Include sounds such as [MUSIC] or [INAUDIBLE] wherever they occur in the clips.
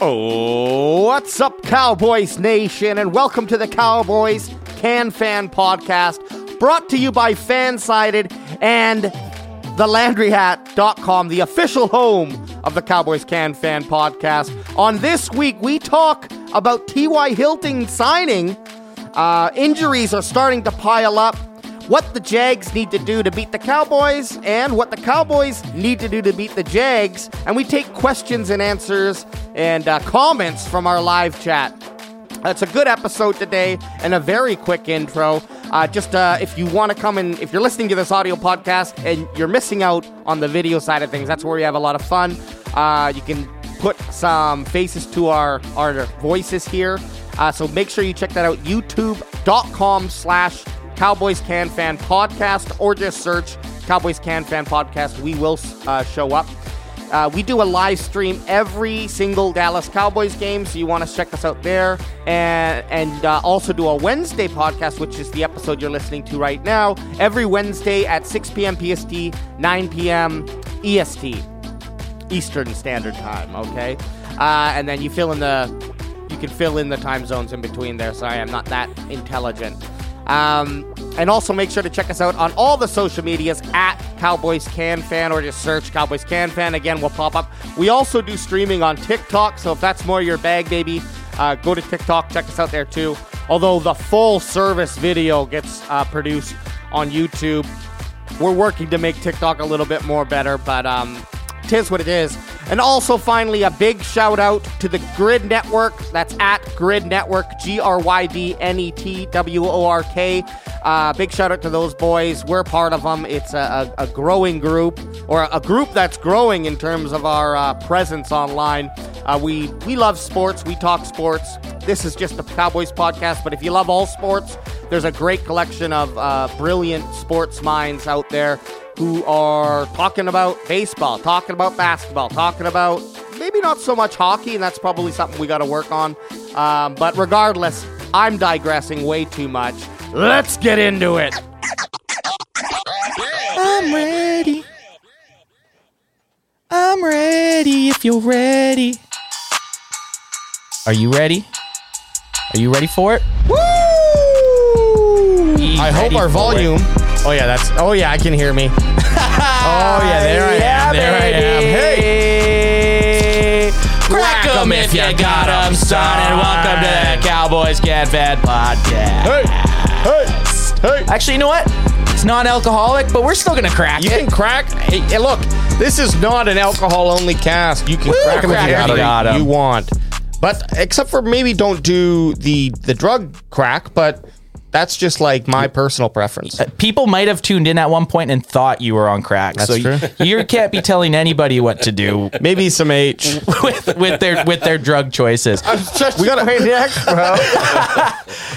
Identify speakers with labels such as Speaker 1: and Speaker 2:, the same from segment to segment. Speaker 1: Oh, what's up, Cowboys Nation, and welcome to the Cowboys Can Fan Podcast, brought to you by Fansided and thelandryhat.com, the official home of the Cowboys Can Fan Podcast. On this week, we talk about T.Y. Hilton signing. Uh, injuries are starting to pile up. What the Jags need to do to beat the Cowboys, and what the Cowboys need to do to beat the Jags. And we take questions and answers and uh, comments from our live chat. That's a good episode today and a very quick intro. Uh, just uh, if you want to come and if you're listening to this audio podcast and you're missing out on the video side of things, that's where we have a lot of fun. Uh, you can put some faces to our our voices here. Uh, so make sure you check that out. YouTube.com slash Cowboys Can Fan Podcast or just search Cowboys Can Fan Podcast. We will uh, show up. Uh, we do a live stream every single Dallas Cowboys game, so you want to check us out there, and and uh, also do a Wednesday podcast, which is the episode you're listening to right now, every Wednesday at 6 p.m. PST, 9 p.m. EST, Eastern Standard Time. Okay, uh, and then you fill in the you can fill in the time zones in between there. Sorry, I'm not that intelligent. Um, and also make sure to check us out on all the social medias at Cowboys Can Fan or just search Cowboys Can Fan. Again, we'll pop up. We also do streaming on TikTok, so if that's more your bag, baby, uh, go to TikTok, check us out there too. Although the full service video gets uh, produced on YouTube we're working to make TikTok a little bit more better, but um, tis what it is. And also, finally, a big shout out to the Grid Network. That's at Grid Network, G R Y D N E T W O R K. Uh, big shout out to those boys. We're part of them. It's a, a, a growing group, or a, a group that's growing in terms of our uh, presence online. Uh, we we love sports. We talk sports. This is just a Cowboys podcast, but if you love all sports, there's a great collection of uh, brilliant sports minds out there who are talking about baseball, talking about basketball, talking about maybe not so much hockey, and that's probably something we got to work on. Um, but regardless, I'm digressing way too much. Let's get into it.
Speaker 2: I'm ready. I'm ready if you're ready. Are you ready? Are you ready for it?
Speaker 1: Woo!
Speaker 2: Be
Speaker 1: I hope
Speaker 2: ready
Speaker 1: our
Speaker 2: for
Speaker 1: volume. Oh yeah, that's. Oh yeah, I can hear me. [LAUGHS] oh yeah, there I am. There I am. Hey.
Speaker 2: Hey! Crack 'em if you got 'em, son, and welcome to the Cowboys Cat Fat
Speaker 1: Hey.
Speaker 2: Podcast.
Speaker 1: Hey. Hey.
Speaker 2: Actually, you know what? It's non-alcoholic, but we're still gonna crack
Speaker 1: You
Speaker 2: it.
Speaker 1: can crack. Hey, hey, look, this is not an alcohol-only cast. You can
Speaker 2: Woo,
Speaker 1: crack 'em
Speaker 2: crack 'em if you
Speaker 1: if you,
Speaker 2: got 'em.
Speaker 1: you want, but except for maybe don't do the the drug crack. But that's just like my personal preference.
Speaker 2: People might have tuned in at one point and thought you were on crack. so
Speaker 1: true.
Speaker 2: You, you can't be telling anybody what to do
Speaker 1: Maybe some [LAUGHS] H.
Speaker 2: with, with their with their drug choices.
Speaker 1: we got a next, bro.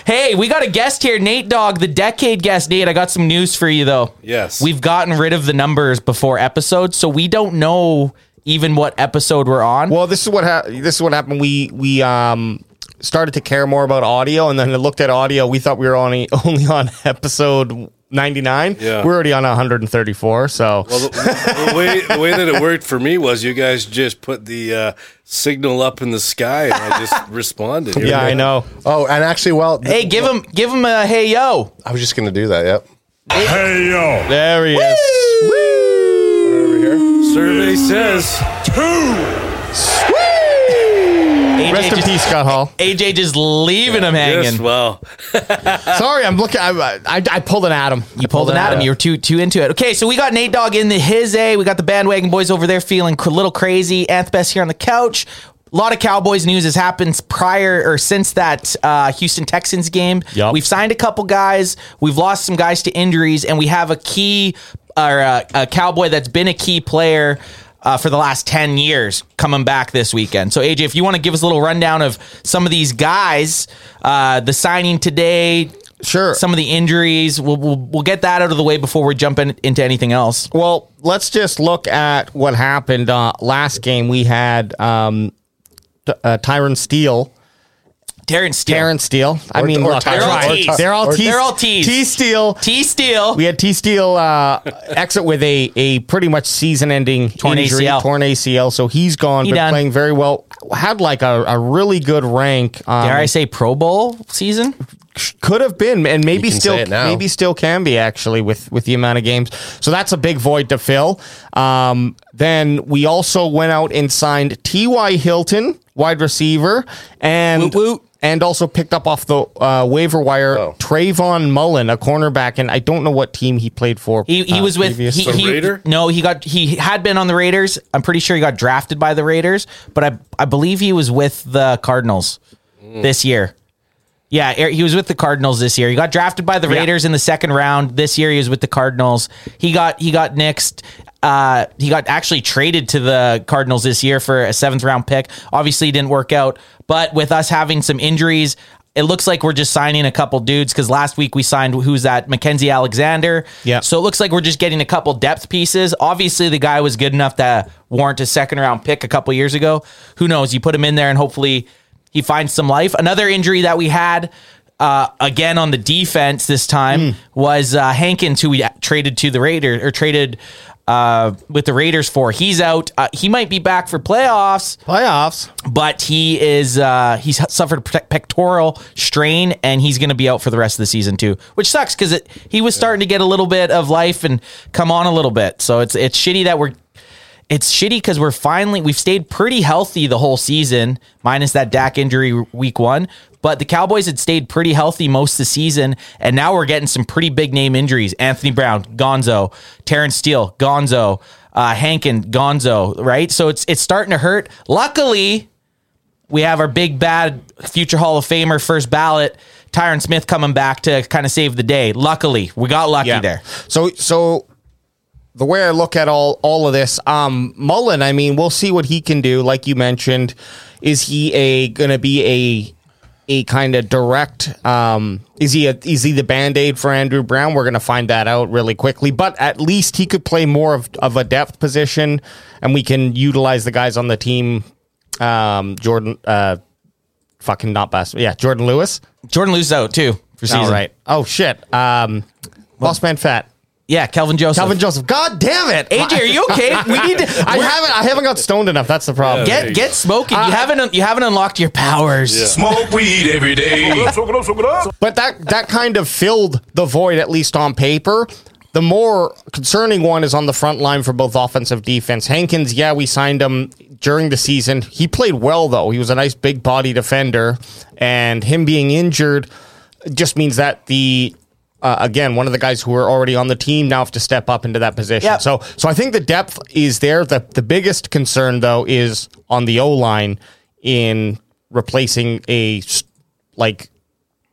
Speaker 2: Hey, we got a guest here, Nate Dog, the decade guest. Nate, I got some news for you though.
Speaker 3: Yes.
Speaker 2: We've gotten rid of the numbers before episodes, so we don't know even what episode we're on.
Speaker 1: Well, this is what hap this is what happened. We we um started to care more about audio, and then it looked at audio. We thought we were only [LAUGHS] only on episode ninety nine.
Speaker 3: Yeah.
Speaker 1: We're already on one hundred and thirty four. So
Speaker 3: Well, the, the way the way that it worked for me was you guys just put the uh, signal up in the sky, and I just [LAUGHS] responded.
Speaker 1: yeah, I know.
Speaker 4: Oh, and actually, well, th-
Speaker 2: hey, give him give him a hey yo.
Speaker 4: I was just gonna do that. Yep.
Speaker 5: Hey yo,
Speaker 1: There he is.
Speaker 3: Survey says
Speaker 5: two.
Speaker 1: Woo!
Speaker 6: Rest in
Speaker 2: just-
Speaker 6: peace, Scott
Speaker 1: [LAUGHS]
Speaker 6: Hall.
Speaker 2: AJ just leaving him hanging.
Speaker 7: Yes, well,
Speaker 8: Sorry, I'm looking. I, I, I pulled an Adam.
Speaker 2: You pulled an Adam. You were too too into it. Okay, so we got Nate Dogg in the his A. We got the bandwagon boys over there feeling a little crazy. Anth Best here on the couch. A lot of Cowboys news has happened prior or since that uh, Houston Texans game.
Speaker 8: Yup.
Speaker 2: We've signed a couple guys. We've lost some guys to injuries, and we have a key or a, a Cowboy that's been a key player. Uh, for the last 10 years coming back this weekend. So, AJ, if you want to give us a little rundown of some of these guys, uh, the signing today,
Speaker 8: Sure.
Speaker 2: some of the injuries. We'll, we'll we'll get that out of the way before we jump in, into anything else.
Speaker 8: well,
Speaker 1: let's just look at what happened uh, last game. We had um, t- uh, Tyron Steele.
Speaker 2: Terrence Steele.
Speaker 1: Darren Steele. I mean,
Speaker 6: or
Speaker 1: look,
Speaker 6: Tyron-
Speaker 2: They're all
Speaker 1: I tried.
Speaker 2: T's.
Speaker 1: They're all
Speaker 6: Or-
Speaker 1: T.
Speaker 2: They're all T's.
Speaker 1: T Steele.
Speaker 2: T Steele.
Speaker 1: We had T Steele uh, exit with a, a pretty much season ending
Speaker 2: Torn
Speaker 1: injury,
Speaker 2: ACL.
Speaker 1: torn ACL. So he's gone,
Speaker 2: He
Speaker 1: been
Speaker 2: done.
Speaker 1: playing very well. Had like a, a really good rank. Um,
Speaker 2: Dare I say Pro Bowl season?
Speaker 1: could have been, and maybe
Speaker 6: You can
Speaker 1: still
Speaker 6: say it now.
Speaker 1: maybe still can be actually with with the amount of games. So that's a big void to fill. Um, then we also went out and signed T. Y. Hilton, wide receiver, and
Speaker 2: Woot woot.
Speaker 1: and also picked up off the uh, waiver wire
Speaker 6: Oh.
Speaker 1: Trayvon Mullen, a cornerback, and I don't know what team he played for.
Speaker 2: He, he
Speaker 1: uh,
Speaker 2: was with
Speaker 1: previous.
Speaker 2: he,
Speaker 7: The
Speaker 2: he-
Speaker 7: Raider?
Speaker 2: No, he got he had been on the Raiders. I'm pretty sure he got drafted by the Raiders, but I I believe he was with the Cardinals this year. Yeah, er- he was with the Cardinals this year. He got drafted by the Raiders in the second round. This year he was with the Cardinals. He got he got nixed. Uh, he got actually traded to the Cardinals this year for a seventh round pick. Obviously, it didn't work out. But with us having some injuries, it looks like we're just signing a couple dudes because last week we signed who's that Mackenzie Alexander.
Speaker 1: Yeah.
Speaker 2: So it looks like we're just getting a couple depth pieces. Obviously, the guy was good enough to warrant a second round pick a couple years ago. Who knows? You put him in there and hopefully he finds some life. Another injury that we had uh, again on the defense this time was uh, Hankins, who we traded to the Raiders or traded uh, with the Raiders for. He's out. Uh, he might be back for playoffs,
Speaker 1: playoffs.
Speaker 2: but he is uh, he's suffered a pec- pectoral strain and he's going to be out for the rest of the season too, which sucks because he was starting to get a little bit of life and come on a little bit. So it's it's shitty that we're it's shitty because we're finally we've stayed pretty healthy the whole season, minus that Dak injury week one. But the Cowboys had stayed pretty healthy most of the season, and now we're getting some pretty big name injuries. Anthony Brown, Gonzo, Terrence Steele, Gonzo, uh, Hankin, Gonzo, right? So it's it's starting to hurt. Luckily, we have our big bad future Hall of Famer first ballot, Tyron Smith coming back to kind of save the day. Luckily, we got lucky there.
Speaker 1: So so the way I look at all all of this, um, Mullen. I mean, we'll see what he can do. Like you mentioned, is he a going to be a a kind of direct? Um, is he a, is he the band aid for Andrew Brown? We're going to find that out really quickly. But at least he could play more of of a depth position, and we can utilize the guys on the team. Um, Jordan, uh, fucking not best. Yeah, Jordan Lewis.
Speaker 2: Jordan Lewis out too for season.
Speaker 1: All right. Oh shit. Um, boss man, fat.
Speaker 2: Yeah, Kelvin Joseph.
Speaker 1: Calvin Joseph. God damn it,
Speaker 2: AJ, are you okay? We need to
Speaker 1: [LAUGHS] I haven't. I haven't got stoned enough. That's the problem.
Speaker 2: get get smoking.
Speaker 1: Uh,
Speaker 2: you haven't you haven't unlocked your powers.
Speaker 3: Smoke weed every [LAUGHS] day.
Speaker 1: but that that kind of filled the void, at least on paper. The more concerning one is on the front line for both offensive defense. Hankins, yeah, we signed him during the season. He played well though. He was a nice big body defender, and him being injured just means that the uh, again one of the guys who were already on the team now have to step up into that position.
Speaker 2: Yep.
Speaker 1: So so I think the depth is there. The the biggest concern though is on the O line in replacing a s- like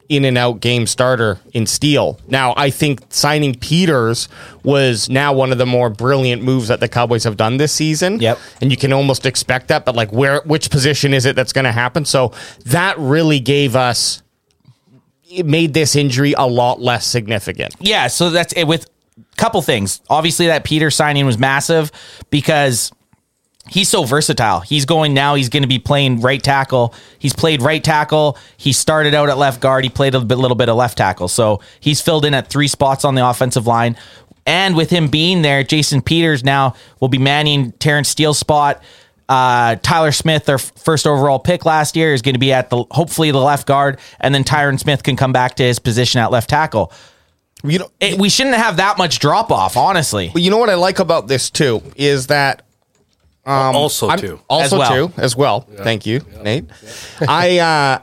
Speaker 1: in and out game starter in Steele. Now, I think signing Peters was now one of the more brilliant moves that the Cowboys have done this season.
Speaker 2: Yep.
Speaker 1: And you can almost expect that, but like where which position is it that's going to happen? So that really gave us it made this injury a lot less significant.
Speaker 2: yeah, so that's it with couple things. Obviously that Peter signing was massive because he's so versatile. He's going now, he's going to be playing right tackle. He's played right tackle. He started out at left guard. He played a bit, little bit of left tackle. So he's filled in at three spots on the offensive line. And with him being there, Jason Peters now will be manning Terrence Steele's spot. Uh, Tyler Smith, their f- first overall pick last year, is going to be at the hopefully the left guard, and then Tyron Smith can come back to his position at left tackle.
Speaker 1: You know,
Speaker 2: It, we shouldn't have that much drop off, honestly.
Speaker 1: But you know what I like about this too is that
Speaker 3: also
Speaker 1: Um, I'm-
Speaker 3: too.
Speaker 1: Also
Speaker 2: As well.
Speaker 1: too, as well. Thank you, Nate. I uh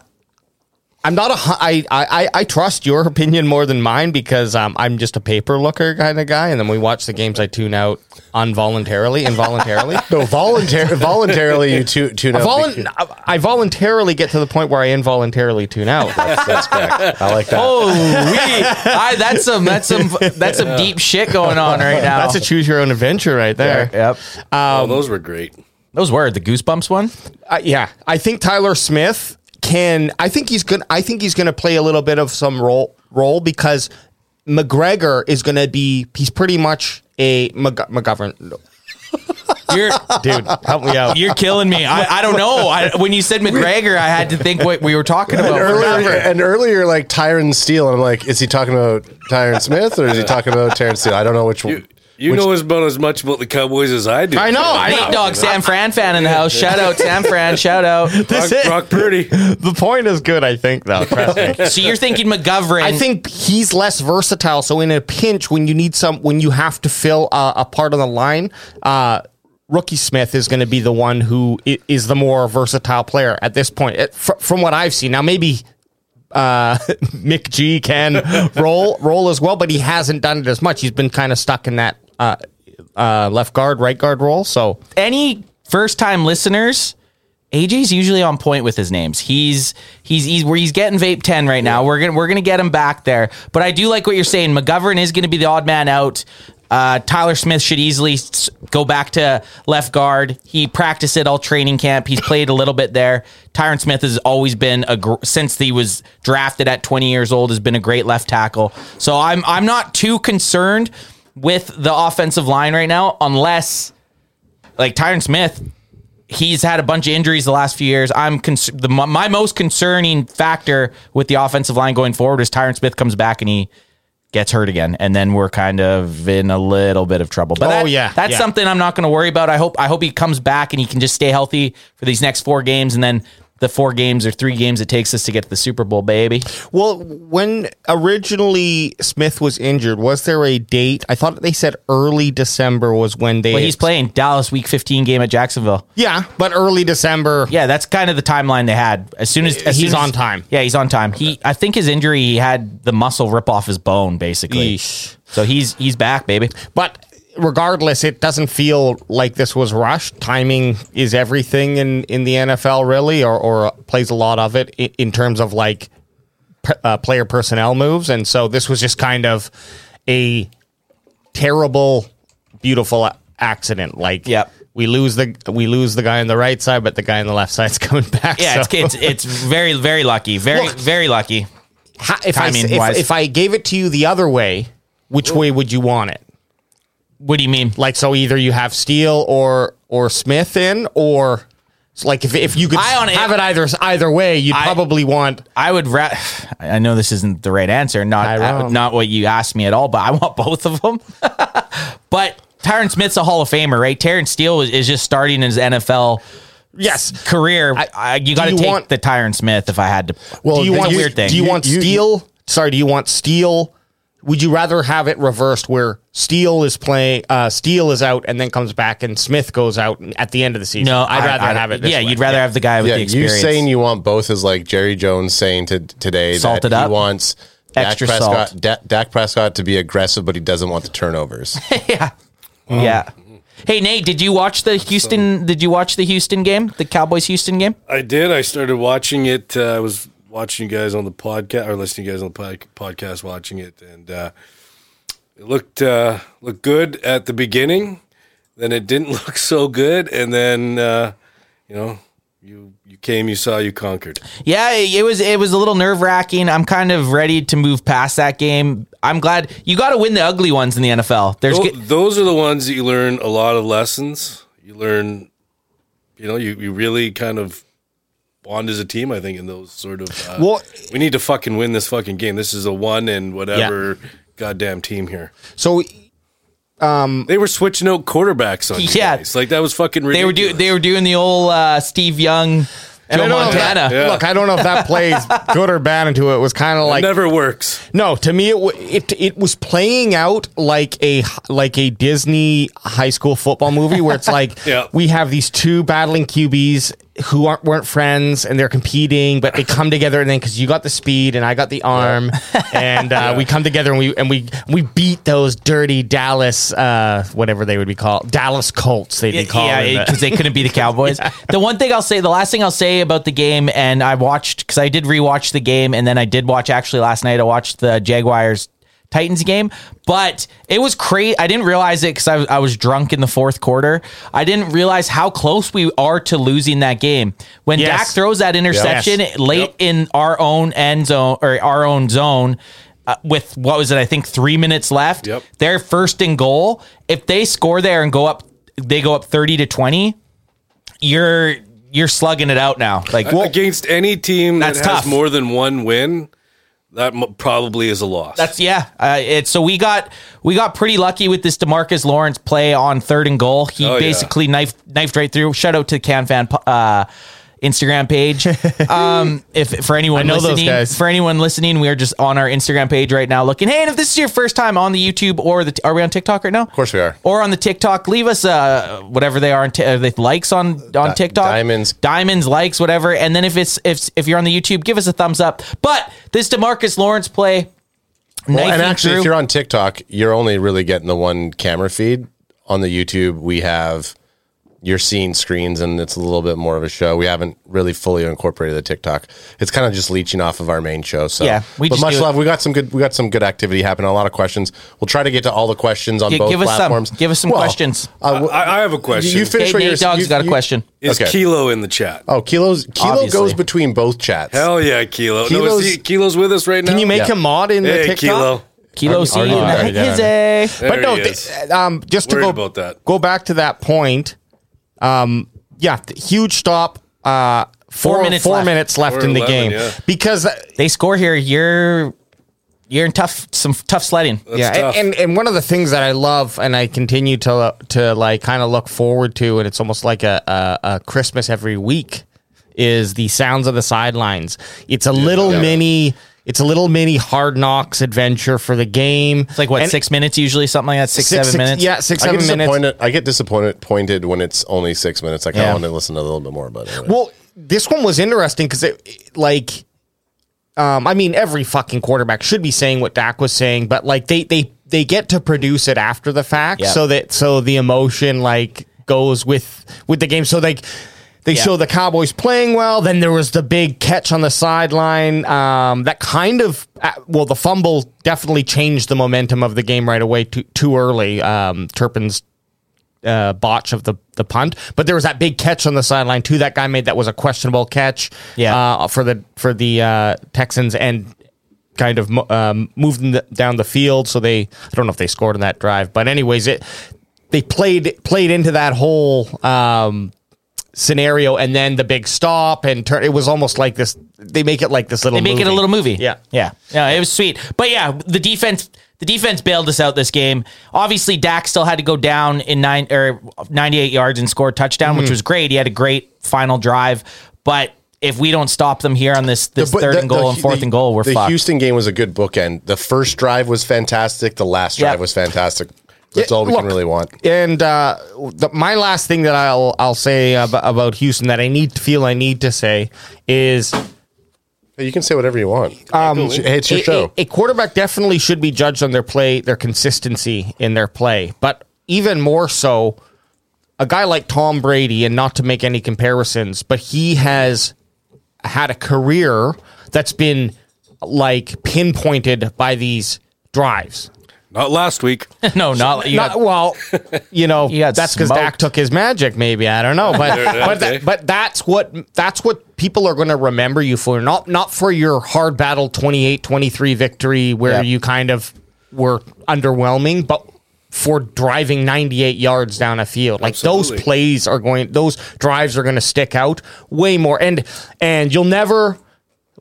Speaker 1: I'm not a hu- I, I I- I trust your [LAUGHS] opinion more than mine because um, I'm just a paper looker kind of guy, and then we watch the games. I tune out involuntarily, involuntarily.
Speaker 9: [LAUGHS] No, voluntar- voluntarily you tu- tune out.
Speaker 1: Volun-
Speaker 9: because-
Speaker 1: I, I voluntarily get to the point where I involuntarily tune
Speaker 9: [LAUGHS]
Speaker 1: out.
Speaker 9: That's correct. I like that.
Speaker 2: Oh, we, I, that's some that's some that's some deep shit going on right now.
Speaker 1: That's a choose your own adventure right there.
Speaker 2: yep.
Speaker 3: oh,
Speaker 1: um,
Speaker 3: those were great.
Speaker 2: Those were the goosebumps one.
Speaker 1: Uh, yeah, I think Tyler Smith can. I think he's gonna. I think he's gonna play a little bit of some role role because McGregor is gonna be. He's pretty much a McGo- McGovern. no.
Speaker 2: You're
Speaker 1: Dude, help me out.
Speaker 2: you're killing me. I, I don't know. I, when you said McGregor, I had to think what we were talking about.
Speaker 9: And earlier, and earlier, like Tyron Steele, and I'm like, is he talking about Tyron Smith or is he talking about Terrence Steele? I don't know which one.
Speaker 3: You, you know as about as much about the Cowboys as I do.
Speaker 1: I know. I
Speaker 2: Nate
Speaker 1: know.
Speaker 2: Dog, Sam Fran fan in the house. Shout out, Sam Fran. Shout out.
Speaker 1: [LAUGHS]
Speaker 3: Brock, Brock Purdy.
Speaker 1: The point is good. I think though. Trust [LAUGHS] me.
Speaker 2: So you're thinking McGovern?
Speaker 1: I think he's less versatile. So in a pinch, when you need some, when you have to fill uh, a part of the line, uh, Rookie Smith is going to be the one who i- is the more versatile player at this point. It, fr- from what I've seen, now maybe uh, [LAUGHS] Mick G can [LAUGHS] roll roll as well, but he hasn't done it as much. He's been kind of stuck in that uh, uh, left guard, right guard role. So
Speaker 2: any first time listeners, AJ's usually on point with his names. He's he's he's where he's getting vape ten right now. We're gonna we're gonna get him back there. But I do like what you're saying. McGovern is gonna be the odd man out. Uh, Tyler Smith should easily s- go back to left guard. He practiced it all training camp. He's played a little bit there. Tyron Smith has always been a gr- since he was drafted at 20 years old has been a great left tackle. So I'm I'm not too concerned with the offensive line right now, unless like Tyron Smith, he's had a bunch of injuries the last few years. I'm cons- the, my, my most concerning factor with the offensive line going forward is Tyron Smith comes back and he gets hurt again, and then we're kind of in a little bit of trouble. But
Speaker 1: Oh,
Speaker 2: that-
Speaker 1: yeah,
Speaker 2: that's
Speaker 1: yeah.
Speaker 2: something I'm not going to worry about. I hope I hope he comes back and he can just stay healthy for these next four games, and then the four games or three games it takes us to get to the Super Bowl, baby.
Speaker 1: Well, when originally Smith was injured, was there a date? I thought they said early December was when they.
Speaker 2: But he's playing Dallas Week 15 game at Jacksonville.
Speaker 1: Yeah, but early December.
Speaker 2: Yeah, that's kind of the timeline they had. As soon as, as
Speaker 1: He's
Speaker 2: soon as-
Speaker 1: on time.
Speaker 2: Yeah, he's on time. He, I think his injury, he had the muscle rip off his bone, basically.
Speaker 1: Yeesh.
Speaker 2: So he's he's back, baby.
Speaker 1: But regardless, it doesn't feel like this was rushed. Timing is everything in, in the NFL, really, or, or plays a lot of it in, in terms of like p- uh, player personnel moves. And so this was just kind of a terrible, beautiful a- accident. Like,
Speaker 2: Yep.
Speaker 1: We lose the we lose the guy on the right side, but the guy on the left side's [LAUGHS] coming back.
Speaker 2: Yeah,
Speaker 1: so-
Speaker 2: it's, it's it's very very lucky, very
Speaker 1: Look.
Speaker 2: very lucky.
Speaker 1: [LAUGHS] Ha- if, I,
Speaker 2: Timing
Speaker 1: if,
Speaker 2: wise.
Speaker 1: if I gave it to you the other way, which way would you want it?
Speaker 2: What do you mean?
Speaker 1: Like so, either you have Steele or or Smith in, or it's like if if you could
Speaker 2: I on-
Speaker 1: have it either either way, you'd
Speaker 2: I-
Speaker 1: probably want.
Speaker 2: I would. Ra- I know this isn't the right answer, not
Speaker 1: I know.
Speaker 2: uh, not what you asked me at all, but I want [LAUGHS] both of them. but Tyron Smith's a Hall of Famer, right? Terrence Steele is, is just starting his NFL
Speaker 1: Yes.
Speaker 2: career.
Speaker 1: I-
Speaker 2: I, you got to
Speaker 1: you
Speaker 2: take
Speaker 1: want-
Speaker 2: the Tyron Smith if I had to.
Speaker 9: Well,
Speaker 1: do you
Speaker 9: then
Speaker 1: want
Speaker 2: a weird thing.
Speaker 1: Do you,
Speaker 9: You-
Speaker 1: want
Speaker 9: you-
Speaker 1: Steele? Sorry, do you want Steele? Would you rather have it reversed, where Steele is playing, uh, Steele is out, and then comes back, and Smith goes out at the end of the season?
Speaker 2: No,
Speaker 1: I'd
Speaker 2: I-
Speaker 1: rather
Speaker 2: I-
Speaker 1: have it. This
Speaker 2: yeah,
Speaker 1: way.
Speaker 2: you'd rather have the guy with
Speaker 9: yeah,
Speaker 2: the
Speaker 9: you
Speaker 2: experience.
Speaker 9: saying you want both is like Jerry Jones saying to today
Speaker 2: Salt
Speaker 9: that
Speaker 2: it up.
Speaker 9: he wants
Speaker 2: Extra
Speaker 9: Dak Prescott,
Speaker 2: salt.
Speaker 9: Da- Dak Prescott to be aggressive, but he doesn't want the turnovers. [LAUGHS] Oh.
Speaker 2: yeah. Hey Nate, did you watch the Houston? Did you watch the Houston game? The Cowboys Houston game?
Speaker 3: I did. I started watching it. Uh, I was watching you guys on the podcast or listening to you guys on the pod- podcast, watching it, and uh, it looked uh, looked good at the beginning. Then it didn't [LAUGHS] look so good, and then uh, you know you you came, you saw, you conquered.
Speaker 2: Yeah, it it was it was a little nerve wracking. I'm kind of ready to move past that game. I'm glad you got to win the ugly ones in the NFL.
Speaker 1: Oh,
Speaker 2: There's
Speaker 3: Tho-
Speaker 2: g-
Speaker 3: those are the ones that you learn a lot of lessons. You learn, you know, you, you really kind of bond as a team. I think in those sort of uh,
Speaker 1: Well-
Speaker 3: we need to fucking win this fucking game. This is a one and whatever goddamn team here.
Speaker 1: So
Speaker 3: They were switching out quarterbacks on you
Speaker 2: Yeah.
Speaker 3: guys. like that was fucking
Speaker 2: they were
Speaker 3: ridiculous.
Speaker 2: do they were doing the old uh, Steve Young Joe
Speaker 1: I don't know if
Speaker 2: Montana.
Speaker 1: that- Look, I don't know if that [LAUGHS] plays good or bad into it. It was kind of like
Speaker 3: never works.
Speaker 1: no, to me it wa- it it was playing out like a like a Disney high school football movie where it's
Speaker 3: [LAUGHS]
Speaker 1: like
Speaker 3: Yeah.
Speaker 1: we have these two battling QBs who aren't weren't friends and they're competing, but they come together and then because you got the speed and I got the
Speaker 3: [LAUGHS]
Speaker 1: arm, and uh, we come together and we and we we beat those dirty Dallas uh, whatever they would be called Dallas Colts
Speaker 3: E
Speaker 1: they'd be called in the-
Speaker 2: because they
Speaker 1: [LAUGHS]
Speaker 2: couldn't be the Cowboys. The one thing I'll say, the last thing I'll say about the game, and I watched because I did rewatch the game, and then I did watch actually last night. I watched the Jaguars Titans game, but it was crazy. I didn't realize it because I, was- I was drunk in the fourth quarter. I didn't realize how close we are to losing that game when
Speaker 1: Yes.
Speaker 2: Dak throws that interception
Speaker 1: Yes.
Speaker 2: late in our own end zone or our own zone. Uh, with what was it? I think three minutes left.
Speaker 3: Yep.
Speaker 2: They're first and goal. If they score there and go up, they go up thirty to twenty. You're you're slugging it out now. Like
Speaker 3: Against any team that
Speaker 2: That's
Speaker 3: has
Speaker 2: tough.
Speaker 3: more than one win, that m- probably is a loss.
Speaker 2: that's yeah. Uh, it's so we got we got pretty lucky with this Demarcus Lawrence play on third and goal. He
Speaker 3: Oh, yeah.
Speaker 2: basically knifed knifed right through. Shout out to the Can Fan uh, Instagram page. Um, if for anyone
Speaker 1: know those
Speaker 2: listening,
Speaker 1: guys.
Speaker 2: for anyone listening, we are just on our Instagram page right now looking. Hey, and if this is your first time on the YouTube or the are we on TikTok right now? Of
Speaker 9: course we are.
Speaker 2: Or on the TikTok, leave us uh, whatever they are. On t- are they likes on on
Speaker 9: Di-
Speaker 2: TikTok?
Speaker 9: diamonds.
Speaker 2: diamonds, likes, whatever. And then if it's if if you're on the YouTube, give us a thumbs up. But this Demarcus Lawrence play.
Speaker 9: Well, and
Speaker 2: knifing
Speaker 9: actually,
Speaker 2: through-
Speaker 9: if you're on TikTok, you're only really getting the one camera feed. On the YouTube, we have you're seeing screens, and it's a little bit more of a show. We haven't really fully incorporated the TikTok. It's kind of just leeching off of our main show. So
Speaker 2: Yeah, we
Speaker 9: but
Speaker 2: just
Speaker 9: much
Speaker 2: do it.
Speaker 9: love. We got some good. We got some good activity happening. A lot of questions. We'll try to get to all the questions on
Speaker 2: Gi-
Speaker 9: both
Speaker 2: give us some.
Speaker 9: platforms.
Speaker 2: Give us some questions.
Speaker 9: uh,
Speaker 3: I,
Speaker 9: w-
Speaker 3: I have a question.
Speaker 9: you finish
Speaker 2: Hey,
Speaker 9: what
Speaker 2: Nate
Speaker 9: you're-
Speaker 2: Dogg's
Speaker 9: you-
Speaker 2: got a
Speaker 9: you-
Speaker 2: question.
Speaker 3: is
Speaker 9: okay.
Speaker 3: Kilo in the chat?
Speaker 9: Oh, kilos. Kilo
Speaker 2: Obviously.
Speaker 9: goes between both chats.
Speaker 3: Hell yeah, Kilo. No,
Speaker 9: Kilo's-
Speaker 3: is he, Kilo's with us right now.
Speaker 1: Can you make
Speaker 9: Yeah.
Speaker 1: a mod in the
Speaker 3: Hey,
Speaker 1: TikTok?
Speaker 3: Kilo.
Speaker 2: Kilo C.
Speaker 9: Argue-
Speaker 2: and
Speaker 1: argue
Speaker 2: Hizzy.
Speaker 3: There
Speaker 1: but no,
Speaker 3: he
Speaker 1: th-
Speaker 3: is.
Speaker 1: um, just
Speaker 3: Worried
Speaker 1: to go
Speaker 3: about that.
Speaker 1: go back to that point. Um, yeah, th- huge stop. Uh, four,
Speaker 2: Four minutes
Speaker 1: four
Speaker 2: left.
Speaker 1: minutes left
Speaker 3: Four
Speaker 1: in the
Speaker 3: 11,
Speaker 1: game
Speaker 3: yeah.
Speaker 1: because uh,
Speaker 2: They score here. You're you're in tough some tough sledding.
Speaker 1: yeah,
Speaker 3: tough.
Speaker 1: and, and and one of the things that I love and I continue to uh, to like kind of look forward to, and it's almost like a, a, a Christmas every week, is the sounds of the sidelines. It's a little
Speaker 9: yeah.
Speaker 1: mini. It's a little mini hard knocks adventure for the game.
Speaker 2: It's like what six minutes usually something like that six, seven minutes.
Speaker 1: Yeah, six
Speaker 9: I get
Speaker 1: seven minutes.
Speaker 9: disappointed. I get disappointed pointed when it's only six minutes. Like
Speaker 1: Yeah.
Speaker 9: I want to listen a little bit more about it.
Speaker 1: Well, this one was interesting because it, it- like, um, I mean, every fucking quarterback should be saying what Dak was saying, but like they they they get to produce it after the fact,
Speaker 2: Yeah.
Speaker 1: so that so the emotion like goes with with the game. So like. They
Speaker 2: Yeah.
Speaker 1: show the Cowboys playing well. Then there was the big catch on the sideline. Um, that kind of, uh, well, the fumble definitely changed the momentum of the game right away too, too early. Um, Turpin's uh, botch of the the punt. But there was that big catch on the sideline too. That guy made that was a questionable catch.
Speaker 2: Yeah.
Speaker 1: uh, for the for the uh, Texans and kind of mo- um, moved them th- down the field. So they I don't know if they scored on that drive, but anyways, it they played played into that whole. Um, scenario and then the big stop and turn it was almost like this they make it like this little
Speaker 2: They make it a little movie.
Speaker 1: Yeah.
Speaker 2: yeah, yeah. It was sweet, but yeah, the defense. The defense bailed us out this game. Obviously, Dak still had to go down in nine or ninety-eight yards and score a touchdown,
Speaker 9: Mm-hmm.
Speaker 2: which was great. He had a great final drive, but if we don't stop them here on this this
Speaker 9: But
Speaker 2: third
Speaker 9: the-
Speaker 2: and goal
Speaker 9: the-
Speaker 2: and fourth
Speaker 9: the-
Speaker 2: and goal, we're
Speaker 9: the
Speaker 2: fucked.
Speaker 9: Houston game was a good bookend. The first drive was fantastic. The last
Speaker 2: Yeah.
Speaker 9: drive was fantastic. That's all we can
Speaker 1: look,
Speaker 9: really want.
Speaker 1: And uh, the, my last thing that I'll I'll say ab- about Houston that I need to feel I need to say is
Speaker 9: You can say whatever you want. Um, hey, it's your
Speaker 1: a,
Speaker 9: show.
Speaker 1: A, a quarterback definitely should be judged on their play, their consistency in their play, but even more so, a guy like Tom Brady, and not to make any comparisons, but he has had a career that's been like pinpointed by these drives.
Speaker 3: Not
Speaker 2: [LAUGHS]
Speaker 3: last week.
Speaker 2: [LAUGHS] no, not you.
Speaker 1: Not-
Speaker 2: got-
Speaker 1: well, you know
Speaker 2: You got
Speaker 1: that's because
Speaker 2: smoked.
Speaker 1: Dak took his magic. Maybe I don't know, but
Speaker 3: There it is,
Speaker 1: but, that-
Speaker 3: okay.
Speaker 1: but that's what that's what people are going to remember you for. Not not for your hard battle 28-23 victory where
Speaker 2: Yeah.
Speaker 1: you kind of were underwhelming, but for driving ninety eight yards down a field. Like those
Speaker 3: Absolutely.
Speaker 1: plays are going, those drives are going to stick out way more. And and you'll never.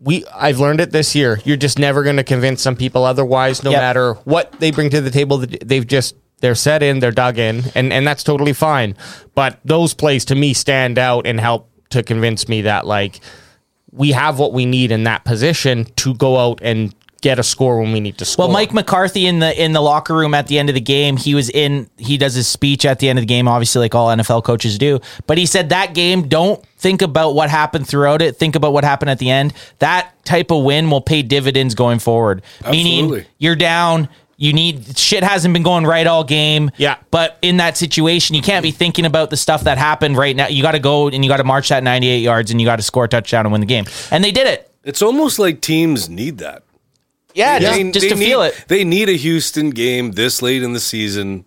Speaker 1: We I've learned it this year. You're just never going to convince some people otherwise, no
Speaker 2: Yep.
Speaker 1: matter what they bring to the table. th- They've just they're set in, they're dug in, and and that's totally fine. But those plays to me stand out and help to convince me that like we have what we need in that position to go out and get a score when we need to score.
Speaker 2: Well, Mike McCarthy in the in the locker room at the end of the game, he was in. He does his speech at the end of the game, obviously, like all NFL coaches do. But he said that game, don't think about what happened throughout it. Think about what happened at the end. That type of win will pay dividends going forward. Meaning,
Speaker 3: Absolutely.
Speaker 2: you're down. You need shit hasn't been going right all game.
Speaker 1: Yeah.
Speaker 2: But in that situation, you can't be thinking about the stuff that happened right now. You got to go and you got to march that 98 yards and you got to score a touchdown and win the game. And they did it.
Speaker 3: It's almost like teams need that.
Speaker 2: Yeah. Just,
Speaker 3: They-
Speaker 2: just
Speaker 3: they
Speaker 2: to
Speaker 3: need-
Speaker 2: feel it.
Speaker 3: They need a Houston game this late in the season.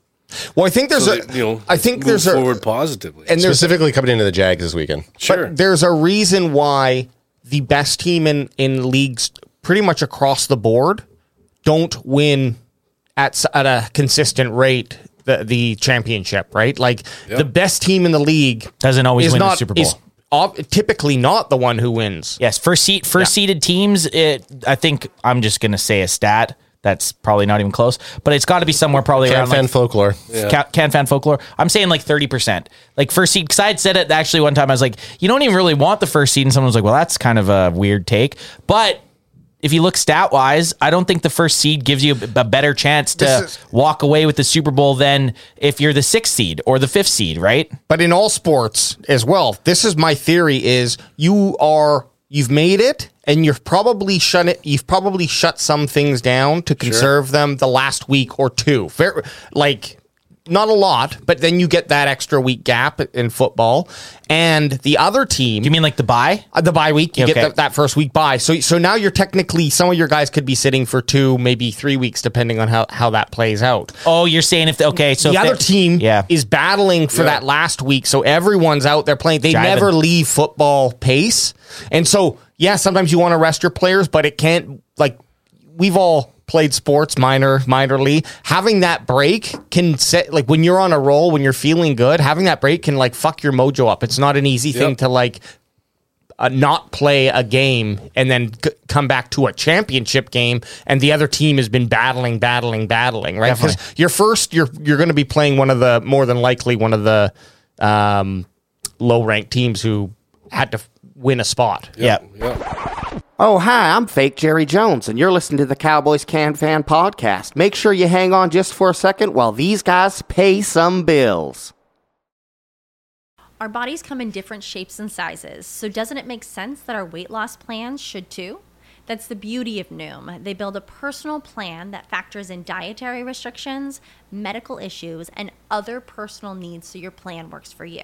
Speaker 1: well, I think there's
Speaker 3: so
Speaker 1: a,
Speaker 3: that, you know,
Speaker 1: I think
Speaker 3: move
Speaker 1: there's a,
Speaker 3: forward positively.
Speaker 1: and there's
Speaker 9: Specifically coming into the Jags this weekend.
Speaker 3: [LAUGHS] sure.
Speaker 1: But there's a reason why the best team in in leagues pretty much across the board don't win at s- at a consistent rate the the championship, right? Like the best team in the league
Speaker 2: Doesn't always
Speaker 1: is
Speaker 2: win the
Speaker 1: not-
Speaker 2: Super Bowl.
Speaker 1: is ob- typically not the one who wins.
Speaker 2: Yes, first seat, first seeded teams. It, I think I'm just gonna say a stat that's probably not even close, but it's got to be somewhere probably
Speaker 9: Can
Speaker 2: around
Speaker 9: fan
Speaker 2: like,
Speaker 9: folklore.
Speaker 2: Ca- can fan folklore. I'm saying like 30 percent, like first seed. Because I had said it actually one time. I was like, you don't even really want the first seed, and someone was like, well, that's kind of a weird take, but. If you look stat wise, I don't think the first seed gives you a a better chance to walk away with the Super Bowl than if you're the sixth seed or the fifth seed, right?
Speaker 1: But in all sports as well, this is my theory: is you are you've made it, and you've probably shut it. You've probably shut some things down to conserve them the last week or two. Fair, like not a lot, but then you get that extra week gap in football, and the other team.
Speaker 2: You mean like the buy?
Speaker 1: Uh, the bye week, you
Speaker 2: Okay.
Speaker 1: get that that first week bye. So so now you're technically some of your guys could be sitting for two, maybe three weeks, depending on how how that plays out
Speaker 2: Oh, you're saying if the, okay, so
Speaker 1: the
Speaker 2: if
Speaker 1: other
Speaker 2: they-
Speaker 1: team
Speaker 2: yeah.
Speaker 1: is battling for that last week. So everyone's out there playing. They
Speaker 2: Jiving.
Speaker 1: never leave football pace. And so, yeah, sometimes you want to rest your players, but it can't like we've all played sports minor minorly. Having that break can set like when you're on a roll, when you're feeling good, having that break can like fuck your mojo up. It's not an easy thing to like uh, not play a game and then c- come back to a championship game and the other team has been battling battling battling right because you're first you're you're going to be playing one of the more than likely one of the um, low ranked teams who had to f- win a spot
Speaker 2: yeah.
Speaker 10: Oh, hi, I'm fake Jerry Jones, and you're listening to the Cowboys Can Fan podcast. Make sure you hang on just for a second while these guys pay some bills.
Speaker 11: Our bodies come in different shapes and sizes, so doesn't it make sense that our weight loss plans should too? That's the beauty of Noom. They build a personal plan that factors in dietary restrictions, medical issues, and other personal needs so your plan works for you.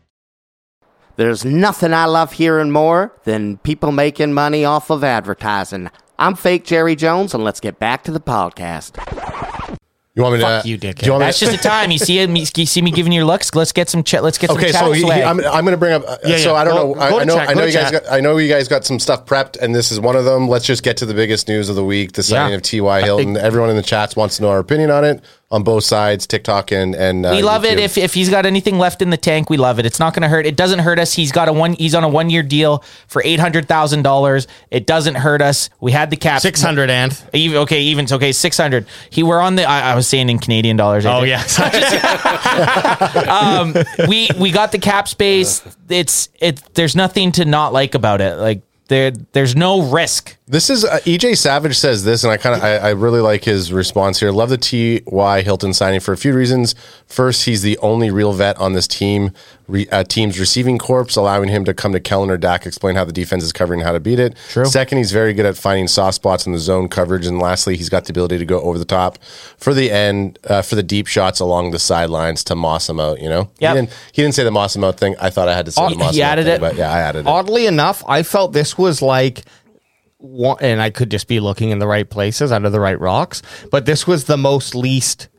Speaker 10: There's nothing I love hearing more than people making money off of advertising. I'm fake Jerry Jones, and let's get back to the podcast.
Speaker 9: You want me
Speaker 1: Fuck
Speaker 9: to?
Speaker 1: you, dickhead.
Speaker 9: do you want me
Speaker 2: That's
Speaker 9: to-
Speaker 2: just the time. You see me, you see me giving you looks. Let's get some. Ch- let's get some.
Speaker 9: Okay,
Speaker 2: chat
Speaker 9: so he, he-
Speaker 2: swag.
Speaker 9: I'm, I'm going to bring up. uh,
Speaker 1: Yeah,
Speaker 9: so
Speaker 1: yeah.
Speaker 9: I don't
Speaker 1: Go-
Speaker 9: know. I,
Speaker 1: go to
Speaker 9: I know.
Speaker 1: chat,
Speaker 9: I
Speaker 1: go
Speaker 9: know
Speaker 1: to
Speaker 9: you guys.
Speaker 1: chat.
Speaker 9: Got, I know you guys got some stuff prepped, and this is one of them. Let's just get to the biggest news of the week: the signing
Speaker 1: Yeah.
Speaker 9: of T.Y. Hilton. Everyone in the chats wants to know our opinion on it. on both sides, TikTok and and uh,
Speaker 2: we love it
Speaker 9: YouTube.
Speaker 2: if if he's got anything left in the tank. We love it. It's not going to hurt. It doesn't hurt us. He's got a one. He's on a one year deal for eight hundred thousand dollars. It doesn't hurt us. We had the cap
Speaker 1: Six hundred and
Speaker 2: Even, okay, even it's okay. Six hundred. He we're on the. I, I was saying in Canadian dollars. I
Speaker 1: Oh
Speaker 2: did.
Speaker 10: [LAUGHS]
Speaker 1: yeah.
Speaker 2: um, we we got the cap space. It's it. There's nothing to not like about it. Like there there's no risk.
Speaker 9: This is uh, EJ Savage says this, and I kind of I, I really like his response here. Love the T.Y. Hilton signing for a few reasons. First, he's the only real vet on this team re, uh, team's receiving corps, allowing him to come to Kellen or Dak, explain how the defense is covering, how to beat it.
Speaker 2: True.
Speaker 9: Second, he's very good at finding soft spots in the zone coverage, and lastly, he's got the ability to go over the top for the end uh, for the deep shots along the sidelines to moss him out. You know,
Speaker 2: Yep. Oh,
Speaker 9: he didn't, he didn't say the moss him out thing. I thought I had to say the
Speaker 2: he
Speaker 9: moss him out
Speaker 2: added
Speaker 9: thing,
Speaker 2: it.
Speaker 9: but yeah, I added it.
Speaker 1: Oddly enough, I felt this was like one, and I could just be looking in the right places under the right rocks, but this was the most least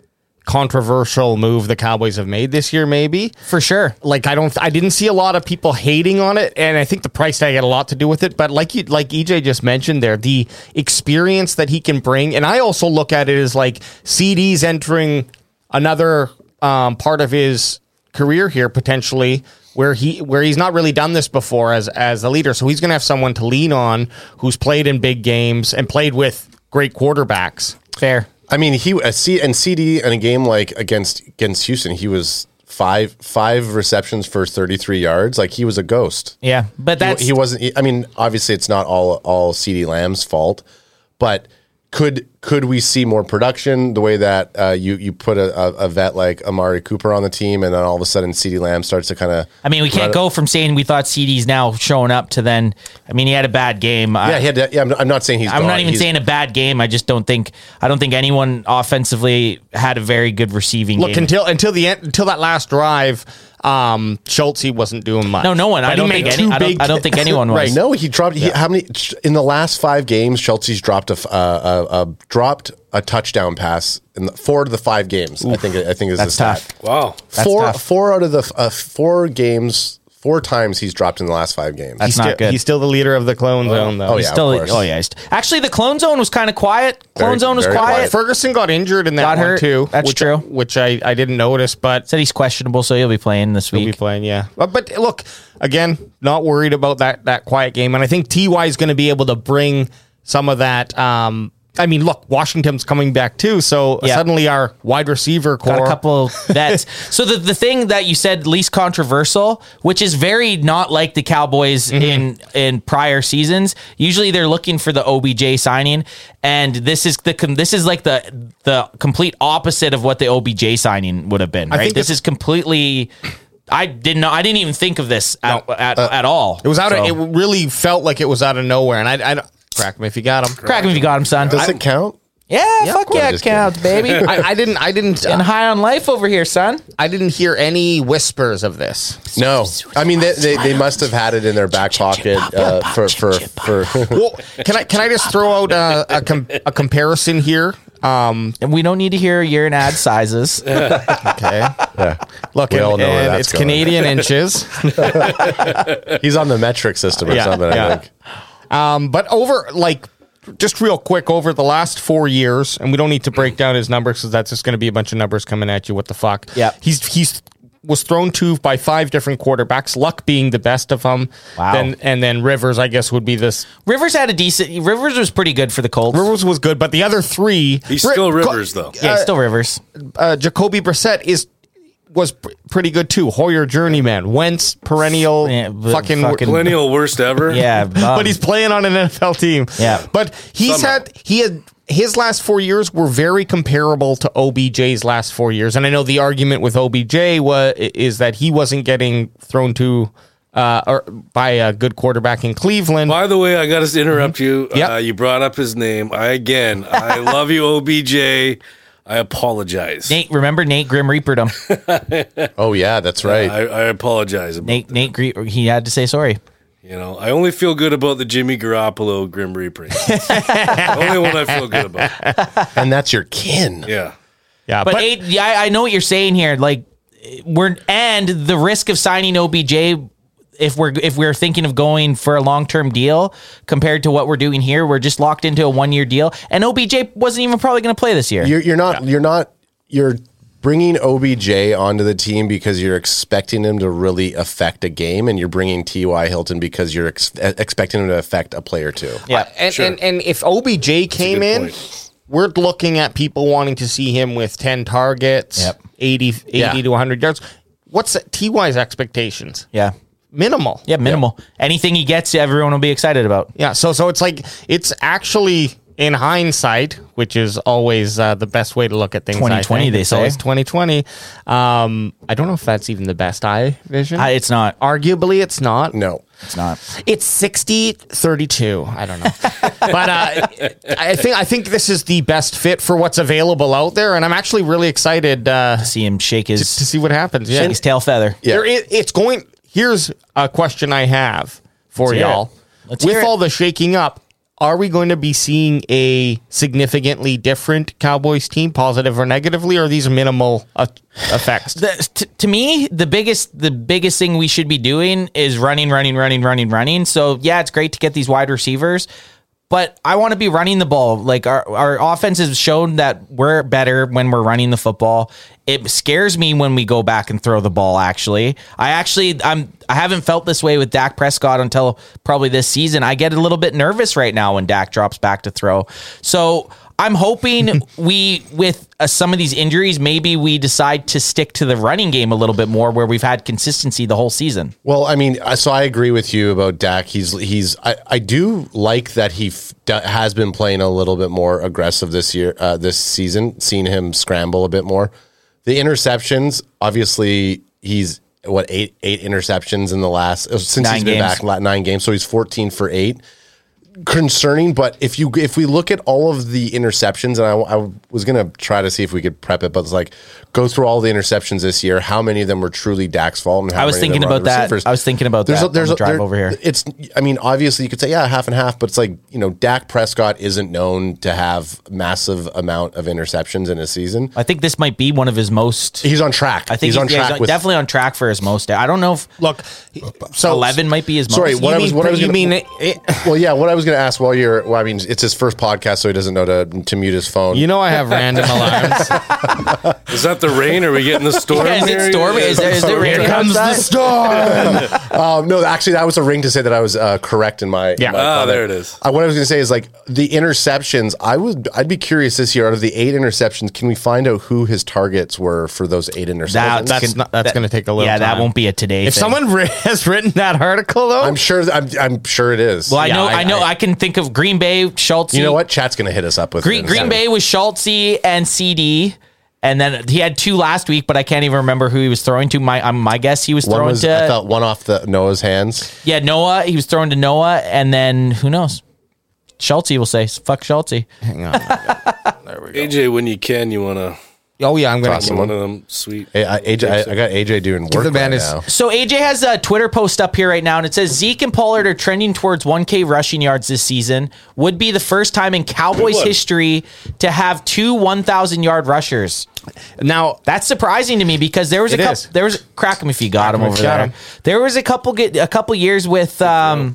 Speaker 1: controversial move the Cowboys have made this year maybe.
Speaker 2: For sure.
Speaker 1: Like I don't I didn't see a lot of people hating on it and I think the price tag had a lot to do with it, but like you like EJ just mentioned there, the experience that he can bring and I also look at it as like CD's entering another um, part of his career here potentially where he where he's not really done this before as as a leader. So he's going to have someone to lean on who's played in big games and played with great quarterbacks.
Speaker 2: Fair.
Speaker 9: I mean, he uh, C and CD in a game like against against Houston, he was five five receptions for thirty three yards. Like he was a ghost.
Speaker 2: Yeah, but
Speaker 9: He-
Speaker 2: that's
Speaker 9: he, wasn't. he- I mean, obviously, it's not all all CD Lamb's fault, but could could we see more production the way that uh, you you put a, a, a vet like Amari Cooper on the team, and then all of a sudden CD Lamb starts to kind of.
Speaker 2: I mean, we can't go from saying we thought CD's now showing up to then. I mean, he had a bad game. I-
Speaker 9: Yeah, he had to, yeah. I'm, I'm not saying he's.
Speaker 2: I'm
Speaker 9: gone.
Speaker 2: not even
Speaker 9: He's-
Speaker 2: saying a bad game. I just don't think I don't think anyone offensively had a very good receiving
Speaker 1: Look
Speaker 2: game.
Speaker 1: until until the end until that last drive um Schultz he wasn't doing much.
Speaker 2: no, no one.
Speaker 1: But
Speaker 2: I
Speaker 1: he
Speaker 2: don't
Speaker 1: made
Speaker 2: think any,
Speaker 1: two
Speaker 2: I, don't,
Speaker 1: big-
Speaker 2: I don't think
Speaker 1: [LAUGHS]
Speaker 2: anyone was.
Speaker 9: No, he dropped. He, how many in the last five games? Chelsea's dropped a, f- uh, uh uh dropped a touchdown pass in the, four out of the five games. I think. I think is
Speaker 2: That's
Speaker 9: the stat.
Speaker 2: tough.
Speaker 3: Wow.
Speaker 9: four
Speaker 2: tough.
Speaker 9: four out of the f- uh, four games. Four times he's dropped in the last five games.
Speaker 2: That's
Speaker 1: he's
Speaker 2: not
Speaker 1: still,
Speaker 2: good.
Speaker 1: He's still the leader of the clone zone though.
Speaker 9: oh yeah,
Speaker 2: Still,
Speaker 9: of course.
Speaker 2: oh yeah. he's- Actually, the clone zone was kind of quiet. Clone
Speaker 9: Very-
Speaker 2: zone was
Speaker 9: very
Speaker 2: quiet.
Speaker 9: quiet.
Speaker 1: Ferguson got injured in that
Speaker 2: Got
Speaker 1: one
Speaker 2: hurt.
Speaker 1: too.
Speaker 2: That's
Speaker 1: which,
Speaker 2: true.
Speaker 1: Which I, I didn't notice, but
Speaker 2: Said he's questionable, so he'll be playing this
Speaker 1: He'll
Speaker 2: week.
Speaker 1: be playing, yeah. But, but look, again, not worried about that that quiet game, and I think Ty is going to be able to bring some of that. Um, I mean, look, Washington's coming back too, so
Speaker 2: Yeah.
Speaker 1: suddenly our wide receiver core.
Speaker 2: Got a couple [LAUGHS] vets. so the the thing that you said least controversial, which is very not like the Cowboys in in prior seasons. Usually they're looking for the OBJ signing, and this is the com- this is like the the complete opposite of what the OBJ signing would have been. Right?
Speaker 1: think
Speaker 2: this
Speaker 1: it's-
Speaker 2: is completely. I didn't know. I didn't even think of this at at, at all.
Speaker 1: It was out.
Speaker 2: So-
Speaker 1: Of, it really felt like it was out of nowhere, and I, I don't- crack him if you got him.
Speaker 2: crack him if you got him, son.
Speaker 9: Does it count?
Speaker 2: yeah, fuck
Speaker 9: course.
Speaker 2: yeah, it
Speaker 9: Just kidding.
Speaker 2: counts, baby.
Speaker 1: [LAUGHS] I, I didn't. I didn't.
Speaker 2: and high on life over here, son.
Speaker 1: I didn't hear any whispers of this.
Speaker 9: No, I mean they, they, they must have had it in their back pocket uh, for for
Speaker 2: [LAUGHS]
Speaker 9: for. [LAUGHS]
Speaker 1: Well, can I can I just throw out uh, a com- a comparison here? Um,
Speaker 2: And we don't need to hear your and ad sizes.
Speaker 1: Okay. Look,
Speaker 9: We
Speaker 1: and-
Speaker 9: all know where
Speaker 1: and
Speaker 9: that's
Speaker 1: it's
Speaker 9: going.
Speaker 1: Canadian inches.
Speaker 9: He's on the metric system or
Speaker 1: Yeah,
Speaker 9: something. I
Speaker 1: yeah.
Speaker 9: think.
Speaker 1: Um, but over, like, just real quick, over the last four years, and we don't need to break down his numbers because that's just going to be a bunch of numbers coming at you. What the fuck?
Speaker 2: Yeah.
Speaker 1: He's, he's, was thrown to by five different quarterbacks, Luck being the best of them.
Speaker 2: Wow.
Speaker 1: Then, and then Rivers, I guess, would be this.
Speaker 2: [LAUGHS] Rivers had a decent. Rivers was pretty good for the Colts.
Speaker 1: Rivers was good, but the other three.
Speaker 3: He's
Speaker 1: Ri-
Speaker 3: still
Speaker 1: Go-
Speaker 3: Rivers, though.
Speaker 2: yeah, still Rivers.
Speaker 1: uh, Jacoby Brissett is was pr- pretty good too. Hoyer Journeyman, Wentz perennial
Speaker 2: Yeah, but
Speaker 1: fucking,
Speaker 2: fucking-
Speaker 3: Millennial worst ever.
Speaker 2: Yeah,
Speaker 1: [LAUGHS] but he's playing on an NFL team.
Speaker 2: Yeah.
Speaker 1: but he's
Speaker 3: Somehow.
Speaker 1: had he had his last four years were very comparable to OBJ's last four years, and I know the argument with OBJ was is that he wasn't getting thrown to uh, or by a good quarterback in Cleveland.
Speaker 3: By the way, I got to interrupt you.
Speaker 2: Mm-hmm.
Speaker 1: Yep.
Speaker 3: Uh, you brought up his name. I again,
Speaker 2: [LAUGHS]
Speaker 3: I love you, OBJ. I apologize.
Speaker 2: Nate. Remember Nate Grim Reapered
Speaker 1: [LAUGHS]
Speaker 2: him.
Speaker 9: Oh yeah, that's right.
Speaker 3: I, I apologize. About,
Speaker 2: Nate Nate Gre- he had to say sorry.
Speaker 3: You know, I only feel good about the Jimmy Garoppolo
Speaker 2: [LAUGHS]
Speaker 3: Grim Reaper. only one I feel good about.
Speaker 9: and that's your kin.
Speaker 3: Yeah.
Speaker 1: Yeah,
Speaker 2: But, eight, yeah, I, I know what you're saying here. Like we're and the risk of signing OBJ if we're if we're thinking of going for a long term deal compared to what we're doing here, we're just locked into a one year deal. And OBJ wasn't even probably going to play this year.
Speaker 9: You're, you're not. You're not. you're bringing OBJ onto the team because you're expecting him to really affect a game, and you're bringing T.Y. Hilton because you're ex- e, expecting him to affect a player too.
Speaker 1: Yeah, and, and and if OBJ came in, we're looking at people wanting to see him with ten targets,
Speaker 2: Yep.
Speaker 1: 80, 80
Speaker 2: Yeah.
Speaker 1: to one hundred yards. What's Ty's expectations?
Speaker 2: Yeah.
Speaker 1: Minimal.
Speaker 2: Yeah, minimal. Anything he gets, everyone will be excited about.
Speaker 1: Yeah, so so it's like it's actually in hindsight, which is always uh, the best way to look at things. I
Speaker 2: 2020,
Speaker 1: think.
Speaker 2: they
Speaker 1: it's
Speaker 2: say.
Speaker 1: always twenty twenty. Um, I don't know if that's even the best eye vision.
Speaker 2: Uh, it's not.
Speaker 1: Arguably, it's not.
Speaker 9: No,
Speaker 2: It's not.
Speaker 1: It's 60 32. I don't know. [LAUGHS] but uh, I think I think this is the best fit for what's available out there and I'm actually really excited uh,
Speaker 2: See him shake his,
Speaker 1: to see what happens. Yeah.
Speaker 2: shake his tail feather.
Speaker 1: There is, it's going here's a question I have for
Speaker 2: Let's hear
Speaker 1: y'all.
Speaker 2: it. Let's hear
Speaker 1: With
Speaker 2: it.
Speaker 1: all the shaking up, are we going to be seeing a significantly different Cowboys team, positive or negatively, or are these minimal uh, effects?
Speaker 2: the, t- to me, the biggest the biggest thing we should be doing is running, running, running, running, running. So yeah, it's great to get these wide receivers, but I want to be running the ball. Like our our offense has shown that we're better when we're running the football. It scares me when we go back and throw the ball. Actually, I actually I'm I haven't felt this way with Dak Prescott until probably this season. I get a little bit nervous right now when Dak drops back to throw. So I'm
Speaker 9: [LAUGHS]
Speaker 2: hoping we, with uh, some of these injuries, maybe we decide to stick to the running game a little bit more, where we've had consistency the whole season.
Speaker 9: Well, I mean, I- so I agree with you about Dak. He's he's I, I do like that he f- d- has been playing a little bit more aggressive this year, uh, this season. Seeing him scramble a bit more. The interceptions, obviously, he's what eight eight interceptions in the last uh, since
Speaker 2: Nine
Speaker 9: he's been
Speaker 2: games.
Speaker 9: back la- nine games. So he's fourteen for eight. Concerning, but if you if we look at all of the interceptions, and I, I was gonna try to see if we could prep it, but it's like go through all the interceptions this year. How many of them were truly Dak's fault? And how
Speaker 2: I was
Speaker 9: many of
Speaker 2: thinking
Speaker 9: them were
Speaker 2: about
Speaker 9: other
Speaker 2: that.
Speaker 9: receivers?
Speaker 2: I was thinking about that on the drive over here.
Speaker 9: It's I mean, obviously you could say, yeah, half and half, but it's like, you know, Dak Prescott isn't known to have massive amount of interceptions in a season.
Speaker 2: I think this might be one of his most.
Speaker 9: He's on track.
Speaker 2: I think
Speaker 9: he's on
Speaker 2: yeah,
Speaker 9: track with
Speaker 2: definitely on track for his most. I don't know if
Speaker 1: Look, so
Speaker 2: eleven might be his most.
Speaker 9: Sorry, what I was what I was
Speaker 1: you
Speaker 9: gonna,
Speaker 1: mean it- it-
Speaker 9: Well, yeah, what I was going to ask while you're well, I mean, it's his first podcast so he doesn't know to to mute his phone.
Speaker 1: you know I have
Speaker 2: [LAUGHS]
Speaker 1: random alarms.
Speaker 3: Is that the rain? Are we getting the storm?
Speaker 2: Yeah, is it
Speaker 3: here?
Speaker 2: stormy? Is there- is there rain outside?
Speaker 9: storm. [LAUGHS] um, no, actually that was a ring to say that I was uh, correct in my
Speaker 1: Yeah.
Speaker 9: in my
Speaker 3: Ah,
Speaker 9: comment.
Speaker 3: there it is.
Speaker 9: Uh, what I was going to say is like the interceptions. I would. I'd be curious this year. Out of the eight interceptions, can we find out who his targets were for those eight interceptions?
Speaker 2: That-
Speaker 1: that's not- that's gonna take a little
Speaker 2: Yeah, that
Speaker 1: time.
Speaker 2: won't be a today.
Speaker 1: if
Speaker 2: thing.
Speaker 1: someone [LAUGHS] ri- has written that article though,
Speaker 9: I'm sure. I'm, I'm sure it is.
Speaker 2: well, I know,
Speaker 1: Yeah, I-
Speaker 2: I, know,
Speaker 1: I-
Speaker 2: I, can think of Green Bay, Schultz.
Speaker 9: you know what? Chat's going to hit us up with
Speaker 2: Green,
Speaker 9: it.
Speaker 2: Green Bay was Schultze and CD, and then he had two last week, but I can't even remember who he was throwing to. My um, my guess he was
Speaker 9: One
Speaker 2: throwing
Speaker 9: was.
Speaker 2: to
Speaker 9: I thought one off the Noah's hands.
Speaker 2: yeah Noah. He was throwing to Noah, and then who knows? Schultze will say fuck
Speaker 9: [LAUGHS]
Speaker 2: Schultze.
Speaker 3: AJ, when you can, you want to
Speaker 1: oh yeah, I'm gonna
Speaker 9: Cross
Speaker 3: one of them sweet.
Speaker 9: Hey, I, AJ, I, I got AJ doing work
Speaker 1: the man
Speaker 9: right
Speaker 1: his-
Speaker 9: now.
Speaker 2: So AJ has a Twitter post up here right now, and it says Zeke and Pollard are trending towards 1K rushing yards this season. Would be the first time in Cowboys
Speaker 3: one.
Speaker 2: history to have two 1,000 yard rushers.
Speaker 1: now
Speaker 2: That's surprising to me because there was
Speaker 1: It
Speaker 2: a couple,
Speaker 1: is.
Speaker 2: there was crack him if you got him
Speaker 1: him if
Speaker 2: over
Speaker 1: you got
Speaker 2: there.
Speaker 1: him.
Speaker 2: There was a couple get a couple years with um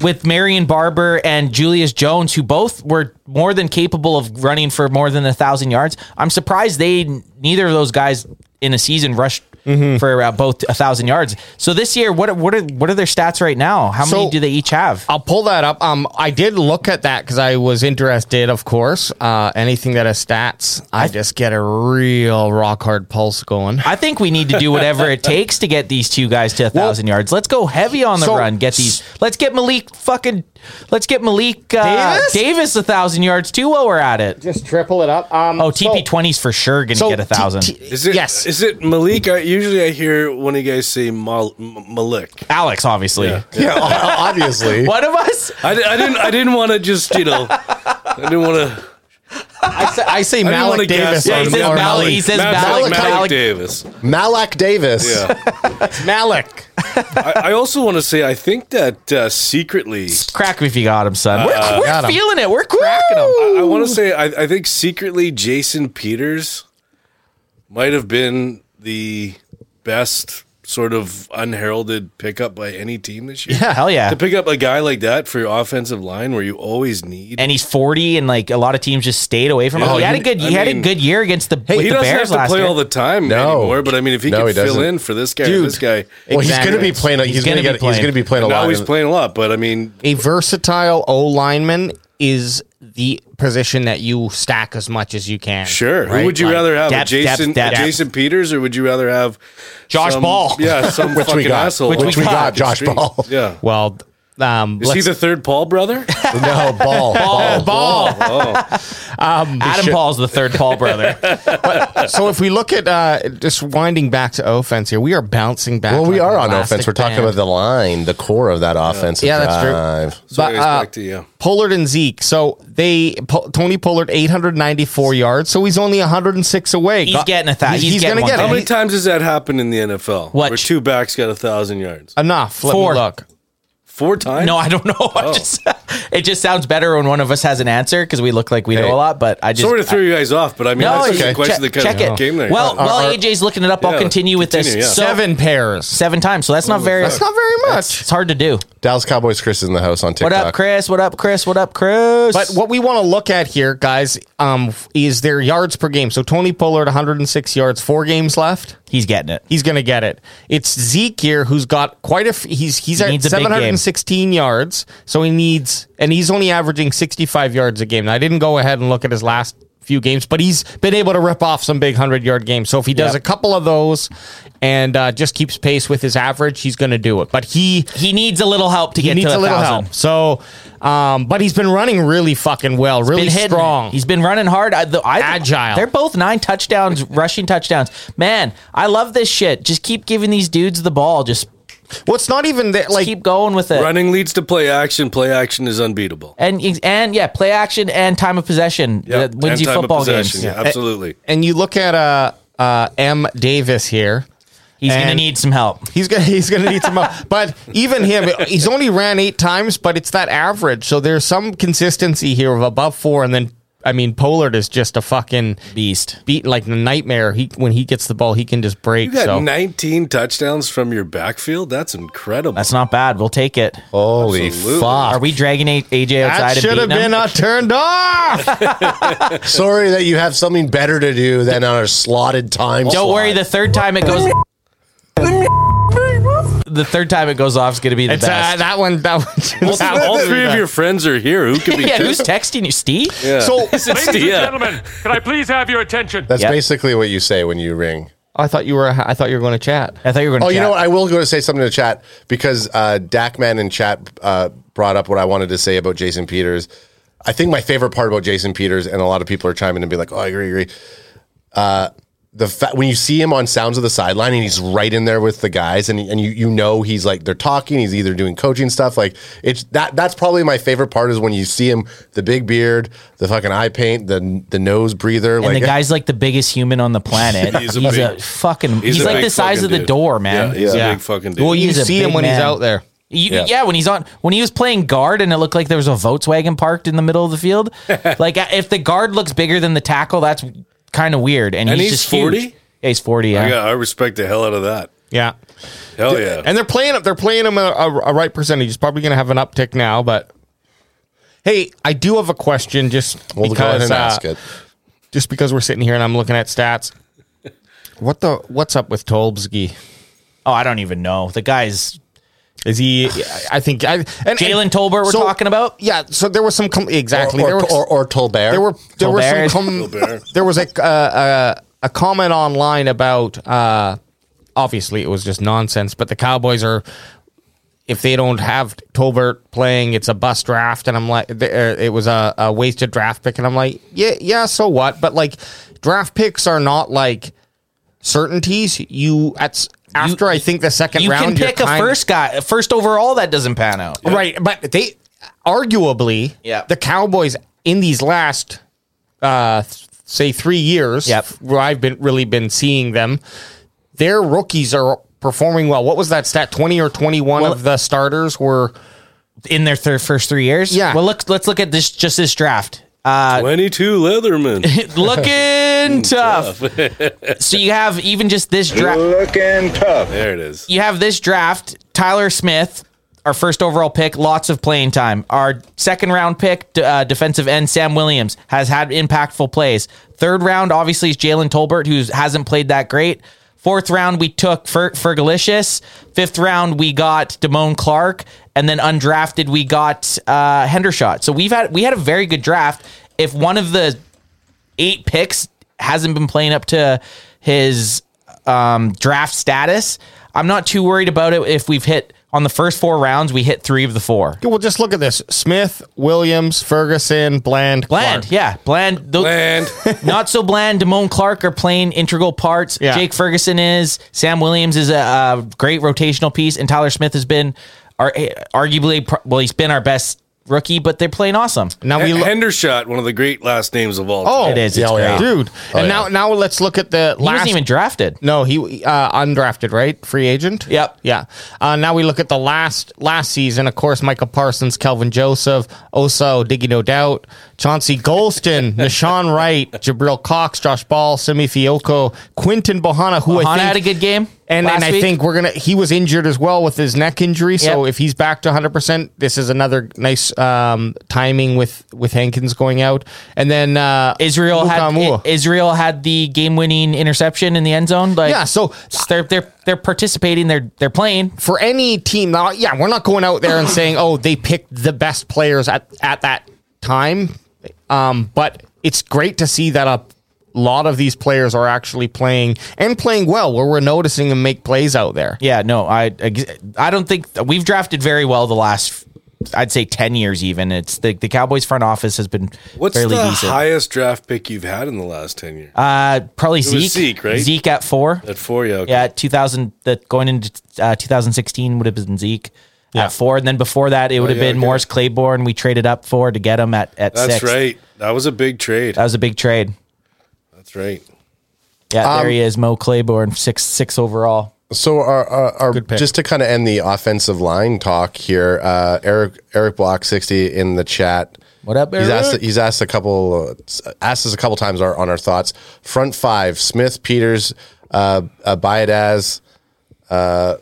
Speaker 2: with Marion Barber and Julius Jones, who both were more than capable of running for more than a thousand yards. I'm surprised they neither of those guys in a season rushed
Speaker 1: Mm-hmm.
Speaker 2: for uh, both a thousand yards. So this year, what are- what are what are their stats right now? How
Speaker 1: So-
Speaker 2: many do they each have?
Speaker 1: I'll pull that up. Um, I did look at that because I was interested, of course. Uh, anything that has stats, I, just get a real rock hard pulse going.
Speaker 2: I think we need to do whatever it takes to get these two guys to a thousand yards. Let's go heavy on the
Speaker 1: so-
Speaker 2: run. Get these. Let's get Malik fucking. Let's get Malik uh,
Speaker 1: Davis?
Speaker 2: Davis? a thousand yards too while we're at it.
Speaker 1: Just triple it up. Um,
Speaker 2: Oh, TP twenties for sure gonna get a thousand.
Speaker 3: Is it?
Speaker 1: yes.
Speaker 3: Is it Malik? I, usually, I hear one of you guys say Mal, M- Malik.
Speaker 2: Alex, obviously.
Speaker 9: [LAUGHS] Yeah, o- obviously.
Speaker 2: [LAUGHS] One of us.
Speaker 3: I, di- I didn't. I didn't want to just you know. I didn't want to.
Speaker 1: I say, I say
Speaker 3: I didn't
Speaker 1: Malik
Speaker 3: want to
Speaker 1: Davis.
Speaker 3: guess.
Speaker 2: Yeah, he
Speaker 1: or
Speaker 2: says
Speaker 1: or
Speaker 2: Malik.
Speaker 1: Malik.
Speaker 2: He says
Speaker 9: Malik.
Speaker 3: Malik, Malik
Speaker 2: Malik.
Speaker 3: Davis.
Speaker 9: Malak Davis. [LAUGHS]
Speaker 3: Yeah.
Speaker 1: Malik.
Speaker 3: I, I also want to say I think that uh, secretly.
Speaker 2: Crack if you got him, son.
Speaker 3: Uh,
Speaker 2: we're
Speaker 1: Got
Speaker 2: we're
Speaker 1: 'em.
Speaker 2: feeling it. We're cracking him.
Speaker 3: I, I want to say I, I think secretly Jason Peters might have been the best sort of unheralded pickup by any team this year.
Speaker 2: Yeah, hell yeah.
Speaker 3: To pick up a guy like that for your offensive line, where you always need,
Speaker 2: and he's forty, and like a lot of teams just stayed away from him.
Speaker 3: Yeah,
Speaker 2: He had a
Speaker 3: you-
Speaker 2: good, he
Speaker 3: I
Speaker 2: had a
Speaker 3: mean-
Speaker 2: good year against the, with
Speaker 3: he
Speaker 2: the
Speaker 3: doesn't
Speaker 2: Bears
Speaker 3: have to
Speaker 2: last
Speaker 3: play
Speaker 2: year.
Speaker 3: all the time
Speaker 9: No.
Speaker 3: anymore. But I mean, if he
Speaker 9: No,
Speaker 3: can
Speaker 9: he
Speaker 3: fill
Speaker 9: doesn't.
Speaker 3: in for this guy, or
Speaker 1: Dude.
Speaker 3: this guy,
Speaker 9: Well, he's going to be
Speaker 1: Exactly.
Speaker 9: playing. He's,
Speaker 2: He's
Speaker 9: going
Speaker 2: gonna be
Speaker 9: to get. He's
Speaker 2: playing.
Speaker 9: going to be playing a
Speaker 3: now
Speaker 9: lot.
Speaker 3: he's playing a lot. But I mean,
Speaker 1: a versatile O lineman is the position that you stack as much as you can.
Speaker 3: Sure.
Speaker 1: right?
Speaker 3: Who would you
Speaker 1: Like,
Speaker 3: rather have, a
Speaker 2: depth, depth,
Speaker 3: Jason
Speaker 2: depth.
Speaker 3: Jason Peters, or would you rather have
Speaker 1: Josh
Speaker 3: some-
Speaker 1: Ball.
Speaker 3: Yeah, some
Speaker 9: Which we
Speaker 3: fucking
Speaker 9: got.
Speaker 3: asshole.
Speaker 9: Which
Speaker 3: on
Speaker 9: we
Speaker 3: the
Speaker 9: got,
Speaker 3: fucking
Speaker 9: Josh
Speaker 3: street.
Speaker 9: Ball.
Speaker 3: Yeah.
Speaker 1: Well, um,
Speaker 3: Is he
Speaker 1: let's-
Speaker 3: the third Paul brother?
Speaker 9: [LAUGHS] no ball, ball,
Speaker 1: ball.
Speaker 3: Oh.
Speaker 2: Adam Paul's the third Paul
Speaker 3: [LAUGHS]
Speaker 2: brother.
Speaker 1: so if we look at uh, just winding back to offense here, we are bouncing back.
Speaker 9: Well, we
Speaker 1: like
Speaker 9: are
Speaker 1: an
Speaker 9: on
Speaker 1: elastic
Speaker 9: offense. We're talking
Speaker 1: band.
Speaker 9: about the line, the core of that offensive
Speaker 1: Yeah, that's true.
Speaker 9: drive. That's
Speaker 3: So
Speaker 1: But,
Speaker 3: I guess
Speaker 1: uh,
Speaker 3: back to you.
Speaker 1: Pollard and Zeke. So they Po- Tony Pollard 894 yards. So he's only 106 away.
Speaker 2: He's
Speaker 1: Got-
Speaker 2: getting a thou-
Speaker 1: He's,
Speaker 2: he's
Speaker 1: he's
Speaker 2: getting
Speaker 1: gonna get
Speaker 2: one
Speaker 3: How
Speaker 1: it.
Speaker 3: many
Speaker 1: He-
Speaker 3: times has that happened in the NFL?
Speaker 2: What?
Speaker 3: Where two backs got a thousand yards.
Speaker 1: Enough. Let
Speaker 2: Four.
Speaker 1: me look.
Speaker 3: Four times?
Speaker 2: No, I don't know. [LAUGHS]
Speaker 1: Oh.
Speaker 2: I just, it just sounds better when one of us has an answer because we look like we know a lot. But I just
Speaker 3: Sorry to throw you guys off, but I mean,
Speaker 2: No,
Speaker 3: that's just
Speaker 2: okay.
Speaker 3: a question
Speaker 2: check,
Speaker 3: that kind
Speaker 2: check
Speaker 3: of
Speaker 2: it.
Speaker 3: game there.
Speaker 2: Well,
Speaker 3: Uh,
Speaker 2: while
Speaker 3: uh,
Speaker 2: AJ's looking it up, I'll
Speaker 3: yeah,
Speaker 2: continue with
Speaker 3: continue,
Speaker 2: this.
Speaker 3: yeah.
Speaker 2: So-
Speaker 1: Seven pairs.
Speaker 2: seven times. So that's not very.
Speaker 1: That's not very much.
Speaker 2: It's hard to do.
Speaker 9: Dallas Cowboys. Chris is in the house on
Speaker 2: What
Speaker 9: TikTok.
Speaker 2: up, Chris? What up, Chris? What up, Chris?
Speaker 1: But what we want to look at here, guys, um, is their yards per game. So Tony Pollard, 106 yards, four games left.
Speaker 2: he's getting it.
Speaker 1: He's going to get it. It's Zeke here who's got quite a. F- he's he's at
Speaker 2: needs a big game.
Speaker 1: 716 yards, so he needs, and he's only averaging 65 yards a game. Now, I didn't go ahead and look at his last few games, but he's been able to rip off some big hundred yard games. So if he does
Speaker 2: Yep.
Speaker 1: a couple of those and uh, just keeps pace with his average, he's going to do it. But he
Speaker 2: He needs a little help to
Speaker 1: he
Speaker 2: get
Speaker 1: needs
Speaker 2: to
Speaker 1: a
Speaker 2: a,
Speaker 1: little
Speaker 2: thousand.
Speaker 1: help. So, um, but he's been running really fucking well, really
Speaker 2: Been hitting.
Speaker 1: strong.
Speaker 2: He's been running hard. I, the, I,
Speaker 1: Agile.
Speaker 2: They're both nine
Speaker 1: [LAUGHS]
Speaker 2: touchdowns, rushing touchdowns. Man, I love this shit. Just keep giving these dudes the ball. Just,
Speaker 1: well, it's not even that.
Speaker 2: just
Speaker 1: Like,
Speaker 2: keep going with it.
Speaker 3: running leads to play action. Play action is unbeatable.
Speaker 2: And and yeah, play action and time of possession that wins
Speaker 3: And
Speaker 2: you
Speaker 3: time of
Speaker 2: football
Speaker 3: possession,
Speaker 2: games.
Speaker 3: Yeah, absolutely.
Speaker 1: and you look at uh, uh, M. Davis here.
Speaker 2: He's gonna
Speaker 1: And-
Speaker 2: need some help.
Speaker 1: He's gonna [LAUGHS] he's gonna need some help. But even him, he's only ran eight times, but it's that average. So there's some consistency here of above four, and then I mean Pollard is just a fucking
Speaker 2: Beast.
Speaker 1: beat like a nightmare. He when he gets the ball, he can just break.
Speaker 3: You got
Speaker 1: so
Speaker 3: 19 touchdowns from your backfield. That's incredible.
Speaker 2: That's not bad. We'll take it.
Speaker 9: Holy
Speaker 3: Absolutely.
Speaker 2: Are
Speaker 9: fuck!
Speaker 2: we dragging A- AJ outside?
Speaker 1: that
Speaker 2: and
Speaker 1: should have
Speaker 2: beating him?
Speaker 1: been uh, turned off.
Speaker 9: Sorry that you have something better to do than on a slotted time.
Speaker 2: Don't
Speaker 9: slot.
Speaker 2: worry. The third time it goes. The third time it goes off is going to be the
Speaker 1: it's, uh,
Speaker 2: best.
Speaker 1: that one. That one. that one
Speaker 3: [LAUGHS] all
Speaker 1: should
Speaker 3: three
Speaker 1: be
Speaker 3: of
Speaker 1: back.
Speaker 3: your friends are here. Who could
Speaker 2: [LAUGHS]
Speaker 3: be?
Speaker 2: yeah,
Speaker 3: [LAUGHS]
Speaker 2: who's texting you, Steve?
Speaker 1: So
Speaker 3: Ladies and gentlemen,
Speaker 12: can I please have your attention?
Speaker 9: That's
Speaker 2: Yep.
Speaker 9: basically what you say when you ring.
Speaker 1: I thought you were. I thought you were going to chat.
Speaker 2: I thought you were going to.
Speaker 9: Oh, you know what? I will go to say something to chat because uh, Dakman in chat uh, brought up what I wanted to say about Jason Peters. I think my favorite part about Jason Peters, and a lot of people are chiming and be like, "Oh, I agree, agree." Uh, the fa- when you see him on Sounds of the Sideline and he's right in there with the guys, and and you you know he's like they're talking, he's either doing coaching stuff. Like it's that that's probably my favorite part is when you see him, the big beard, the fucking eye paint, the the nose breather,
Speaker 2: And
Speaker 9: like
Speaker 2: the guy's like the biggest human on the planet. he's
Speaker 3: [LAUGHS] He's
Speaker 2: a,
Speaker 3: a big-
Speaker 2: fucking. He's,
Speaker 3: a
Speaker 2: like
Speaker 3: big
Speaker 2: the size
Speaker 3: fucking
Speaker 2: of the
Speaker 3: dude.
Speaker 2: door, man.
Speaker 3: Yeah, he's
Speaker 1: Yeah.
Speaker 3: a big fucking dude.
Speaker 1: Well, you
Speaker 2: He's a
Speaker 1: see him
Speaker 2: big
Speaker 1: when he's
Speaker 2: man.
Speaker 1: out there.
Speaker 2: You, yeah.
Speaker 9: Yeah.
Speaker 2: when he's on when he was playing guard and it looked like there was a Volkswagen parked in the middle of the [LAUGHS] field. like uh, if the guard looks bigger than the tackle, that's kind of weird. And,
Speaker 3: And
Speaker 2: he's,
Speaker 3: he's
Speaker 2: just huge.
Speaker 3: 40?
Speaker 2: Yeah, he's forty. Oh, Yeah.
Speaker 3: I, got- I respect the hell out of that.
Speaker 1: Yeah.
Speaker 3: Hell yeah.
Speaker 1: And they're playing up. They're playing him a, a, a right percentage. He's probably going to have an uptick now, but hey, I do have a question just
Speaker 9: well, go ahead
Speaker 1: because
Speaker 9: and
Speaker 1: uh,
Speaker 9: ask it.
Speaker 1: just because we're sitting here and I'm looking at stats. What the what's up with Tolbsky?
Speaker 2: Oh, I don't even know. The guy's
Speaker 1: Is he? I think I and
Speaker 2: Jalen Tolbert we're
Speaker 1: so-
Speaker 2: talking about.
Speaker 1: Yeah, so there was some com- exactly
Speaker 9: Or
Speaker 1: there
Speaker 9: or,
Speaker 1: was
Speaker 9: or, or Tolbert.
Speaker 1: there were there were
Speaker 2: Tolbert.
Speaker 1: some com-
Speaker 3: Tolbert.
Speaker 1: there was a, uh, a a comment online about uh, obviously it was just nonsense, but the Cowboys are if they don't have Tolbert playing, it's a bust draft, and I'm like, th- uh, it was a, a wasted draft pick, and I'm like, yeah, yeah, so what? But like, draft picks are not like certainties. You at s- after I think the second
Speaker 2: You
Speaker 1: round,
Speaker 2: can
Speaker 1: you're
Speaker 2: pick a
Speaker 1: kind-
Speaker 2: first guy, a first overall that doesn't pan out.
Speaker 1: right? But they arguably,
Speaker 2: Yeah.
Speaker 1: the Cowboys in these last uh, th- say three years,
Speaker 2: Yep.
Speaker 1: where I've been really been seeing them, their rookies are performing well. What was that stat? Twenty or twenty one
Speaker 2: Well-
Speaker 1: of the starters were.
Speaker 2: in their thir- first three years.
Speaker 1: Yeah.
Speaker 2: Well, look, let's look at this just this draft. [LAUGHS] Uh,
Speaker 3: 22
Speaker 2: [LAUGHS]
Speaker 3: Leatherman.
Speaker 2: Looking tough. [LAUGHS] so you have even just this draft.
Speaker 3: Looking tough. Oh, There it is.
Speaker 2: You have this draft. Tyler Smith, our first overall pick, lots of playing time. Our second round pick, d- uh, defensive end Sam Williams, has had impactful plays. Third round, obviously, is Jalen Tolbert, who hasn't played that great. Fourth round, we took Fer- Fergalicious. Fifth round, we got Damone Clark, and then undrafted, we got uh, Hendershot. So we've had we had a very good draft. If one of the eight picks hasn't been playing up to his um, draft status. I'm not too worried about it if we've hit on the first four rounds. We hit three of the four.
Speaker 1: Well, just look at this: Smith, Williams, Ferguson, Bland,
Speaker 2: Bland,
Speaker 1: Clark.
Speaker 2: yeah, bland. Those,
Speaker 3: Bland.
Speaker 2: [LAUGHS] not so bland. Damone Clark are playing integral parts.
Speaker 1: Yeah.
Speaker 2: Jake Ferguson is. Sam Williams is a, uh great rotational piece, and Tyler Smith has been, our, arguably, pro- well, he's been our best rookie, but they're playing awesome.
Speaker 1: Now we
Speaker 3: H-
Speaker 1: look.
Speaker 3: Hendershot, one of the great last names of all
Speaker 1: Oh,
Speaker 3: time.
Speaker 2: It is. It's
Speaker 9: Yeah, oh, yeah.
Speaker 2: great.
Speaker 1: dude.
Speaker 9: Oh,
Speaker 1: and
Speaker 9: yeah.
Speaker 1: now, now let's look at the
Speaker 2: He
Speaker 1: last.
Speaker 2: wasn't even drafted.
Speaker 1: no, he uh, undrafted, right? Free agent.
Speaker 2: Yep.
Speaker 1: Yeah. Uh, now we look at the last last season. Of course, Michael Parsons, Kelvin Joseph, Oso, Diggy No Doubt, Chauncey
Speaker 2: [LAUGHS]
Speaker 1: Golston, Nashawn Wright, Jabril Cox, Josh Ball, Semi Fioco, Quinton Bohana, who I think
Speaker 2: Hana had a good game.
Speaker 1: And,
Speaker 2: last
Speaker 1: and I
Speaker 2: week.
Speaker 1: think we're gonna. He was injured as well with his neck injury. So
Speaker 2: Yep.
Speaker 1: if he's back to 100, percent this is another nice um, timing with with Hankins going out. And then uh,
Speaker 2: Israel
Speaker 1: Luka
Speaker 2: had
Speaker 1: Amua.
Speaker 2: I- Israel had the game-winning interception in the end zone. Like,
Speaker 1: Yeah, so-
Speaker 2: they're they're they're participating. They're they're playing.
Speaker 1: for any team. Now, yeah, we're not going out there
Speaker 2: [LAUGHS]
Speaker 1: and saying, oh, they picked the best players at at that time. Um, but it's great to see that a lot of these players are actually playing and playing well, where we're noticing them make plays out there.
Speaker 2: Yeah, no, I I don't think we've drafted very well the last I'd say ten years. Even it's the the Cowboys front office has been
Speaker 3: What's
Speaker 2: fairly
Speaker 3: the
Speaker 2: decent.
Speaker 3: highest draft pick you've had in the last 10 years?
Speaker 2: uh, probably
Speaker 3: was
Speaker 2: Zeke.
Speaker 3: Zeke, right?
Speaker 2: Zeke at four.
Speaker 3: At four, yeah. okay.
Speaker 2: Yeah, two thousand. That going into uh, two thousand sixteen would have been Zeke. At four, and then before that, it would have
Speaker 3: Oh, yeah,
Speaker 2: been
Speaker 3: okay.
Speaker 2: Morris Claiborne. We traded up for to get him at at
Speaker 3: That's
Speaker 2: six. Uh,
Speaker 3: right. That was a big trade.
Speaker 2: That was a big trade.
Speaker 3: That's right.
Speaker 2: Yeah, there he is, Mo Claiborne, six six overall.
Speaker 9: So, our, our, our
Speaker 1: pick.
Speaker 9: just to kind of end the offensive line talk here, uh, Eric Eric Block sixty in the chat.
Speaker 2: What up,
Speaker 9: He's asked,
Speaker 2: Eric?
Speaker 9: he's asked a couple uh, asked us a couple times our, on our thoughts. Front five: Smith, Peters, uh, uh, Baidaz. Uh,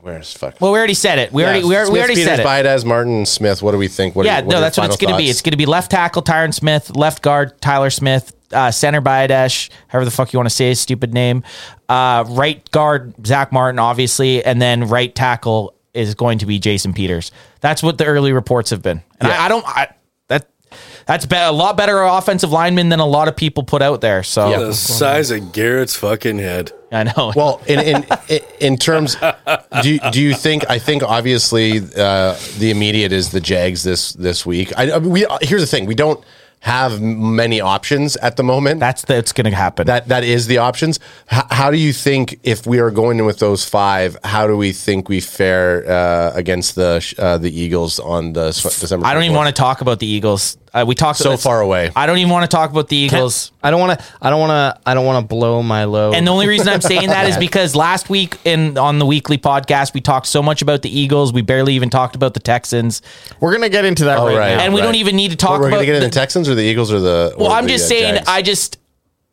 Speaker 9: where's fuck?
Speaker 2: Well, we already said it. We already we, already- we
Speaker 9: Smith,
Speaker 2: already
Speaker 9: Peters,
Speaker 2: said it.
Speaker 9: Baidaz, Martin, Smith. What do we think? What
Speaker 2: yeah,
Speaker 9: are,
Speaker 2: no, that's what it's going to be. It's going to be left tackle Tyron Smith, left guard Tyler Smith, uh, center Biadash, however the fuck you want to say his stupid name, uh, right guard Zach Martin, obviously, and then right tackle is going to be Jason Peters. That's what the early reports have been, and I, I don't I, that that's be- a lot better offensive lineman than a lot of people put out there. So
Speaker 3: The size of Garrett's fucking head.
Speaker 2: I know.
Speaker 9: Well, in in in- in terms, do do you think? I think obviously uh, the immediate is the Jags this this week. I, I mean, we uh, here's the thing: we don't have many options at the moment.
Speaker 2: that's that's going to happen.
Speaker 9: that that is the options. H- how do you think if we are going in with those five? How do we think we fare uh, against the sh- uh, the Eagles on the s- December?
Speaker 2: I don't even want to talk about the Eagles. Uh, we talked
Speaker 9: So far away.
Speaker 2: I don't even want to talk about the Eagles.
Speaker 1: I don't want to. I don't want to. I don't want to blow my load.
Speaker 2: And the only reason I'm saying that
Speaker 9: [LAUGHS]
Speaker 2: is because last week in on the weekly podcast we talked so much about the Eagles, we barely even talked about the Texans,
Speaker 1: we're gonna get into
Speaker 2: Oh,
Speaker 1: that
Speaker 9: All
Speaker 1: right,
Speaker 9: right.
Speaker 1: now.
Speaker 2: and we
Speaker 9: Right.
Speaker 2: don't even need to
Speaker 9: Well,
Speaker 2: talk
Speaker 9: we're going
Speaker 2: about.
Speaker 9: to get in
Speaker 2: the-
Speaker 9: the Texans or the Eagles or the.
Speaker 2: well,
Speaker 9: or
Speaker 2: I'm
Speaker 9: the,
Speaker 2: just
Speaker 9: uh,
Speaker 2: saying,
Speaker 9: Jags?
Speaker 2: I just,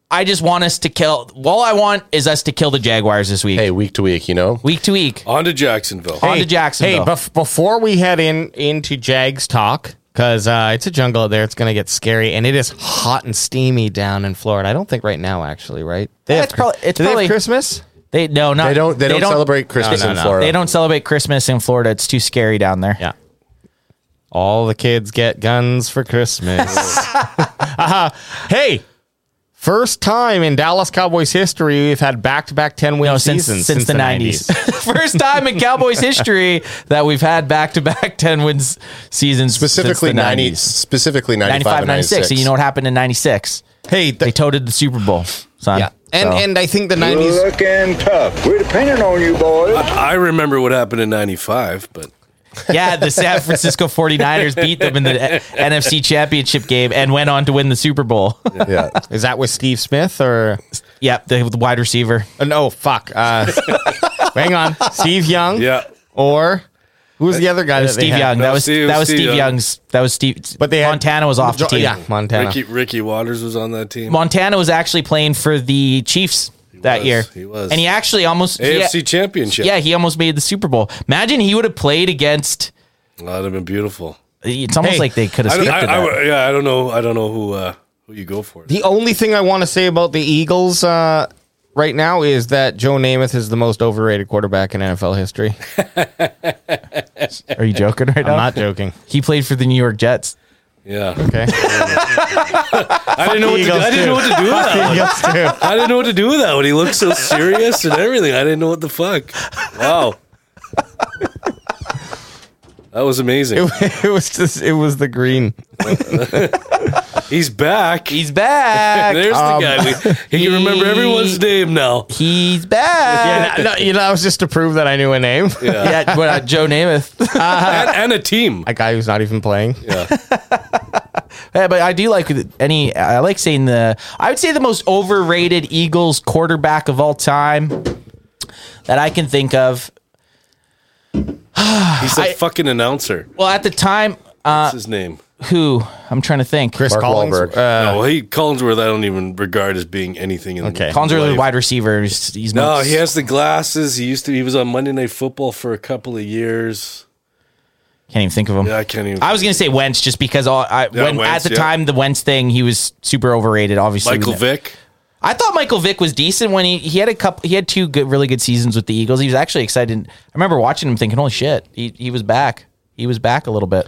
Speaker 2: I just want us to kill. All I want is us to kill the Jaguars this week,
Speaker 9: hey, week to week, you know.
Speaker 2: week to week,
Speaker 3: On to Jacksonville.
Speaker 2: on to
Speaker 1: Hey,
Speaker 2: Jacksonville.
Speaker 1: bef- before we head in into Jags talk, because uh, it's a jungle out there, it's gonna get scary, and it is hot and steamy down in Florida. I don't think right now, actually, right? They
Speaker 2: Yeah,
Speaker 1: have
Speaker 2: it's
Speaker 1: Chri-
Speaker 2: probably- it's
Speaker 1: do they have
Speaker 2: probably-
Speaker 1: Christmas.
Speaker 2: they no, not
Speaker 9: They don't. They, don't, celebrate Christmas
Speaker 1: no,
Speaker 9: in
Speaker 1: no.
Speaker 9: Florida.
Speaker 2: They don't celebrate Christmas in Florida. It's too scary down there.
Speaker 1: Yeah. All the kids get guns for Christmas.
Speaker 2: [LAUGHS]
Speaker 1: Uh-huh. Hey, first time in Dallas Cowboys history we've had back-to-back 10-win
Speaker 2: No, since,
Speaker 1: seasons
Speaker 2: since, the, 90s. [LAUGHS] First time in
Speaker 9: [LAUGHS]
Speaker 2: Cowboys history that we've had back to back 10 wins seasons. since the
Speaker 9: specifically 90,
Speaker 2: 90s.
Speaker 9: specifically 95,
Speaker 2: 95,
Speaker 9: and
Speaker 2: 96.
Speaker 9: 96.
Speaker 2: And you know what happened in 96?
Speaker 1: Hey, the-
Speaker 2: they toted the Super Bowl, son.
Speaker 1: Yeah. And
Speaker 2: So-
Speaker 1: and I think the 90s
Speaker 12: Looking tough. We're depending on you, boys.
Speaker 3: I remember what happened in 95, but
Speaker 2: yeah, the San Francisco 49ers beat them in the [LAUGHS] NFC Championship game and went on to win the Super Bowl.
Speaker 9: yeah.
Speaker 1: is that with Steve Smith or
Speaker 2: [LAUGHS] yep, the, the wide receiver. [LAUGHS]
Speaker 1: Uh, no, fuck. Uh, hang on, Steve Um, Young.
Speaker 3: yeah.
Speaker 1: Or Who's the other guy?
Speaker 2: That was
Speaker 1: that they
Speaker 2: Steve
Speaker 1: had?
Speaker 2: Young. That was that was Steve Young's. That was Steve. But
Speaker 1: they had-
Speaker 2: Montana was off the
Speaker 1: Jo-
Speaker 2: team.
Speaker 1: yeah, Montana.
Speaker 3: Ricky, Ricky Waters was on that team.
Speaker 2: Montana was actually playing for the Chiefs that
Speaker 3: was,
Speaker 2: year.
Speaker 3: he was.
Speaker 2: and he actually almost he-
Speaker 3: AFC Championship.
Speaker 2: Yeah, he almost made the Super Bowl. Imagine he would have played against.
Speaker 3: That'd have been beautiful.
Speaker 2: It's almost
Speaker 1: Hey,
Speaker 2: like they could have
Speaker 3: I, don't-
Speaker 2: scripted
Speaker 3: I,
Speaker 2: that.
Speaker 3: I- yeah, I don't know. I don't know who uh, who you go for.
Speaker 1: The only thing I want to say about the Eagles uh, right now is that Joe Namath is the most overrated quarterback in NFL history.
Speaker 2: Are you joking right now?
Speaker 1: I'm not joking.
Speaker 2: he played for the New York Jets.
Speaker 3: Yeah,
Speaker 1: Okay. [LAUGHS]
Speaker 3: I didn't know what to do. I didn't know what to do with that. one. [LAUGHS] I didn't know what to do with that one. He looked so serious and everything. I didn't know what the fuck.
Speaker 2: [LAUGHS]
Speaker 3: Wow, that was amazing.
Speaker 1: it was just it was the green.
Speaker 3: He's back.
Speaker 2: He's back.
Speaker 3: There's
Speaker 1: Um,
Speaker 3: the guy. We, he can remember everyone's name now.
Speaker 2: [LAUGHS] He's back.
Speaker 1: Yeah, no, no, you know, I was just to prove that I knew a name.
Speaker 2: Yeah, but, uh, Joe Namath. [LAUGHS]
Speaker 3: and, and a team.
Speaker 1: [LAUGHS] a guy who's not even playing.
Speaker 2: Yeah, but I do like any. I like saying the. I would say the most overrated Eagles quarterback of all time that I can think of.
Speaker 3: He's a fucking announcer.
Speaker 2: Well, at the time, uh,
Speaker 3: What's his name?
Speaker 2: who I'm trying to think.
Speaker 1: Chris
Speaker 9: Mark
Speaker 1: Collins.
Speaker 9: Wahlberg.
Speaker 1: Uh,
Speaker 3: no, he Collinsworth. I don't even regard as being anything. In
Speaker 1: Okay.
Speaker 2: Collins was a
Speaker 3: life.
Speaker 2: wide receiver. He's, he's
Speaker 3: No,
Speaker 2: most-
Speaker 3: he has the glasses. He used to. He was on Monday Night Football for a couple of years.
Speaker 2: Can't even think of him.
Speaker 3: Yeah, I can't even.
Speaker 2: I was gonna say Wentz just because all, I,
Speaker 3: Yeah,
Speaker 2: when,
Speaker 3: Wentz,
Speaker 2: at the
Speaker 3: yeah.
Speaker 2: time the Wentz thing he was super overrated. Obviously,
Speaker 3: Michael
Speaker 2: We-
Speaker 3: Vick.
Speaker 2: I thought Michael Vick was decent when he, he had a couple. He had two good, really good seasons with the Eagles. He was actually excited. I remember watching him thinking, "Holy shit, he he was back. He was back a little bit."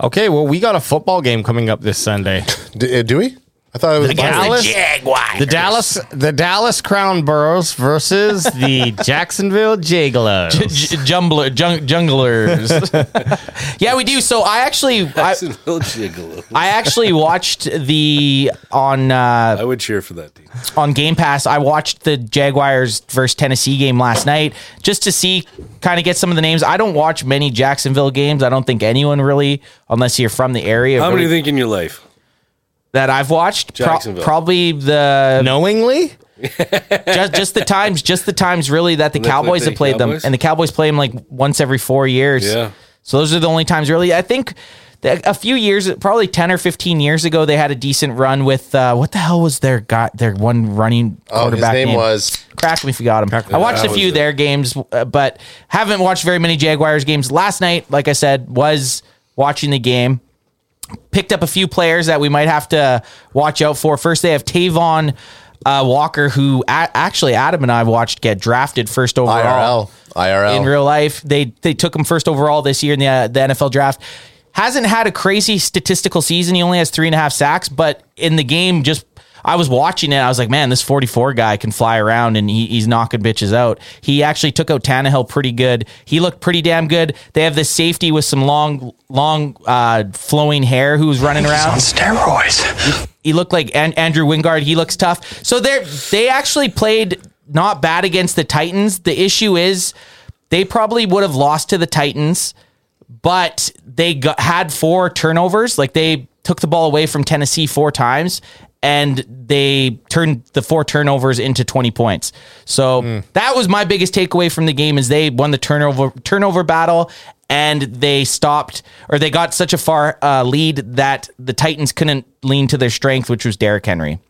Speaker 1: Uh, okay, well, we got a football game coming up this Sunday.
Speaker 9: D- uh, do we? I thought it was.
Speaker 1: Against the Dallas-
Speaker 2: Jaguars.
Speaker 1: The [LAUGHS] Dallas, the Dallas Crown Burrows versus the Jacksonville Jaguars.
Speaker 2: J- jumbler, jung- junglers. yeah, we do. So I actually, I,
Speaker 1: [LAUGHS]
Speaker 3: Jacksonville Gigolo.
Speaker 2: I actually watched the on uh,
Speaker 3: I would cheer for that team.
Speaker 2: on Game Pass. I watched the Jaguars versus Tennessee game last night just to see, kind of get some of the names. I don't watch many Jacksonville games. I don't think anyone really, unless you're from the area,
Speaker 3: How
Speaker 2: really-
Speaker 3: many you think in your life?
Speaker 2: that I've watched. Pro-
Speaker 3: Jacksonville.
Speaker 2: probably the
Speaker 1: Knowingly,
Speaker 2: just, just the times, just the times really that the
Speaker 3: they play
Speaker 2: Cowboys
Speaker 3: the
Speaker 2: have played them,
Speaker 3: Cowboys?
Speaker 2: and the Cowboys play them like once every four years.
Speaker 3: Yeah.
Speaker 2: So those are the only times really. I think that a few years, probably ten or fifteen years ago, they had a decent run with uh, what the hell was their got their one running
Speaker 9: Oh, his
Speaker 2: quarterback
Speaker 9: name was-
Speaker 2: Crack me if you got him. I watched
Speaker 3: that
Speaker 2: a few
Speaker 3: was
Speaker 2: of their games, uh, but haven't watched very many Jaguars games. Last night, like I said, was watching the game picked up a few players that we might have to watch out for. First, they have Tavon uh, Walker, who a- actually Adam and I watched get drafted first overall
Speaker 9: IRL. IRL.
Speaker 2: in real life. They they took him first overall this year in the uh, the NFL draft. Hasn't had a crazy statistical season. He only has three and a half sacks, but in the game, just I was watching it. I was like, man, this 44 guy can fly around and he, he's knocking bitches out. He actually took out Tannehill pretty good. He looked pretty damn good. They have this safety with some long, long, uh, flowing hair who's running around he looked like An- Andrew Wingard. He looks tough. So they they actually played not bad against the Titans. The issue is they probably would have lost to the Titans, but they got, had four turnovers. Like they took the ball away from Tennessee four times. And they turned the four turnovers into twenty points. So that was my biggest takeaway from the game: is they won the turnover turnover battle, and they stopped or they got such a far uh, lead that the Titans couldn't lean to their strength, which was Derrick Henry.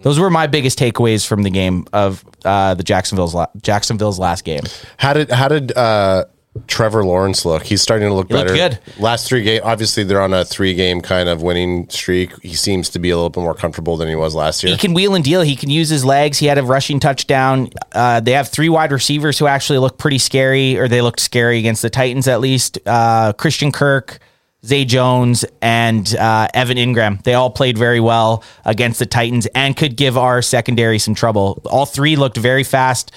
Speaker 2: Those were my biggest takeaways from the game of uh, the Jacksonville's la- Jacksonville's last game.
Speaker 9: How did how did uh, Trevor Lawrence look? He's starting to look
Speaker 2: He looked
Speaker 9: better.
Speaker 2: good.
Speaker 9: Last three game, obviously they're on a three game kind of winning streak. He seems to be a little bit more comfortable than he was last year.
Speaker 2: He can wheel and deal. He can use his legs. He had a rushing touchdown. Uh, they have three wide receivers who actually look pretty scary, or they looked scary against the Titans at least. Uh, Christian Kirk, Zay Jones, and uh, Evan Ingram. They all played very well against the Titans and could give our secondary some trouble. All three looked very fast.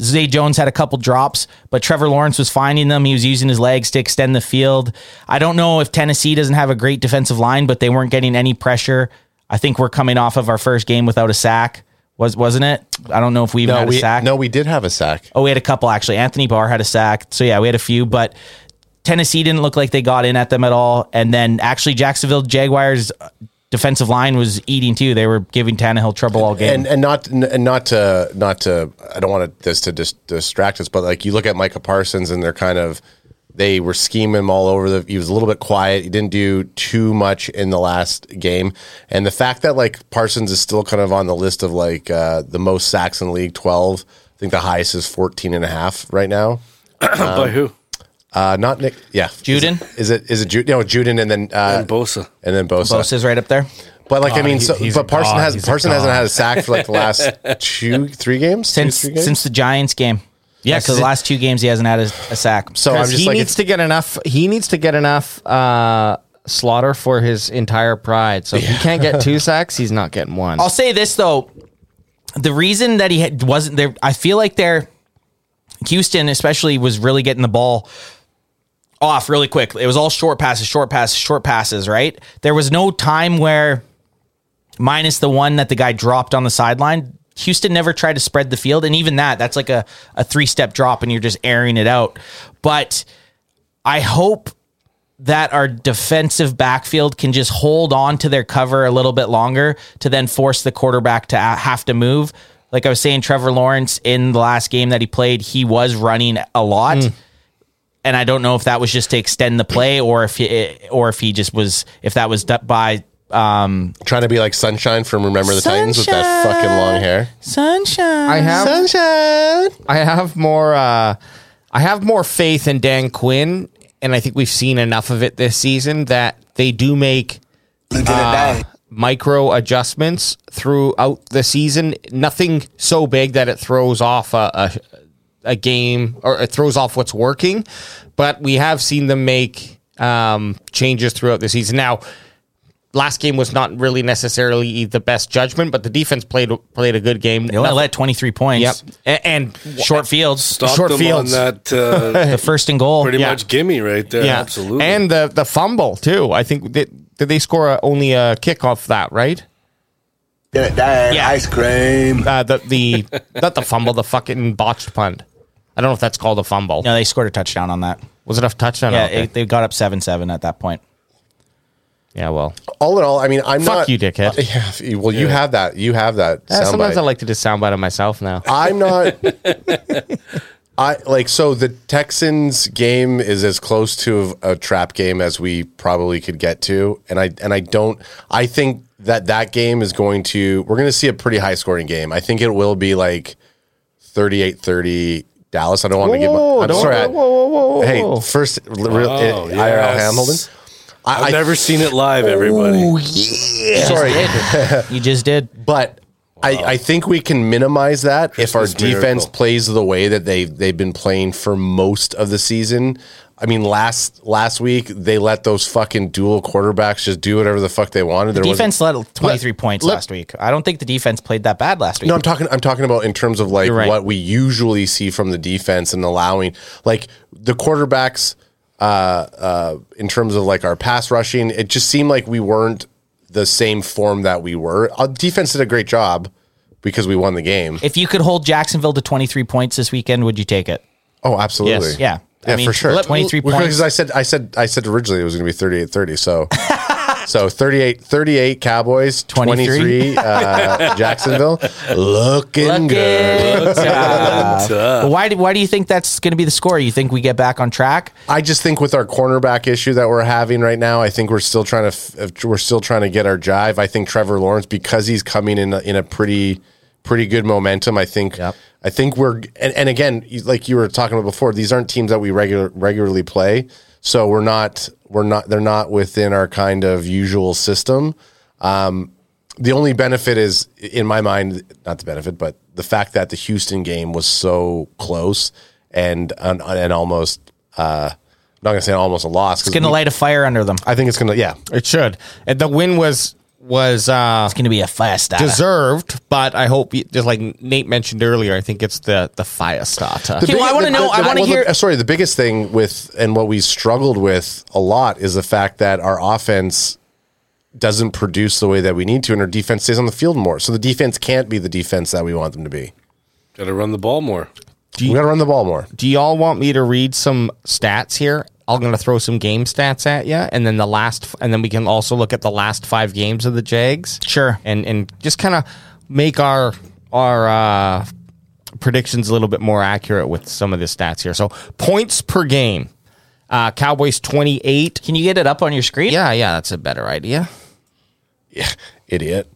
Speaker 2: Zay Jones had a couple drops, but Trevor Lawrence was finding them. He was using his legs to extend the field. I don't know if Tennessee doesn't have a great defensive line, but they weren't getting any pressure. I think we're coming off of our first game without a sack. Was wasn't it? I don't know if we even
Speaker 9: no,
Speaker 2: had
Speaker 9: we
Speaker 2: a sack.
Speaker 9: no, we did have a sack.
Speaker 2: Oh, we had a couple actually. Anthony Barr had a sack. So yeah, we had a few, but Tennessee didn't look like they got in at them at all. And then actually Jacksonville Jaguars defensive line was eating too. They were giving Tannehill trouble all game.
Speaker 9: And and not and not to not to I don't want this to dis- distract us, but like you look at Micah Parsons and they're kind of They were scheming all over the. He was a little bit quiet. He didn't do too much in the last game, and the fact that like Parsons is still kind of on the list of like uh, the most sacks in League Twelve. I think the highest is 14 and a half right now.
Speaker 1: Um,
Speaker 3: By who?
Speaker 9: Uh, not Nick. Yeah,
Speaker 2: Juden?
Speaker 9: Is it? Is it Juden? No, Juden, and then uh,
Speaker 3: And Bosa.
Speaker 9: and then Bosa.
Speaker 2: Bosa's right up there.
Speaker 9: But like I
Speaker 1: God,
Speaker 9: mean,
Speaker 1: Oh, he-
Speaker 9: so,
Speaker 1: he's
Speaker 9: but
Speaker 1: a
Speaker 9: Parson
Speaker 1: god.
Speaker 9: has
Speaker 1: He's a
Speaker 9: Parson hasn't
Speaker 1: god.
Speaker 9: had a sack for like the last
Speaker 1: [LAUGHS]
Speaker 9: two, three games Two,
Speaker 2: Since
Speaker 9: three games?
Speaker 2: since the Giants game.
Speaker 1: Yeah,
Speaker 2: Yeah, because
Speaker 1: 'cause
Speaker 2: the
Speaker 1: it-
Speaker 2: last two games he hasn't had a, a sack.
Speaker 9: so I'm
Speaker 1: Because
Speaker 9: just
Speaker 1: he
Speaker 9: like
Speaker 1: needs
Speaker 9: it's,
Speaker 1: to get enough. He needs to get enough uh, slaughter for his entire pride. So if he can't get
Speaker 9: [LAUGHS]
Speaker 1: two sacks, he's not getting one.
Speaker 2: I'll say this though, the reason that he had, wasn't there, I feel like they're Houston especially was really getting the ball off really quick. It was all short passes, short passes, short passes. Right? There was no time where, minus the one that the guy dropped on the sideline. Houston never tried to spread the field, and even that, that's like a, a three step drop, and you're just airing it out. But I hope that our defensive backfield can just hold on to their cover a little bit longer to then force the quarterback to a- have to move. Like I was saying, Trevor Lawrence in the last game that he played, he was running a lot.
Speaker 1: Hmm.
Speaker 2: And I don't know if that was just to extend the play or if he, or if he just was if that was d- by um,
Speaker 9: trying to be like Sunshine from Remember the Titans with that
Speaker 2: Sunshine.
Speaker 9: fucking long hair.
Speaker 2: sunshine.
Speaker 1: I have
Speaker 9: Sunshine.
Speaker 1: I have more uh, I have more faith in Dan Quinn, and I think we've seen enough of it this season that they do make uh, micro adjustments throughout the season. Nothing so big that it throws off a, a a game or it throws off what's working, but we have seen them make um, changes throughout the season. Now, last game was not really necessarily the best judgment, but the defense played played a good game.
Speaker 2: They only let 23
Speaker 1: Yep,
Speaker 2: points.
Speaker 1: A- and
Speaker 2: Short fields.
Speaker 3: Stop
Speaker 1: Short
Speaker 3: them
Speaker 1: fields.
Speaker 3: on that uh,
Speaker 1: [LAUGHS]
Speaker 2: The first and goal.
Speaker 3: pretty
Speaker 1: Yeah.
Speaker 3: much gimme right there. Absolutely.
Speaker 1: And the the fumble too. I think did, did they score a, only a kick off that right?
Speaker 2: Yeah.
Speaker 12: ice cream.
Speaker 1: Uh, the the [LAUGHS] not the fumble, the fucking botched punt. I don't know if that's called a fumble.
Speaker 2: No, they scored a touchdown on that.
Speaker 1: Was it a touchdown?
Speaker 2: Yeah,
Speaker 1: Oh, okay.
Speaker 2: it- they got up 7 7 at that point.
Speaker 1: yeah. Well,
Speaker 9: All in all, I mean, I'm
Speaker 1: Fuck
Speaker 9: not
Speaker 1: you, dickhead.
Speaker 9: [LAUGHS] Yeah, well, you have that. You have that.
Speaker 1: eh, sometimes
Speaker 9: soundbite.
Speaker 1: I like to do soundbite of myself now.
Speaker 9: I'm not. I like so the Texans game is as close to a, a trap game as we probably could get to, and I and I don't. I think that that game is going to. We're going to see a pretty high scoring game. I think it will be like 38-30 Dallas. I don't want to give.
Speaker 1: Whoa,
Speaker 9: My, I'm
Speaker 1: don't-
Speaker 9: sorry. I-
Speaker 1: whoa, whoa, whoa, whoa, whoa.
Speaker 9: Hey, first real, eh,
Speaker 3: Oh,
Speaker 9: IRL
Speaker 3: yes.
Speaker 9: Hamilton. I,
Speaker 3: I've
Speaker 9: I-
Speaker 3: never seen it live, everybody.
Speaker 9: Sorry,
Speaker 2: You just did.
Speaker 9: but I, I think we can minimize that if
Speaker 3: Christmas
Speaker 9: our defense
Speaker 3: miracle.
Speaker 9: plays the way that they they've been playing for most of the season. I mean, last last week they let those fucking dual quarterbacks just do whatever the fuck they wanted. There wasn't-
Speaker 2: defense led 23 points
Speaker 9: let-
Speaker 2: last week. I don't think the defense played that bad last week.
Speaker 9: No, I'm talking. I'm talking about in terms of like
Speaker 2: You're right.
Speaker 9: what we usually see from the defense and allowing like the quarterbacks. Uh, uh, in terms of like our pass rushing, it just seemed like we weren't the same form that we were. Our defense did a great job because we won the game.
Speaker 2: if you could hold Jacksonville to 23 points this weekend, would you take it?
Speaker 9: Oh, absolutely.
Speaker 2: Yes. Yeah. I
Speaker 9: Yeah,
Speaker 2: mean,
Speaker 9: for sure.
Speaker 2: let- 23
Speaker 9: Well,
Speaker 2: points.
Speaker 9: Because I said I said I said originally it was going to be 38 30.
Speaker 2: [LAUGHS]
Speaker 9: So so 38 38 Cowboys, 23,
Speaker 2: 23, [LAUGHS]
Speaker 9: uh, Jacksonville. Looking, good.
Speaker 2: Good job. [LAUGHS]
Speaker 3: Tough.
Speaker 2: why do why do you think that's going to be the score? You think we get back on track?
Speaker 9: I just think with our cornerback issue that we're having right now, I think we're still trying to f- we're still trying to get our jive. I think Trevor Lawrence because he's coming in a, in a pretty pretty good momentum. I think I think we're and, and again you- like you were talking about before, these aren't teams that we regular regularly play, so we're not we're not they're not within our kind of usual system. Um, the only benefit is in my mind not the benefit but the fact that the Houston game was so close and and, and almost uh I'm not gonna say almost a loss
Speaker 2: It's going to light a fire under them.
Speaker 9: I think it's gonna yeah
Speaker 1: It should. And the win was was uh,
Speaker 2: It's going to be a fast
Speaker 1: deserved, but I hope you- just like Nate mentioned earlier, I think it's the the fire starter.
Speaker 2: Okay, well, I wanna
Speaker 9: the-
Speaker 2: know-
Speaker 9: the-
Speaker 2: I wanna
Speaker 9: well, the-
Speaker 2: hear-
Speaker 9: sorry the biggest thing with and what we struggled with a lot is the fact that our offense doesn't produce the way that we need to and our defense stays on the field more so the defense can't be the defense that we want them to be
Speaker 3: Got to run the ball more.
Speaker 9: we gotta run the ball more
Speaker 1: do y'all want me to read some stats here? I'm going to throw some game stats at you, and then the last, and then we can also look at the last five games of the Jags.
Speaker 2: Sure.
Speaker 1: and and just kind of make our our uh, predictions a little bit more accurate with some of the stats here. So points per game. Uh, Cowboys 28.
Speaker 2: Can you get it up on your screen?
Speaker 1: Yeah, yeah, that's a better idea.
Speaker 9: Idiot.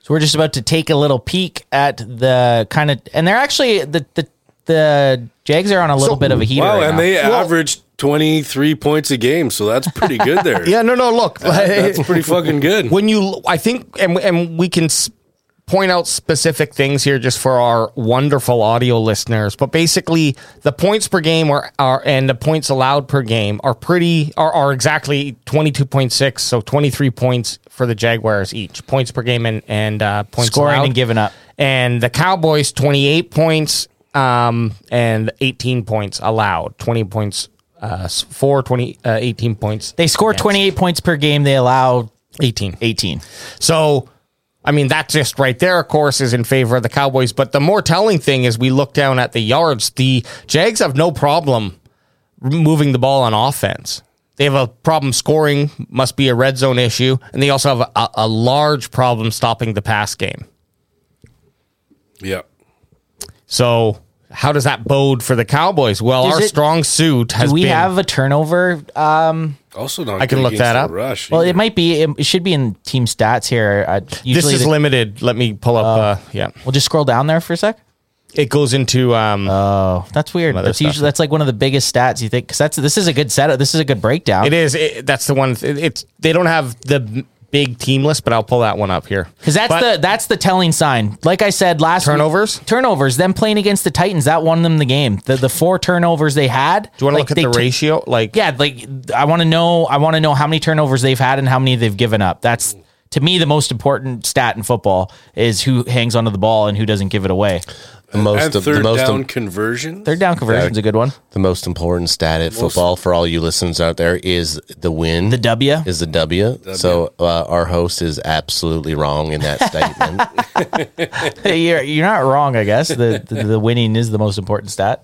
Speaker 2: So we're just about to take a little peek at the kind of, and they're actually the the the Jags are on a little bit of a heater.
Speaker 3: Wow,
Speaker 2: right
Speaker 3: and
Speaker 2: now.
Speaker 3: they averaged 23 points a game, so that's pretty good
Speaker 1: [LAUGHS]
Speaker 3: there.
Speaker 1: Yeah, no, no, look.
Speaker 3: That's pretty fucking good.
Speaker 1: when you i think and, and we can s- point out specific things here just for our wonderful audio listeners but basically the points per game are, are and the points allowed per game are pretty are, are exactly 22.6 so 23 points for the jaguars each points per game and and uh, points
Speaker 2: scoring
Speaker 1: allowed.
Speaker 2: and giving up.
Speaker 1: and the cowboys 28 points um and 18 points allowed 20 points uh s- for 20 uh, 18 points
Speaker 2: They score
Speaker 1: Yes.
Speaker 2: 28 points per game. They allow
Speaker 1: 18
Speaker 2: 18.
Speaker 1: so, I mean, that just right there, of course, is in favor of the Cowboys. But the more telling thing is we look down at the yards. The Jags have no problem moving the ball on offense. They have a problem scoring, must be a red zone issue. And they also have a, a large problem stopping the pass game.
Speaker 3: Yeah.
Speaker 1: So, how does that bode for the Cowboys? Well,
Speaker 2: Does
Speaker 1: our
Speaker 2: it-
Speaker 1: strong suit has
Speaker 2: Do we
Speaker 1: been.
Speaker 2: have a turnover? Um,
Speaker 3: Also not
Speaker 1: I can
Speaker 3: good
Speaker 1: look
Speaker 3: against
Speaker 1: that
Speaker 3: the
Speaker 1: up.
Speaker 3: Rush
Speaker 2: well,
Speaker 3: either.
Speaker 2: it might be. It should be in team stats here. Uh,
Speaker 1: this
Speaker 2: usually
Speaker 1: is
Speaker 2: the-
Speaker 1: limited. Let me pull up. uh, yeah.
Speaker 2: We'll just scroll down there for a sec.
Speaker 1: It goes into. Um,
Speaker 2: That's weird.
Speaker 1: other
Speaker 2: That's
Speaker 1: stuff.
Speaker 2: usually that's like one of the biggest stats you think because that's this is a good setup. This is a good breakdown.
Speaker 1: It is. It, that's the one. It, it's they don't have the m- big team list, but I'll pull that one up here
Speaker 2: Because that's
Speaker 1: But
Speaker 2: the that's the telling sign. Like I said last week-
Speaker 1: Turnovers?
Speaker 2: turnovers. Them playing against the Titans that won them the game. The the four turnovers they had.
Speaker 1: Do you want to
Speaker 2: like,
Speaker 1: look at
Speaker 2: they
Speaker 1: the
Speaker 2: took-
Speaker 1: ratio? Like,
Speaker 2: Yeah, like I want to know. I want to know how many turnovers they've had and how many they've given up. That's to me the most important stat in football is who hangs onto the ball and who doesn't give it away.
Speaker 9: The most,
Speaker 3: and
Speaker 9: the,
Speaker 3: third
Speaker 9: most,
Speaker 3: down conversion.
Speaker 2: Third down conversion's a good one.
Speaker 9: the most important stat at football for all you listeners out there is the win.
Speaker 2: The W.
Speaker 9: is the W. So uh, our host is absolutely wrong in [LAUGHS] that statement.
Speaker 2: [LAUGHS] you're, you're not wrong, I guess. The, the the winning is the most important stat.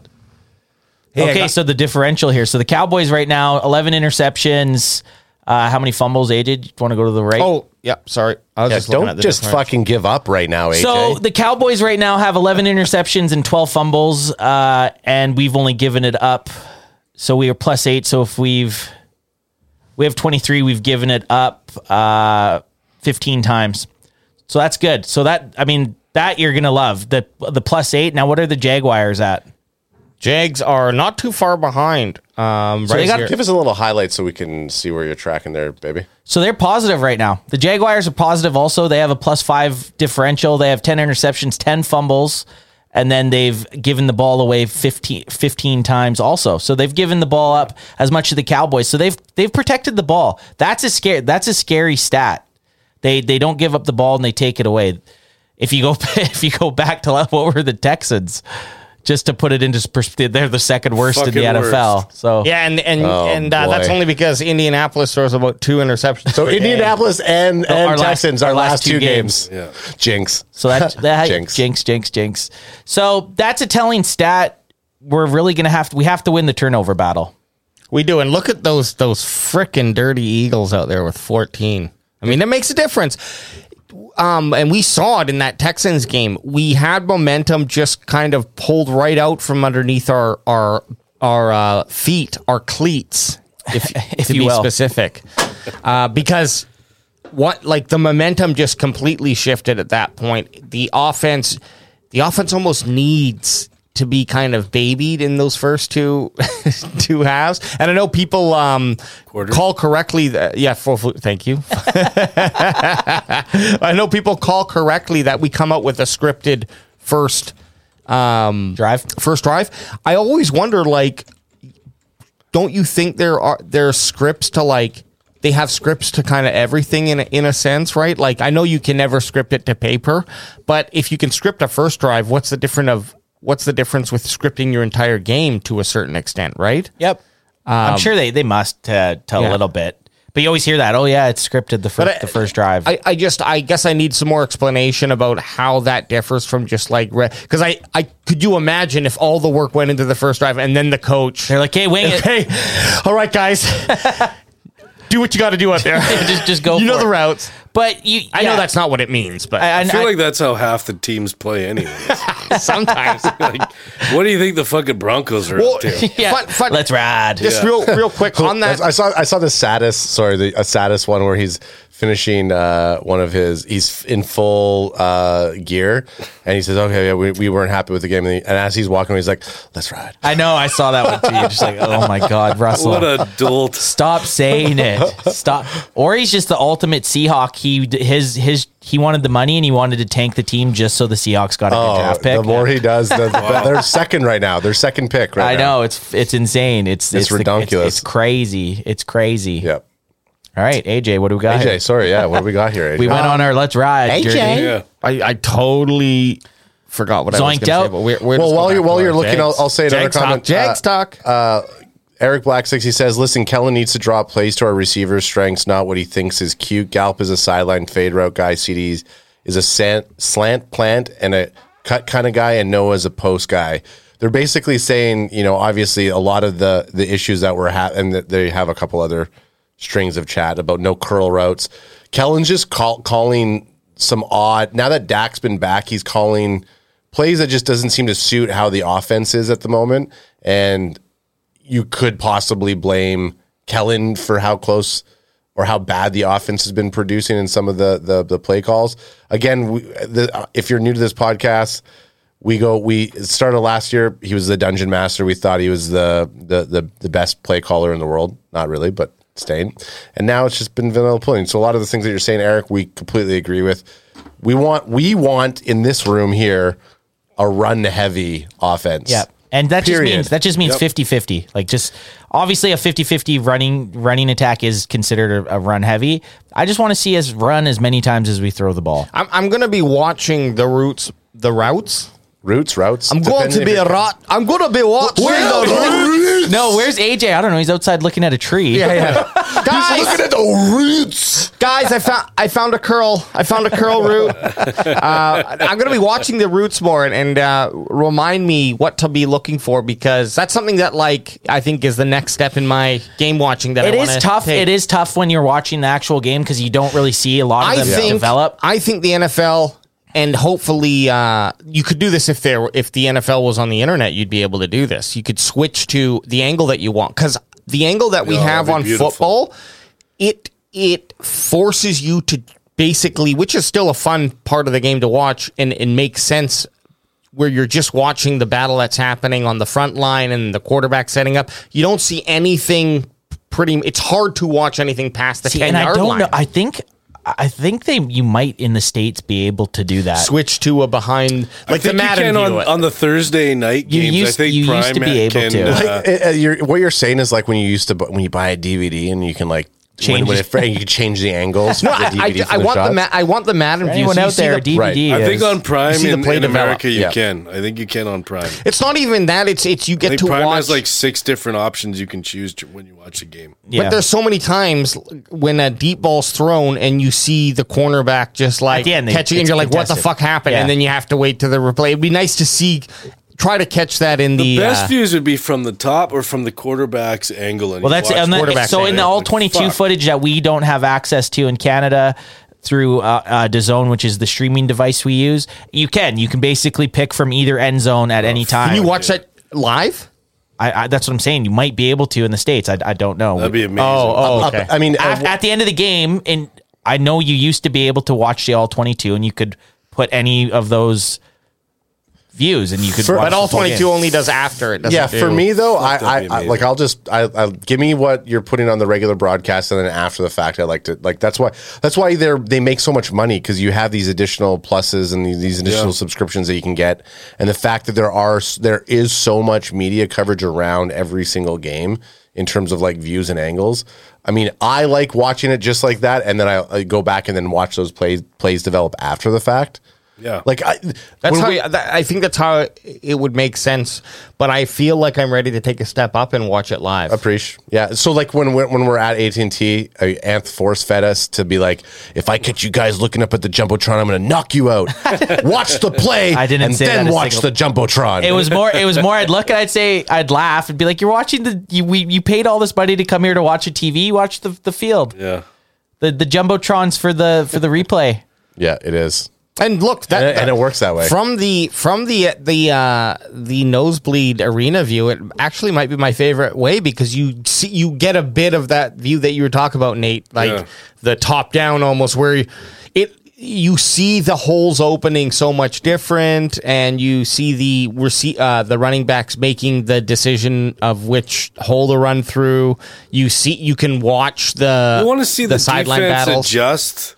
Speaker 1: I
Speaker 2: okay,
Speaker 1: got-
Speaker 2: so the differential here. So the Cowboys right now, eleven interceptions. Uh, how many fumbles? AJ, do you want to go to the right?
Speaker 1: oh, yeah. Sorry, I was
Speaker 9: Yeah,
Speaker 1: just looking at
Speaker 9: don't
Speaker 1: the
Speaker 9: just
Speaker 1: different-
Speaker 9: fucking give up right now, AJ.
Speaker 2: So the Cowboys right now have 11 interceptions and 12 fumbles, uh, and we've only given it up. So we are plus eight. So if we've we have 23, we've given it up uh, 15 times. So that's good. So that I mean that you're gonna love the the plus eight. Now what are the Jaguars at?
Speaker 1: Jags are not too far behind. Um, right
Speaker 2: they got-
Speaker 1: here.
Speaker 9: give us a little highlight so we can see where you're tracking there, baby.
Speaker 2: So they're positive right now. The Jaguars are positive also. They have a plus five differential. They have 10 interceptions, 10 fumbles, and then they've given the ball away 15, 15 times also. So they've given the ball up as much as the Cowboys. So they've they've protected the ball. That's a scary that's a scary stat. They they don't give up the ball and they take it away. If you go [LAUGHS] if you go back to [LAUGHS] what were the Texans, just to put it into perspective, they're the second worst in the
Speaker 3: Fucking
Speaker 2: NFL. So
Speaker 1: yeah, and and and uh,
Speaker 9: Oh, boy.
Speaker 1: that's only because Indianapolis throws about two interceptions. [LAUGHS]
Speaker 9: So
Speaker 1: per game.
Speaker 9: Indianapolis and, and
Speaker 2: our last-
Speaker 9: Texans, our, last, two games.
Speaker 3: Yeah.
Speaker 9: Jinx.
Speaker 2: So
Speaker 9: [LAUGHS]
Speaker 2: that, that
Speaker 9: Jinx.
Speaker 2: jinx. jinx, jinx, jinx. So that's a telling stat. We're really gonna have to. We have to win the turnover battle.
Speaker 1: we do. And look at those those frickin' dirty Eagles out there with fourteen. I mean, that makes a difference. um, and we saw it in that Texans game. We had momentum just kind of pulled right out from underneath our our our uh, feet, our cleats,
Speaker 2: [LAUGHS]
Speaker 1: if, to
Speaker 2: you
Speaker 1: be
Speaker 2: will.
Speaker 1: specific, uh, because what like the momentum just completely shifted at that point. The offense, the offense almost needs to be kind of babied in those first two [LAUGHS] two halves. And I know people um, call correctly. The, yeah, for, for- thank you. [LAUGHS] I know people call correctly that we come out with a scripted first um,
Speaker 2: Drive.
Speaker 1: First drive. I always wonder, like, don't you think there are there are scripts to like they have scripts to kind of everything in a, in a sense, right? Like, I know you can never script it to paper, but if you can script a first drive, what's the different of what's the difference with scripting your entire game to a certain extent, right?
Speaker 2: Yep. I'm sure they they must uh, tell
Speaker 1: Um, yeah.
Speaker 2: a little bit, but you always hear that. Oh yeah, it's scripted the first
Speaker 1: I-
Speaker 2: the first drive.
Speaker 1: I, I just I guess I need some more explanation about how that differs from just like because I I could you imagine if all the work went into the first drive and then the coach
Speaker 2: They're like, hey, wing it.
Speaker 1: [LAUGHS] okay [LAUGHS] all right guys do what you got to do out there [LAUGHS]
Speaker 2: just just go.
Speaker 1: you know
Speaker 2: for
Speaker 1: the
Speaker 2: it.
Speaker 1: routes
Speaker 2: But you,
Speaker 1: I know that's not what it means, but
Speaker 3: I, feel like that's how half the teams play anyway.
Speaker 1: Sometimes.
Speaker 3: like, what do you think the fucking Broncos are
Speaker 1: Well,
Speaker 3: up to?
Speaker 1: yeah. Fun- fun-
Speaker 2: Let's
Speaker 1: [LAUGHS]
Speaker 2: ride.
Speaker 1: Just real, real quick on that.
Speaker 9: I saw I saw the saddest sorry the a saddest one where he's finishing uh, one of his he's in full uh, gear and he says okay yeah, we, we weren't happy with the game and, he- and as he's walking away, he's like let's ride
Speaker 2: I know. I saw that one too. You're Just like, oh
Speaker 1: [LAUGHS]
Speaker 2: my god, Russell.
Speaker 3: What a
Speaker 2: [LAUGHS]
Speaker 3: dolt.
Speaker 2: Stop saying it. Stop. Or he's just the ultimate Seahawk. He his his he wanted the money and he wanted to tank the team just so the Seahawks got a good
Speaker 9: oh
Speaker 2: draft pick.
Speaker 9: the more he
Speaker 2: [LAUGHS]
Speaker 9: does the, the, they're second right now they're second pick
Speaker 2: I
Speaker 9: right now.
Speaker 2: know it's it's insane. It's
Speaker 9: It's
Speaker 2: the-
Speaker 9: ridiculous.
Speaker 2: It's, crazy. It's crazy.
Speaker 9: yep
Speaker 2: All right, AJ, what do we got? here?
Speaker 9: AJ sorry yeah what do we got here AJ?
Speaker 2: we went on our let's ride. journey.
Speaker 3: Yeah.
Speaker 1: I, I totally forgot what I was going
Speaker 2: Zoinked
Speaker 1: to say.
Speaker 2: out.
Speaker 1: But we're, we're
Speaker 9: well
Speaker 1: just
Speaker 9: while
Speaker 1: going
Speaker 9: you're
Speaker 1: back
Speaker 9: while
Speaker 1: to
Speaker 9: you're
Speaker 1: our
Speaker 9: looking I'll,
Speaker 1: Jags.
Speaker 9: I'll say another
Speaker 1: Jags
Speaker 9: comment
Speaker 1: Talk, Jags
Speaker 9: Uh,
Speaker 1: talk.
Speaker 9: Eric Black sixty says, "Listen, Kellen needs to drop plays to our receivers' strengths, not what he thinks is cute. Gallup is a sideline fade route guy. CDs is a san- slant plant and a cut kind of guy, and Noah's a post guy." They're basically saying, you know, obviously a lot of the the issues that we're having, and that they have a couple other strings of chat about no curl routes. Kellen's just call- calling some odd. Now that Dak's been back, he's calling plays that just doesn't seem to suit how the offense is at the moment, and you could possibly blame Kellen for how close or how bad the offense has been producing in some of the the, the play calls. Again, we, the, if you're new to this podcast, we go we it started last year. He was the dungeon master. We thought he was the the the, the best play caller in the world. Not really, but staying. And now it's just been vanilla pudding. So a lot of the things that you're saying, Eric, we completely agree with. We want we want in this room here a run heavy offense.
Speaker 2: Yeah. And that
Speaker 9: Period.
Speaker 2: just means that just means 50-50. Like just obviously a 50-50 running running attack is considered a, a run heavy. I just want to see us run as many times as we throw the ball.
Speaker 1: I'm, I'm going to be watching the routes. The routes.
Speaker 9: Roots, routes.
Speaker 1: I'm going to be a rot. I'm going to be watching the routes.
Speaker 2: No, where's AJ? I don't know. He's outside looking at a tree.
Speaker 1: Yeah, yeah. guys,
Speaker 9: at the roots.
Speaker 1: guys, I found I found a curl. I found a curl root. Uh, I'm gonna be watching the roots more and, and uh, remind me what to be looking for because that's something that like I think is the next step in my game watching. That
Speaker 2: It
Speaker 1: I
Speaker 2: is
Speaker 1: wanna
Speaker 2: tough.
Speaker 1: take.
Speaker 2: It is tough when you're watching the actual game because you don't really see a lot of
Speaker 1: I
Speaker 2: them
Speaker 1: think
Speaker 2: develop.
Speaker 1: I think the NFL and hopefully uh, you could do this if there if the NFL was on the internet, you'd be able to do this. You could switch to the angle that you want because the angle that we
Speaker 3: Yeah,
Speaker 1: have
Speaker 3: Oh, that'd be
Speaker 1: on
Speaker 3: beautiful.
Speaker 1: football, it it forces you to basically, which is still a fun part of the game to watch and and make sense. Where you're just watching the battle that's happening on the front line and the quarterback setting up, you don't see anything. Pretty, it's hard to watch anything past the
Speaker 2: See,
Speaker 1: ten
Speaker 2: and I
Speaker 1: yard
Speaker 2: don't
Speaker 1: line.
Speaker 2: know. I think I think they you might in the states be able to do that.
Speaker 1: switch to a behind
Speaker 3: I
Speaker 1: like the
Speaker 3: think you
Speaker 1: Madden
Speaker 3: can
Speaker 1: view.
Speaker 3: on,
Speaker 1: it.
Speaker 3: on the Thursday night
Speaker 2: You
Speaker 3: games. I
Speaker 2: used-
Speaker 3: think
Speaker 2: you
Speaker 3: Prime
Speaker 2: used to be able
Speaker 3: can,
Speaker 2: to.
Speaker 9: [LAUGHS]
Speaker 3: uh,
Speaker 9: Like, uh, uh, you're, what you're saying is like when you used to bu- when you buy a DVD and you can like
Speaker 2: Change
Speaker 9: change when,
Speaker 2: it.
Speaker 9: it, fra- you can change the angles.
Speaker 1: no,
Speaker 9: of the
Speaker 1: I,
Speaker 9: DVD
Speaker 1: I, I
Speaker 9: for
Speaker 1: want the
Speaker 9: shots.
Speaker 1: Ma- I want the Madden view.
Speaker 2: Anyone
Speaker 1: so you
Speaker 2: out
Speaker 1: see
Speaker 2: there,
Speaker 1: the-
Speaker 2: DVD.
Speaker 9: right.
Speaker 3: I
Speaker 2: is-
Speaker 3: think on Prime
Speaker 1: see the
Speaker 3: in,
Speaker 1: play
Speaker 3: in
Speaker 1: develop.
Speaker 3: America you
Speaker 9: Yeah.
Speaker 3: can. I think you can on Prime.
Speaker 1: It's not even that. It's it's you
Speaker 3: I
Speaker 1: get
Speaker 3: think
Speaker 1: to
Speaker 3: Prime
Speaker 1: watch.
Speaker 3: has like six different options you can choose to, when you watch the game.
Speaker 2: yeah.
Speaker 1: But there's so many times when a deep ball's thrown and you see the cornerback just like
Speaker 2: the end, they-
Speaker 1: catching, and
Speaker 2: it's
Speaker 1: you're like, "What the
Speaker 2: contested.
Speaker 1: fuck happened?"
Speaker 2: Yeah.
Speaker 1: And then you have to wait to the replay. It'd be nice to see, try to catch that in
Speaker 3: The
Speaker 1: the,
Speaker 3: best
Speaker 1: uh,
Speaker 3: views would be from the top or from the quarterback's angle. And
Speaker 2: Well,
Speaker 3: you
Speaker 2: that's
Speaker 3: watch
Speaker 2: and that,
Speaker 1: quarterback
Speaker 2: so
Speaker 1: play.
Speaker 2: in the all
Speaker 3: Like,
Speaker 2: 22
Speaker 3: fuck.
Speaker 2: footage that we don't have access to in Canada through uh, uh, DAZN, which is the streaming device we use. You can you can basically pick from either end zone at any time.
Speaker 1: Can you watch that live?
Speaker 2: I, I, that's what I'm saying. You might be able to in the states. I, I don't know.
Speaker 3: That'd be amazing.
Speaker 1: Oh, oh, okay.
Speaker 9: I mean, uh,
Speaker 2: at, at the end of the game, and I know you used to be able to watch the all 22, and you could put any of those views, and you could.
Speaker 9: For-
Speaker 2: watch
Speaker 1: But
Speaker 2: the
Speaker 1: all
Speaker 2: full game.
Speaker 1: 22 only does after it. Doesn't
Speaker 9: yeah,
Speaker 1: do-
Speaker 9: for me though, I,
Speaker 3: that'd
Speaker 9: I,
Speaker 3: be
Speaker 9: I
Speaker 3: amazing.
Speaker 9: like I'll just I, I give me what you're putting on the regular broadcast, and then after the fact, I like to like that's why that's why they're they make so much money because you have these additional pluses and these, these additional subscriptions that you can get, and the fact that there are s- there is so much media coverage around every single game in terms of like views and angles. I mean, I like watching it just like that, and then I, I go back and then watch those plays plays develop after the fact.
Speaker 3: Yeah.
Speaker 9: like I
Speaker 1: That's
Speaker 9: when
Speaker 1: how
Speaker 9: we-
Speaker 1: that, I think that's how it, it would make sense. But I feel like I'm ready to take a step up and watch it live.
Speaker 9: Appreciate. Yeah. So like when we're, when we're at AT and T, uh, Anth force fed us to be like, if I catch you guys looking up at the jumbotron, I'm going to knock you out. watch the play.
Speaker 2: I didn't
Speaker 9: And
Speaker 2: say
Speaker 9: then
Speaker 2: that a
Speaker 9: watch
Speaker 2: single-
Speaker 9: the
Speaker 2: [LAUGHS]
Speaker 9: jumbotron.
Speaker 2: It was more. It was more. I'd look and I'd say I'd laugh and be like, "You're watching the you we you paid all this money to come here to watch a TV. Watch the the field."
Speaker 3: yeah.
Speaker 2: the the jumbotrons for the for the replay.
Speaker 9: Yeah, it is.
Speaker 1: And look, that
Speaker 9: And it- and it works that way.
Speaker 1: From the from the the uh, the nosebleed arena view, it actually might be my favorite way because you see you get a bit of that view that you were talking about, Nate, like
Speaker 3: Yeah.
Speaker 1: the top down almost where you, it you see the holes opening so much different, and you see the we're see uh, the running backs making the decision of which hole to run through. You see, you can watch the
Speaker 3: I want to see the,
Speaker 1: sideline
Speaker 3: defense
Speaker 1: battles.
Speaker 3: adjust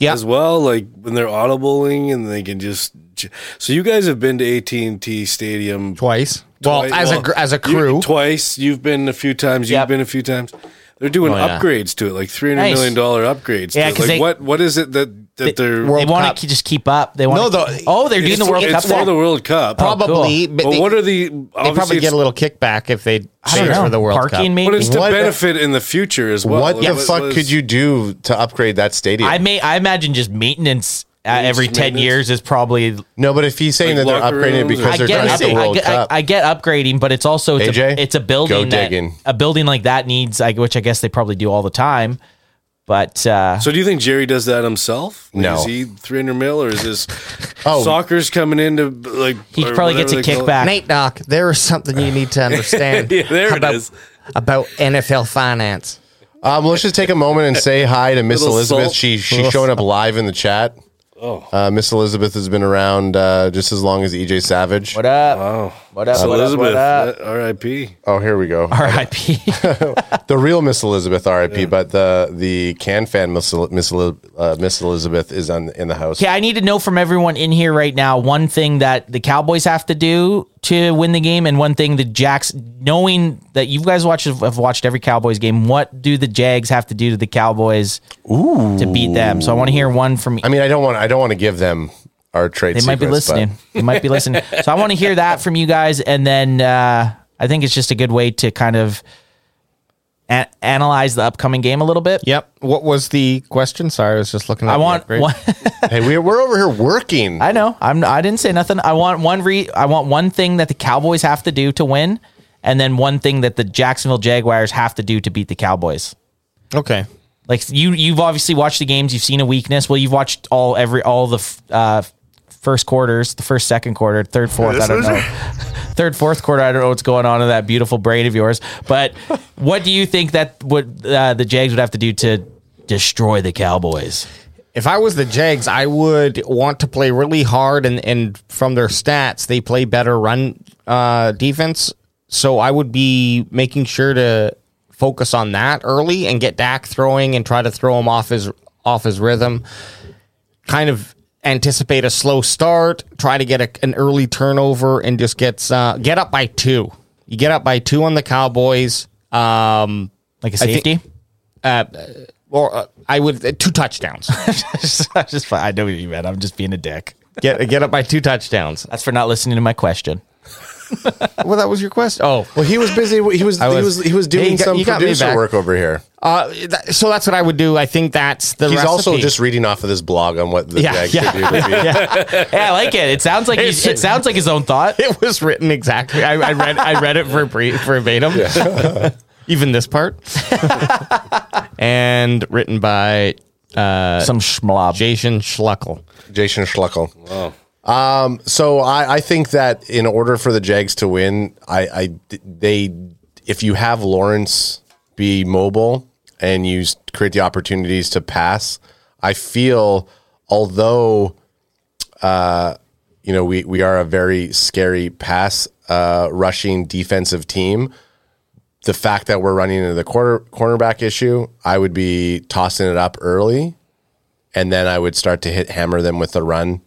Speaker 1: Yeah.
Speaker 3: as well, like when they're audibling and they can just. j- So you guys have been to AT and T Stadium
Speaker 1: twice. Well,
Speaker 3: twice-
Speaker 1: as a
Speaker 3: well,
Speaker 1: gr- as a
Speaker 3: you-
Speaker 1: crew,
Speaker 3: twice. You've been a few times. You've
Speaker 2: Yep.
Speaker 3: been a few times. They're doing
Speaker 1: Oh, yeah.
Speaker 3: upgrades to it, like three hundred
Speaker 2: Nice.
Speaker 3: million dollar upgrades.
Speaker 2: Yeah,
Speaker 3: to it.
Speaker 2: 'cause
Speaker 3: like
Speaker 2: they-
Speaker 3: what what is it that that they, are
Speaker 2: they want to just keep up. They want
Speaker 1: No,
Speaker 2: to,
Speaker 1: the-
Speaker 2: oh, they're doing the World
Speaker 3: it's
Speaker 2: Cup.
Speaker 3: for
Speaker 2: there?
Speaker 3: the World Cup?
Speaker 2: Oh, cool.
Speaker 1: probably. but
Speaker 3: But
Speaker 1: they-
Speaker 3: what are
Speaker 1: they
Speaker 3: the?
Speaker 1: probably
Speaker 3: obviously
Speaker 1: get
Speaker 3: it's-
Speaker 1: a little kickback if they
Speaker 2: I don't
Speaker 1: change
Speaker 2: know.
Speaker 1: for the World
Speaker 2: Parking
Speaker 1: Cup.
Speaker 3: But
Speaker 2: maybe.
Speaker 3: it's to
Speaker 1: What-
Speaker 3: benefit in the future as well.
Speaker 9: What the
Speaker 3: Like,
Speaker 9: fuck
Speaker 3: was-
Speaker 9: could you do to upgrade that stadium?
Speaker 2: I may I imagine just maintenance uh, every ten
Speaker 3: maintenance.
Speaker 2: years is probably.
Speaker 9: no, but if he's saying
Speaker 3: Like
Speaker 9: that they're
Speaker 3: locker
Speaker 9: upgrading it
Speaker 3: rooms or-
Speaker 9: because
Speaker 2: I
Speaker 9: they're
Speaker 2: get,
Speaker 9: trying to
Speaker 2: up,
Speaker 9: get the
Speaker 2: I,
Speaker 9: World
Speaker 2: get, I,
Speaker 9: Cup,
Speaker 2: I get upgrading, but it's also it's,
Speaker 9: AJ,
Speaker 2: a, it's a building
Speaker 9: go
Speaker 2: that
Speaker 9: digging.
Speaker 2: a building like that needs, like, which I guess they probably do all the time. But uh,
Speaker 3: So do you think Jerry does that himself? Like,
Speaker 9: No.
Speaker 3: Is he 300 mil or is this
Speaker 9: Oh.
Speaker 3: soccer's coming in to like
Speaker 2: he
Speaker 3: or
Speaker 2: probably gets
Speaker 3: whatever
Speaker 2: a
Speaker 3: they call it?
Speaker 2: kickback. [LAUGHS]
Speaker 1: Nate Doc, there is something you need to understand.
Speaker 3: [LAUGHS] Yeah, there it
Speaker 1: about,
Speaker 3: is.
Speaker 1: about NFL finance.
Speaker 9: um, let's just take a moment and say hi to Miss
Speaker 3: Little
Speaker 9: Elizabeth.
Speaker 3: salt.
Speaker 9: She she's showing up live in the chat. Oh, uh, Miss Elizabeth has been around uh, just as long as EJ Savage.
Speaker 2: What up?
Speaker 3: Oh.
Speaker 2: What up? what up,
Speaker 3: Elizabeth,
Speaker 2: What up?
Speaker 3: uh, R.I.P.
Speaker 9: Oh, here we go.
Speaker 2: [LAUGHS] R.I.P.
Speaker 9: The real Miss Elizabeth, R.I.P. But the the can fan Miss El- Miss, Eli- uh, Miss Elizabeth is on in the house.
Speaker 2: Okay, I need to know from everyone in here right now one thing that the Cowboys have to do to win the game, and one thing the Jacks, knowing that you guys watch have watched every Cowboys game, what do the Jags have to do to the Cowboys to beat them? So I want to hear one from.
Speaker 9: I mean, I don't want I don't want to give them our trade.
Speaker 2: they might be
Speaker 9: secrets, but-
Speaker 2: listening. They might be
Speaker 9: [LAUGHS]
Speaker 2: listening. So I want to hear that from you guys, and then uh, I think it's just a good way to kind of a- analyze the upcoming game a little bit.
Speaker 1: Yep. What was the question? Sorry, I was just looking. At
Speaker 2: I
Speaker 1: the
Speaker 2: want
Speaker 1: upgrade.
Speaker 2: one. [LAUGHS]
Speaker 9: hey, we're, we're over here working.
Speaker 2: I know. I'm. I didn't say nothing. I want one re. I want one thing that the Cowboys have to do to win, and then one thing that the Jacksonville Jaguars have to do to beat the Cowboys.
Speaker 1: Okay.
Speaker 2: Like you, you've obviously watched the games. You've seen a weakness. Well, you've watched all every all the f- uh, first quarters, the first, second quarter, third, fourth. I don't [LAUGHS] know. Third, fourth quarter. I don't know what's going on in that beautiful brain of yours. But what do you think that would uh, the Jags would have to do to destroy the Cowboys?
Speaker 1: If I was the Jags, I would want to play really hard, and, and from their stats, they play better run uh, defense. So I would be making sure to focus on that early and get Dak throwing and try to throw him off his off his rhythm. Kind of anticipate a slow start, try to get a, an early turnover, and just get uh, get up by two. You get up by two on the Cowboys. Um,
Speaker 2: Like a
Speaker 1: I think-
Speaker 2: safety? [LAUGHS]
Speaker 1: or uh, I would two touchdowns.
Speaker 2: just fine. I know what you meant. I'm just being a dick.
Speaker 1: get get up by two touchdowns.
Speaker 2: That's for not listening to my question.
Speaker 1: Well, that was your question. Oh,
Speaker 9: Well, he was busy. He was,
Speaker 1: I
Speaker 9: he
Speaker 1: was-
Speaker 9: was he was
Speaker 1: Hey,
Speaker 9: doing
Speaker 1: you got-
Speaker 9: some
Speaker 1: you got me
Speaker 9: producer
Speaker 1: back.
Speaker 9: work over here.
Speaker 1: uh, that, so that's what I would do. I think that's the.
Speaker 9: He's
Speaker 1: recipe.
Speaker 9: also just reading off of this blog on what the
Speaker 1: Yeah,
Speaker 9: Jags
Speaker 1: [LAUGHS] yeah.
Speaker 9: should do. To be.
Speaker 2: Yeah, I like it. It sounds like he's, it sounds like his own [LAUGHS] thought.
Speaker 1: [LAUGHS] It was written exactly. I, I read. I read it verbre- verbatim. [LAUGHS] Even this part, and written by
Speaker 2: Some schmob.
Speaker 1: Jason Schluckel.
Speaker 9: Jason Schluckel. Um, so I, I think that in order for the Jags to win, I, I they if you have Lawrence be mobile and you s- create the opportunities to pass, I feel although uh, you know, we we are a very scary pass uh, rushing defensive team. The fact that we're running into the quarter cornerback issue, I would be tossing it up early, and then I would start to hit hammer them with the run,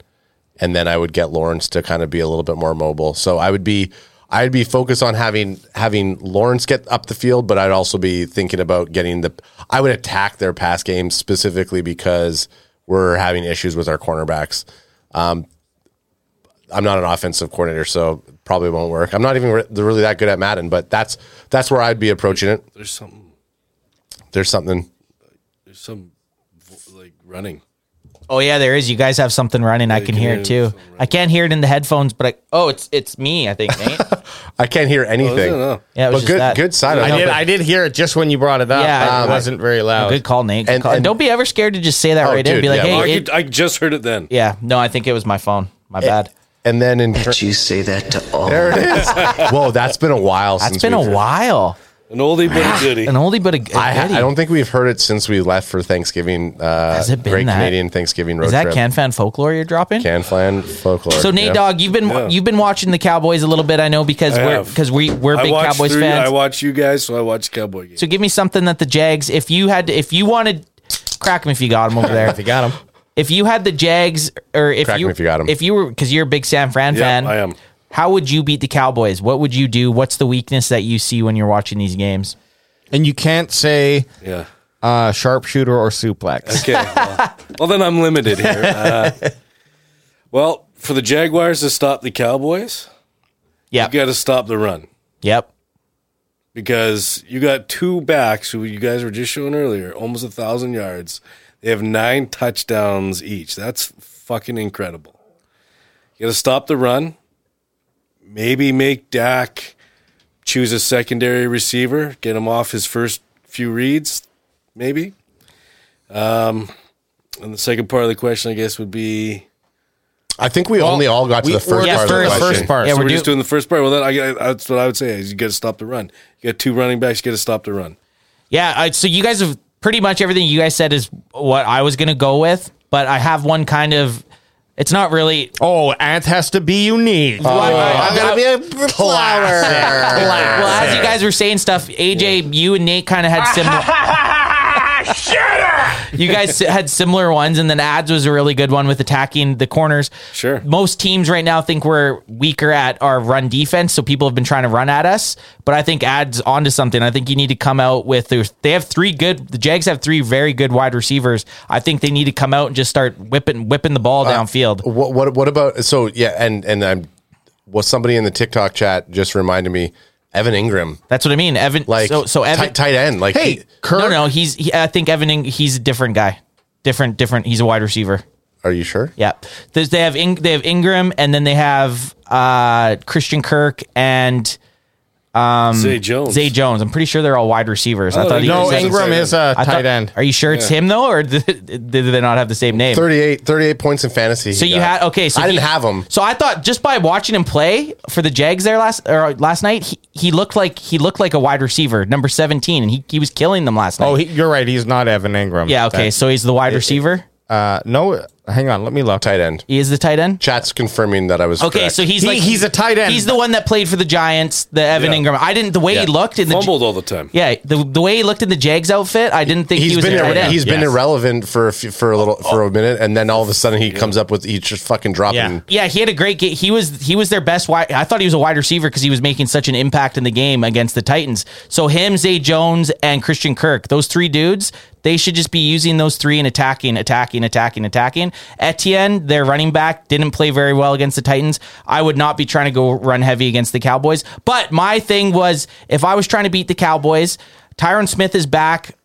Speaker 9: and then I would get Lawrence to kind of be a little bit more mobile. So I would be. I'd be focused on having having Lawrence get up the field, but I'd also be thinking about getting the. I would attack their pass game specifically because we're having issues with our cornerbacks. Um, I'm not an offensive coordinator, so probably won't work. I'm not even re- really that good at Madden, but that's that's where I'd be approaching it.
Speaker 3: There's something.
Speaker 9: There's something.
Speaker 3: There's some vo- like running.
Speaker 2: Oh yeah, there is. You guys have something running. I can hear it too. I can't hear it in the headphones, but I, oh, it's it's me. I think
Speaker 9: [LAUGHS]
Speaker 2: Nate.
Speaker 9: I can't hear anything.
Speaker 2: Yeah, it was just
Speaker 9: but good,
Speaker 2: that.
Speaker 9: good sign.
Speaker 1: I
Speaker 2: know,
Speaker 1: did.
Speaker 2: but-
Speaker 1: I did hear it just when you brought it up.
Speaker 2: Yeah,
Speaker 1: Yeah,
Speaker 2: I-
Speaker 1: it wasn't very loud.
Speaker 2: good call, Nate. Good
Speaker 9: And-
Speaker 2: call.
Speaker 9: and-
Speaker 2: don't be ever scared to just say that
Speaker 9: Oh,
Speaker 2: right in.
Speaker 9: dude,
Speaker 2: Be like,
Speaker 9: yeah.
Speaker 3: I,
Speaker 2: hey,
Speaker 3: could,
Speaker 2: it-
Speaker 3: I just heard it then.
Speaker 2: yeah, no, I think it was my phone. My bad.
Speaker 9: And then in
Speaker 13: Did you say that to all?
Speaker 9: there it
Speaker 2: [LAUGHS]
Speaker 9: is. Whoa, that's been a while.
Speaker 2: That's
Speaker 9: since
Speaker 2: been
Speaker 9: we've-
Speaker 2: a while.
Speaker 3: An oldie but a goodie.
Speaker 2: An oldie but a g-
Speaker 9: I, ha-
Speaker 2: goodie.
Speaker 9: I don't think we've heard it since we left for Thanksgiving. Uh,
Speaker 2: Has it been
Speaker 9: Great
Speaker 2: that?
Speaker 9: Canadian Thanksgiving road
Speaker 2: Is that
Speaker 9: trip.
Speaker 2: Canfan folklore you're dropping?
Speaker 9: Canflan folklore.
Speaker 2: So Nate
Speaker 9: yeah.
Speaker 2: Dog, you've been
Speaker 3: Yeah.
Speaker 2: you've been watching the Cowboys a little bit, I know, because
Speaker 3: I
Speaker 2: we're
Speaker 3: have.
Speaker 2: because we we're
Speaker 3: I
Speaker 2: big
Speaker 3: watch
Speaker 2: Cowboys
Speaker 3: through-
Speaker 2: fans.
Speaker 3: I watch you guys, so I watch Cowboy games.
Speaker 2: so give me something that the Jags, if you had, to, if you wanted, crack them if you got them over there.
Speaker 1: If you got him.
Speaker 2: if you had the Jags, or if
Speaker 9: Crack 'em
Speaker 2: you
Speaker 9: if you got 'em.
Speaker 2: if you were because you're a big San Fran
Speaker 3: Yeah,
Speaker 2: fan,
Speaker 3: I am.
Speaker 2: How would you beat the Cowboys? What would you do? What's the weakness that you see when you're watching these games?
Speaker 1: And you can't say
Speaker 3: Yeah.
Speaker 1: uh, sharpshooter or suplex.
Speaker 3: Okay. Well, well, then I'm limited here. Uh, well, for the Jaguars to stop the Cowboys,
Speaker 2: Yep,
Speaker 3: you got to stop the run
Speaker 2: yep,
Speaker 3: because you got two backs who you guys were just showing earlier, almost a thousand yards. They have nine touchdowns each. That's fucking incredible. You got to stop the run. Maybe make Dak choose a secondary receiver, get him off his first few reads, maybe. Um, and the second part of the question, I guess, would be
Speaker 9: I think we only all got to the first
Speaker 2: yeah,
Speaker 9: part
Speaker 2: first-
Speaker 9: of the
Speaker 1: first
Speaker 9: question.
Speaker 1: part.
Speaker 2: Yeah,
Speaker 3: so
Speaker 2: we're
Speaker 3: we're, just
Speaker 2: do-
Speaker 3: doing the first part. Well, then I, got- that's what I would say is you got to stop the run. You got two running backs. You got to stop the run.
Speaker 2: yeah. I, so you guys have pretty much everything you guys said is what I was gonna go with, but I have one kind of. It's not really
Speaker 1: Oh, Ant has to be unique.
Speaker 2: I'm gonna be [LAUGHS]
Speaker 10: a flower.
Speaker 2: Well, as you guys were saying stuff, AJ, you and Nate kind of had similar. You guys had similar ones, and then ads was a really good one with attacking the corners.
Speaker 3: Sure.
Speaker 2: Most teams right now think we're weaker at our run defense, so people have been trying to run at us. But I think ads onto something. I think you need to come out with they have three good. The Jags have three very good wide receivers. I think they need to come out and just start whipping whipping the ball downfield.
Speaker 9: What, what what about so yeah and and I'm well somebody in the TikTok chat just reminded me Evan Ingram
Speaker 2: That's what I mean. Evan,
Speaker 9: like
Speaker 2: so, so Evan,
Speaker 9: tight, tight end like
Speaker 1: Hey,
Speaker 9: he-
Speaker 1: Kirk.
Speaker 2: No, no, he's. He, I think Evan. Ing- He's a different guy. Different, different. He's a wide receiver.
Speaker 9: are you sure
Speaker 2: Yeah. There's, they have Ing- they have Ingram, and then they have uh, Christian Kirk and
Speaker 3: Zay
Speaker 1: Oh,
Speaker 3: Jones.
Speaker 2: Um, Zay Jones. I'm pretty sure they're all wide receivers. I
Speaker 3: Oh,
Speaker 2: thought he
Speaker 1: No,
Speaker 2: was-
Speaker 1: Ingram is a
Speaker 2: I thought-
Speaker 1: tight end.
Speaker 2: Are you sure it's him though, or [LAUGHS] did, did they not have the same name?
Speaker 9: 38, 38 points in fantasy
Speaker 2: So
Speaker 9: he
Speaker 2: you
Speaker 9: got.
Speaker 2: had okay. So
Speaker 9: I didn't
Speaker 2: he-
Speaker 9: have him
Speaker 2: So I thought just by watching him play for the Jags there last or last night, he, he looked like he looked like a wide receiver, number 17, and he, he was killing them last night.
Speaker 1: Oh, he, you're right. He's not Evan Ingram.
Speaker 2: yeah. Okay, so he's the wide receiver.
Speaker 1: Uh, no, hang on. Let me look.
Speaker 9: tight end
Speaker 2: He is the tight end.
Speaker 9: chat's confirming that I was
Speaker 2: Okay,
Speaker 9: correct.
Speaker 2: so he's
Speaker 1: He-
Speaker 2: like
Speaker 1: he's a tight end.
Speaker 2: He's the one that played for the Giants, the Evan
Speaker 3: Yeah.
Speaker 2: Ingram. I didn't the way
Speaker 9: Yeah.
Speaker 2: he looked in the
Speaker 3: fumbled all the time.
Speaker 2: yeah the, the way he looked in the Jags outfit. I didn't think he
Speaker 9: he's
Speaker 2: was
Speaker 9: been
Speaker 2: a tight
Speaker 9: irre-
Speaker 2: end.
Speaker 9: he's been
Speaker 1: Yes.
Speaker 9: irrelevant for a few, for a little for a minute and then all of a sudden he comes up with he's just fucking dropping
Speaker 1: Yeah.
Speaker 2: yeah, he had a great game. He was he was their best wide. I thought he was a wide receiver because he was making such an impact in the game against the Titans. So him, Zay Jones, and Christian Kirk, those three dudes, they should just be using those three and attacking, attacking, attacking, attacking. Etienne, their running back, didn't play very well against the Titans. I would not be trying to go run heavy against the Cowboys. But my thing was, if I was trying to beat the Cowboys, Tyron Smith is back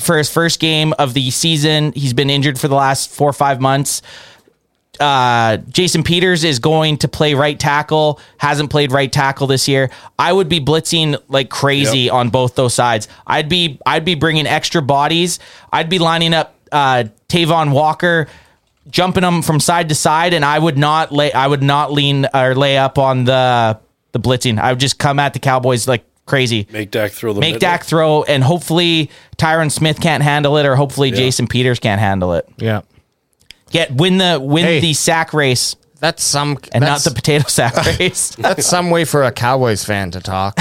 Speaker 2: for his first game of the season. He's been injured for the last four or five months. Uh, Jason Peters is going to play right tackle. Hasn't played right tackle this year. I would be blitzing like crazy on both those sides. I'd be I'd be bringing extra bodies. I'd be lining up uh, Tavon Walker, jumping him from side to side, and I would not lay I would not lean or lay up on the the blitzing. I would just come at the Cowboys like crazy
Speaker 3: Make Dak throw the
Speaker 2: make
Speaker 3: middle.
Speaker 2: Dak throw, and hopefully Tyron Smith can't handle it, or hopefully Jason Peters can't handle it.
Speaker 1: Yeah.
Speaker 2: Get win the win
Speaker 1: Hey.
Speaker 2: the sack race
Speaker 1: That's some. that's, Um,
Speaker 2: and not the potato sack
Speaker 1: [LAUGHS]
Speaker 2: race.
Speaker 1: that's some way for a Cowboys fan to
Speaker 2: [LAUGHS]
Speaker 1: talk.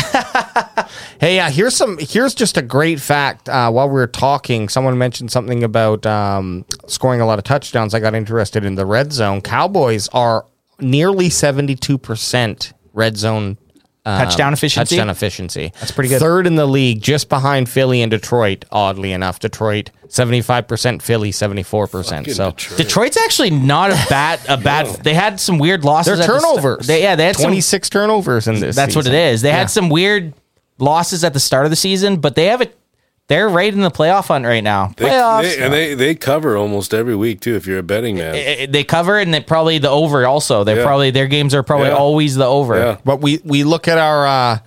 Speaker 1: hey, uh, here's some. Here's just a great fact. Uh, while we were talking, someone mentioned something about um, scoring a lot of touchdowns. I got interested in the red zone. Cowboys are nearly seventy-two percent red zone
Speaker 2: touchdown efficiency.
Speaker 1: touchdown efficiency. That's
Speaker 2: pretty good.
Speaker 1: Third in the league, just behind Philly and Detroit. Oddly enough, Detroit seventy-five percent, Philly seventy-four percent. So
Speaker 2: Detroit's actually not a bad a bad. They had some weird
Speaker 1: their
Speaker 2: losses. at the st-
Speaker 1: turnovers.
Speaker 2: they, yeah, they had some
Speaker 1: twenty-six turnovers in this.
Speaker 2: That's what it
Speaker 1: season.
Speaker 2: is. They
Speaker 1: Yeah.
Speaker 2: had some weird losses at the start of the season, but they have a They're right in the playoff hunt right now.
Speaker 3: They,
Speaker 2: Playoffs.
Speaker 3: they- and they, they cover almost every week too. If you're a betting man,
Speaker 2: Eh, they cover and they probably the over also. They're
Speaker 3: Yeah.
Speaker 2: probably their games are probably
Speaker 3: Yeah.
Speaker 2: always the over.
Speaker 3: Yeah.
Speaker 1: But we we look at our uh,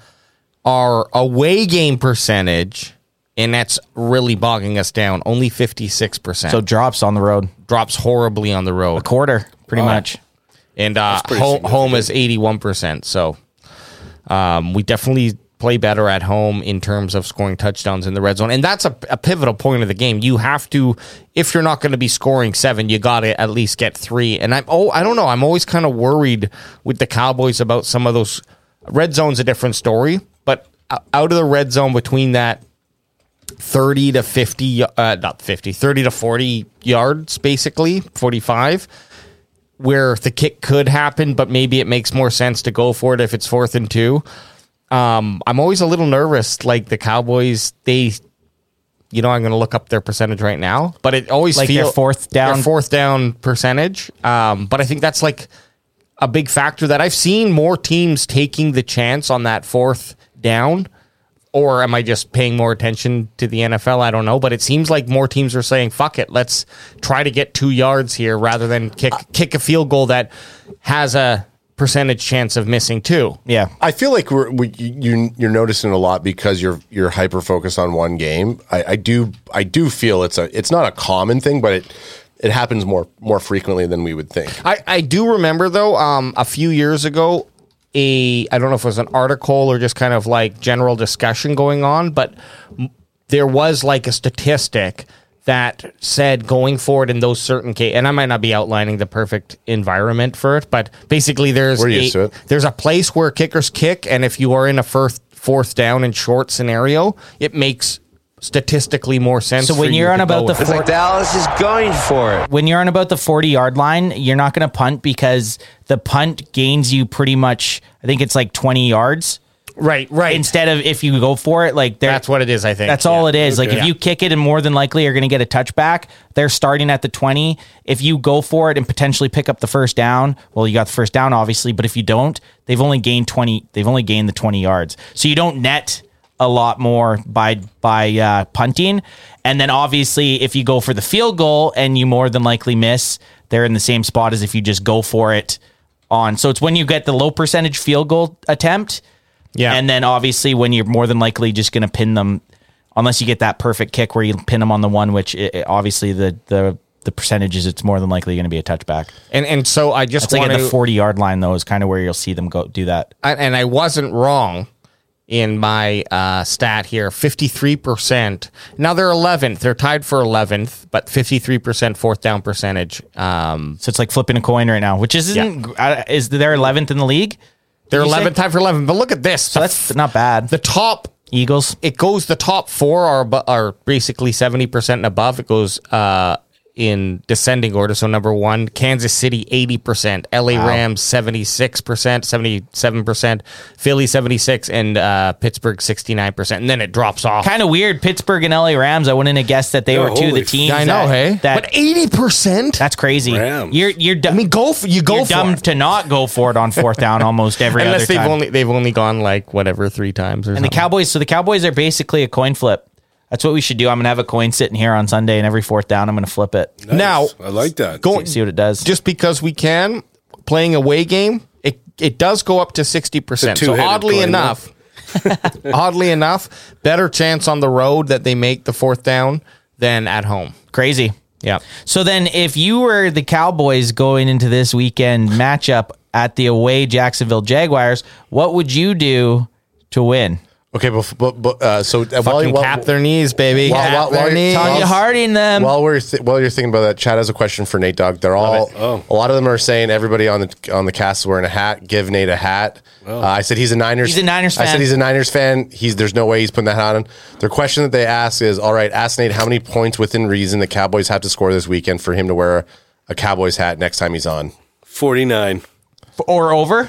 Speaker 1: our away game percentage, and that's really bogging us down. Only fifty six percent.
Speaker 2: So
Speaker 1: So
Speaker 2: drops on the road,
Speaker 1: drops horribly on the road,
Speaker 2: quarter pretty much.
Speaker 1: and uh,
Speaker 3: pretty
Speaker 1: home, home is eighty one percent. So um, we definitely play better at home in terms of scoring touchdowns in the red zone, and that's a, a pivotal point of the game. You have to, if you're not going to be scoring seven, you got to at least get three. And I'm oh, I don't know. I'm always kind of worried with the Cowboys about some of those. Red zone's a different story, but o- out of the red zone between that 30 to 50 uh, not 50 30 to 40 yards basically 45 where the kick could happen but maybe it makes more sense to go for it if it's fourth and two um, i'm always a little nervous like the cowboys they you know i'm going to look up their percentage right now but it always
Speaker 2: Like their
Speaker 1: feel-
Speaker 2: fourth
Speaker 1: their
Speaker 2: down?
Speaker 1: fourth down percentage um, but i think that's like a big factor that i've seen more teams taking the chance on that fourth down or am I just paying more attention to the NFL? I don't know, but it seems like more teams are saying, "Fuck it, let's try to get two yards here rather than kick kick a field goal that has a percentage chance of missing two.
Speaker 2: Yeah.
Speaker 9: I feel like we're, we you you're noticing it a lot because you're you're hyper focused on one game. I, I do I do feel it's a it's not a common thing, but it it happens more more frequently than we would think.
Speaker 1: I, I do remember though, um, a few years ago, a I don't know if it was an article or just kind of like general discussion going on, but m- there was like a statistic that said going forward in those certain cases, and I might not be outlining the perfect environment for it, but basically there's
Speaker 9: We're
Speaker 1: a,
Speaker 9: used to it.
Speaker 1: there's a place where kickers kick, and if you are in a first fourth down and short scenario, it makes statistically more sense.
Speaker 2: So
Speaker 1: for
Speaker 2: when
Speaker 1: you
Speaker 2: you're
Speaker 1: to
Speaker 2: on
Speaker 1: go
Speaker 2: about
Speaker 1: with
Speaker 2: the
Speaker 1: it.
Speaker 2: four,
Speaker 12: Dallas is going for it.
Speaker 2: when you're on about the 40 yard line, you're not going to punt because the punt gains you pretty much. I think it's like 20 yards
Speaker 1: right, right,
Speaker 2: instead of if you go for it. Like they're-
Speaker 1: that's what it is. I think
Speaker 2: That's all
Speaker 1: Yeah.
Speaker 2: it is. Like if
Speaker 1: Yeah.
Speaker 2: you kick it and more than likely you're going to get a touchback, they're starting at the 20. If you go for it and potentially pick up the first down, well you got the first down obviously, but if you don't, they've only gained 20 they've only gained the 20 yards. So you don't net a lot more by by uh, punting. And then obviously if you go for the field goal and you more than likely miss, they're in the same spot as if you just go for it on. So it's when you get the low percentage field goal attempt
Speaker 1: Yeah.
Speaker 2: and then obviously, when you're more than likely just going to pin them, unless you get that perfect kick where you pin them on the one, which it, it- obviously the the the percentages, it's more than likely going to be a touchback.
Speaker 1: And and so I just
Speaker 2: It's like
Speaker 1: want
Speaker 2: at
Speaker 1: to,
Speaker 2: the forty yard line though is kind of where you'll see them go do that.
Speaker 1: I, and I wasn't wrong in my uh, stat here. Fifty three percent. Now they're eleventh. They're tied for eleventh, but fifty three percent fourth down percentage. Um,
Speaker 2: So it's like flipping a coin right now, which isn't uh, is they're eleventh in the league.
Speaker 1: they're
Speaker 2: you say?
Speaker 1: eleventh, tied for eleventh. But look at this.
Speaker 2: So that's not bad.
Speaker 1: the top
Speaker 2: Eagles.
Speaker 1: it goes the top four are abo- are basically seventy percent and above. It goes uh, in descending order. So number one, Kansas City eighty percent, LA Rams seventy six percent, seventy seven percent, Philly seventy six, and uh, Pittsburgh sixty nine percent. And then it drops off.
Speaker 2: Kind of weird. Pittsburgh and LA Rams. I wouldn't have guessed that they
Speaker 3: Oh,
Speaker 2: were two of the
Speaker 3: holy
Speaker 2: teams.
Speaker 3: f-
Speaker 1: I know,
Speaker 2: that-
Speaker 1: hey,
Speaker 2: That
Speaker 1: but eighty percent.
Speaker 2: that's crazy.
Speaker 3: Rams.
Speaker 2: You're you're. du-
Speaker 1: I mean, go for you go
Speaker 2: you're
Speaker 1: for
Speaker 2: dumb
Speaker 1: it.
Speaker 2: to not go for it on fourth down almost
Speaker 1: [LAUGHS]
Speaker 2: every
Speaker 1: unless
Speaker 2: other
Speaker 1: they've
Speaker 2: time.
Speaker 1: only they've only gone like whatever three times or
Speaker 2: And the
Speaker 1: something.
Speaker 2: Cowboys, so the Cowboys are basically a coin flip. That's what we should do. I'm gonna have a coin sitting here on Sunday, and every fourth down, I'm gonna flip it.
Speaker 1: now
Speaker 3: I like that.
Speaker 1: going
Speaker 2: See what it does.
Speaker 1: just because we can playing away game it it does go up to 60%
Speaker 3: It's a
Speaker 1: so
Speaker 3: two-headed
Speaker 1: oddly
Speaker 3: coin,
Speaker 1: enough [LAUGHS] oddly enough better chance on the road that they make the fourth down than at home
Speaker 2: crazy.
Speaker 1: yeah
Speaker 2: So then, if you were the Cowboys going into this weekend matchup at the away Jacksonville Jaguars, what would you do to win?
Speaker 9: Okay, but, but, but uh, so uh,
Speaker 1: fucking
Speaker 9: while,
Speaker 1: cap their knees baby
Speaker 9: While-
Speaker 1: cap
Speaker 9: while-
Speaker 1: their
Speaker 9: while you're
Speaker 1: knees.
Speaker 9: talking-
Speaker 2: Tanya Harding them.
Speaker 9: While we're th- while you're thinking about that, Chad has a question for Nate Dog. They're all a lot of them are saying everybody on the on the cast is wearing a hat. Give Nate a hat. Uh, I said he's a Niners.
Speaker 2: He's a Niners
Speaker 9: I
Speaker 2: fan.
Speaker 9: said he's a Niners fan. He's there's no way he's putting that hat on. Their question that they ask is, all right, ask Nate how many points within reason the Cowboys have to score this weekend for him to wear a Cowboys hat next time he's on.
Speaker 3: forty nine.
Speaker 2: or over?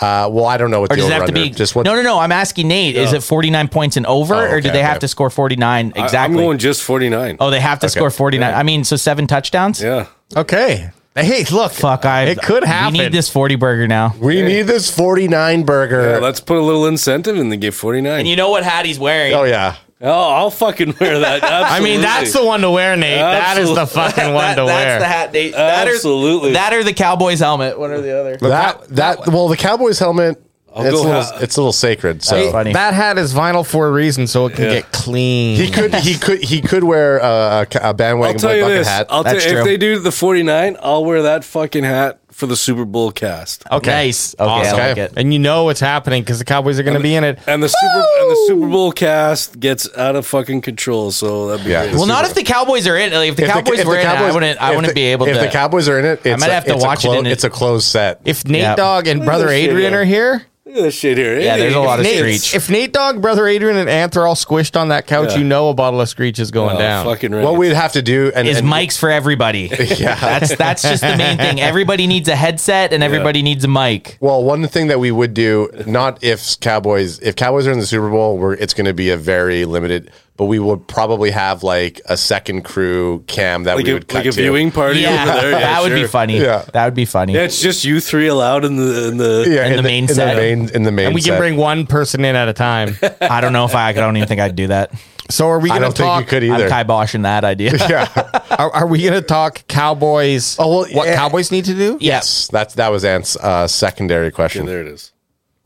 Speaker 9: Uh, well, I don't know what
Speaker 2: Or
Speaker 9: the
Speaker 2: does it
Speaker 9: over
Speaker 2: have to
Speaker 9: under.
Speaker 2: be?
Speaker 9: Just what?
Speaker 2: no, no, no. I'm asking Nate. Is it 49 points and over,
Speaker 9: Oh,
Speaker 2: or do
Speaker 9: okay,
Speaker 2: they have
Speaker 9: okay.
Speaker 2: to score 49
Speaker 3: I'm
Speaker 2: exactly?
Speaker 3: going just forty nine.
Speaker 2: oh, they have to score 49.
Speaker 3: Yeah.
Speaker 2: I mean, so seven touchdowns.
Speaker 3: Yeah.
Speaker 1: okay hey look
Speaker 2: Fuck, I.
Speaker 1: it could happen
Speaker 2: We need this 40 burger now.
Speaker 9: We need this 49 burger.
Speaker 3: Yeah, let's put a little incentive in the game. Forty nine.
Speaker 2: And you know what hat he's wearing?
Speaker 9: oh yeah.
Speaker 3: Oh, I'll fucking
Speaker 2: [LAUGHS]
Speaker 3: wear that.
Speaker 1: I mean, that's the one to wear, Nate. That is the fucking one to wear.
Speaker 2: That's the hat, Nate. That or-
Speaker 3: Absolutely.
Speaker 2: that or the Cowboys helmet. One or the other.
Speaker 9: that, that well, the Cowboys helmet. It's a,
Speaker 3: go
Speaker 9: little,
Speaker 3: ha-
Speaker 9: it's a little sacred. So
Speaker 1: Hey, That hat is vinyl for a reason, so it can
Speaker 3: Yeah.
Speaker 1: get clean.
Speaker 9: he could he could he could wear uh, a, a bandwagon
Speaker 3: I'll tell you
Speaker 9: bucket
Speaker 3: this.
Speaker 9: hat.
Speaker 3: I'll tell you,
Speaker 2: That's true.
Speaker 3: if they do the 49, I'll wear that fucking hat for the Super Bowl cast.
Speaker 2: Oh.
Speaker 1: okay.
Speaker 2: Nice. Okay,
Speaker 1: Awesome.
Speaker 2: I like it.
Speaker 1: And you know what's happening because the Cowboys are going to be in it.
Speaker 3: And the Super and the Super Bowl cast gets out of fucking control, so that'd be
Speaker 9: Yeah.
Speaker 3: great.
Speaker 9: Well,
Speaker 2: Well, not if the Cowboys are in. it. Like, if the Cowboys
Speaker 9: if
Speaker 2: were in, it, I
Speaker 9: Cowboys-
Speaker 2: wouldn't. I
Speaker 9: if
Speaker 2: wouldn't
Speaker 9: the-
Speaker 2: be able
Speaker 9: If
Speaker 2: to.
Speaker 9: the Cowboys are in it, it's
Speaker 2: might
Speaker 9: a-
Speaker 2: have to
Speaker 9: it's a
Speaker 2: watch it
Speaker 9: clo-
Speaker 2: in it.
Speaker 9: It's a closed set.
Speaker 1: If Nate
Speaker 2: Yeah.
Speaker 1: Dogg [LAUGHS] and
Speaker 3: Look at
Speaker 1: Brother
Speaker 3: this shit
Speaker 1: Adrian
Speaker 3: here.
Speaker 1: are here,
Speaker 3: Look at this shit here.
Speaker 2: Yeah, there's a lot of
Speaker 1: Nate,
Speaker 2: screech.
Speaker 1: if Nate Dogg, Brother Adrian, and Anth are all squished on that couch,
Speaker 3: Yeah. Oh,
Speaker 1: you know a bottle of screech is going down.
Speaker 3: Fucking right.
Speaker 9: What we'd have to do and
Speaker 2: is
Speaker 9: and-
Speaker 2: mics for everybody. yeah, that's that's just the main thing. Everybody needs a headset and everybody needs a mic.
Speaker 9: Well, one thing that we would do, not if Cowboys, if Cowboys are in the Super Bowl, we're, it's going to be a very limited, but we would probably have like a second crew cam that
Speaker 3: like
Speaker 9: we
Speaker 3: a,
Speaker 9: would cut
Speaker 3: like a
Speaker 9: to.
Speaker 3: viewing party
Speaker 2: Yeah, [LAUGHS]
Speaker 3: over there. Yeah,
Speaker 2: that would be
Speaker 3: sure.
Speaker 2: funny.
Speaker 9: Yeah.
Speaker 2: That would be funny.
Speaker 3: Yeah, it's just you three allowed in the in the
Speaker 9: Yeah,
Speaker 2: in the main
Speaker 9: in
Speaker 2: set.
Speaker 9: The main, in the main
Speaker 1: And we can
Speaker 9: set.
Speaker 1: bring one person in at a time.
Speaker 2: [LAUGHS] I don't know if I, I don't even think I'd do that.
Speaker 1: So are we
Speaker 9: I
Speaker 1: going to
Speaker 9: don't
Speaker 1: talk?
Speaker 9: think you could
Speaker 2: I'm
Speaker 9: either.
Speaker 2: kiboshing that idea.
Speaker 9: yeah.
Speaker 1: Are, are we going to talk Cowboys?
Speaker 9: Oh, well,
Speaker 1: what
Speaker 9: yeah.
Speaker 1: Cowboys need to do?
Speaker 9: yes. That's, that was Ant's uh, secondary question.
Speaker 3: And there it is.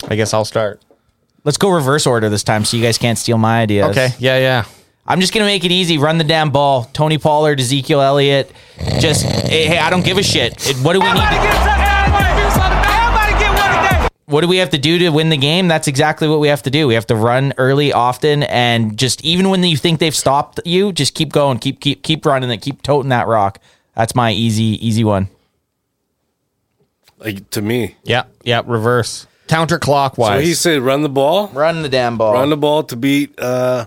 Speaker 1: I guess I'll start.
Speaker 2: Let's go reverse order this time so you guys can't steal my ideas.
Speaker 1: Okay. Yeah. Yeah.
Speaker 2: I'm just gonna make it easy. Run the damn ball. Tony Pollard, Ezekiel Elliott. Just hey, hey I don't give a shit. It- What do we need? What do we have to do to win the game? That's exactly what we have to do. We have to run early, often, and just even when you think they've stopped you, just keep going, keep keep keep running it, keep toting that rock. That's my easy easy one.
Speaker 3: Like to me.
Speaker 1: Yeah. Yeah. Reverse
Speaker 3: So he
Speaker 1: counterclockwise.
Speaker 3: said run the ball.
Speaker 2: Run the damn ball.
Speaker 3: Run the ball to beat uh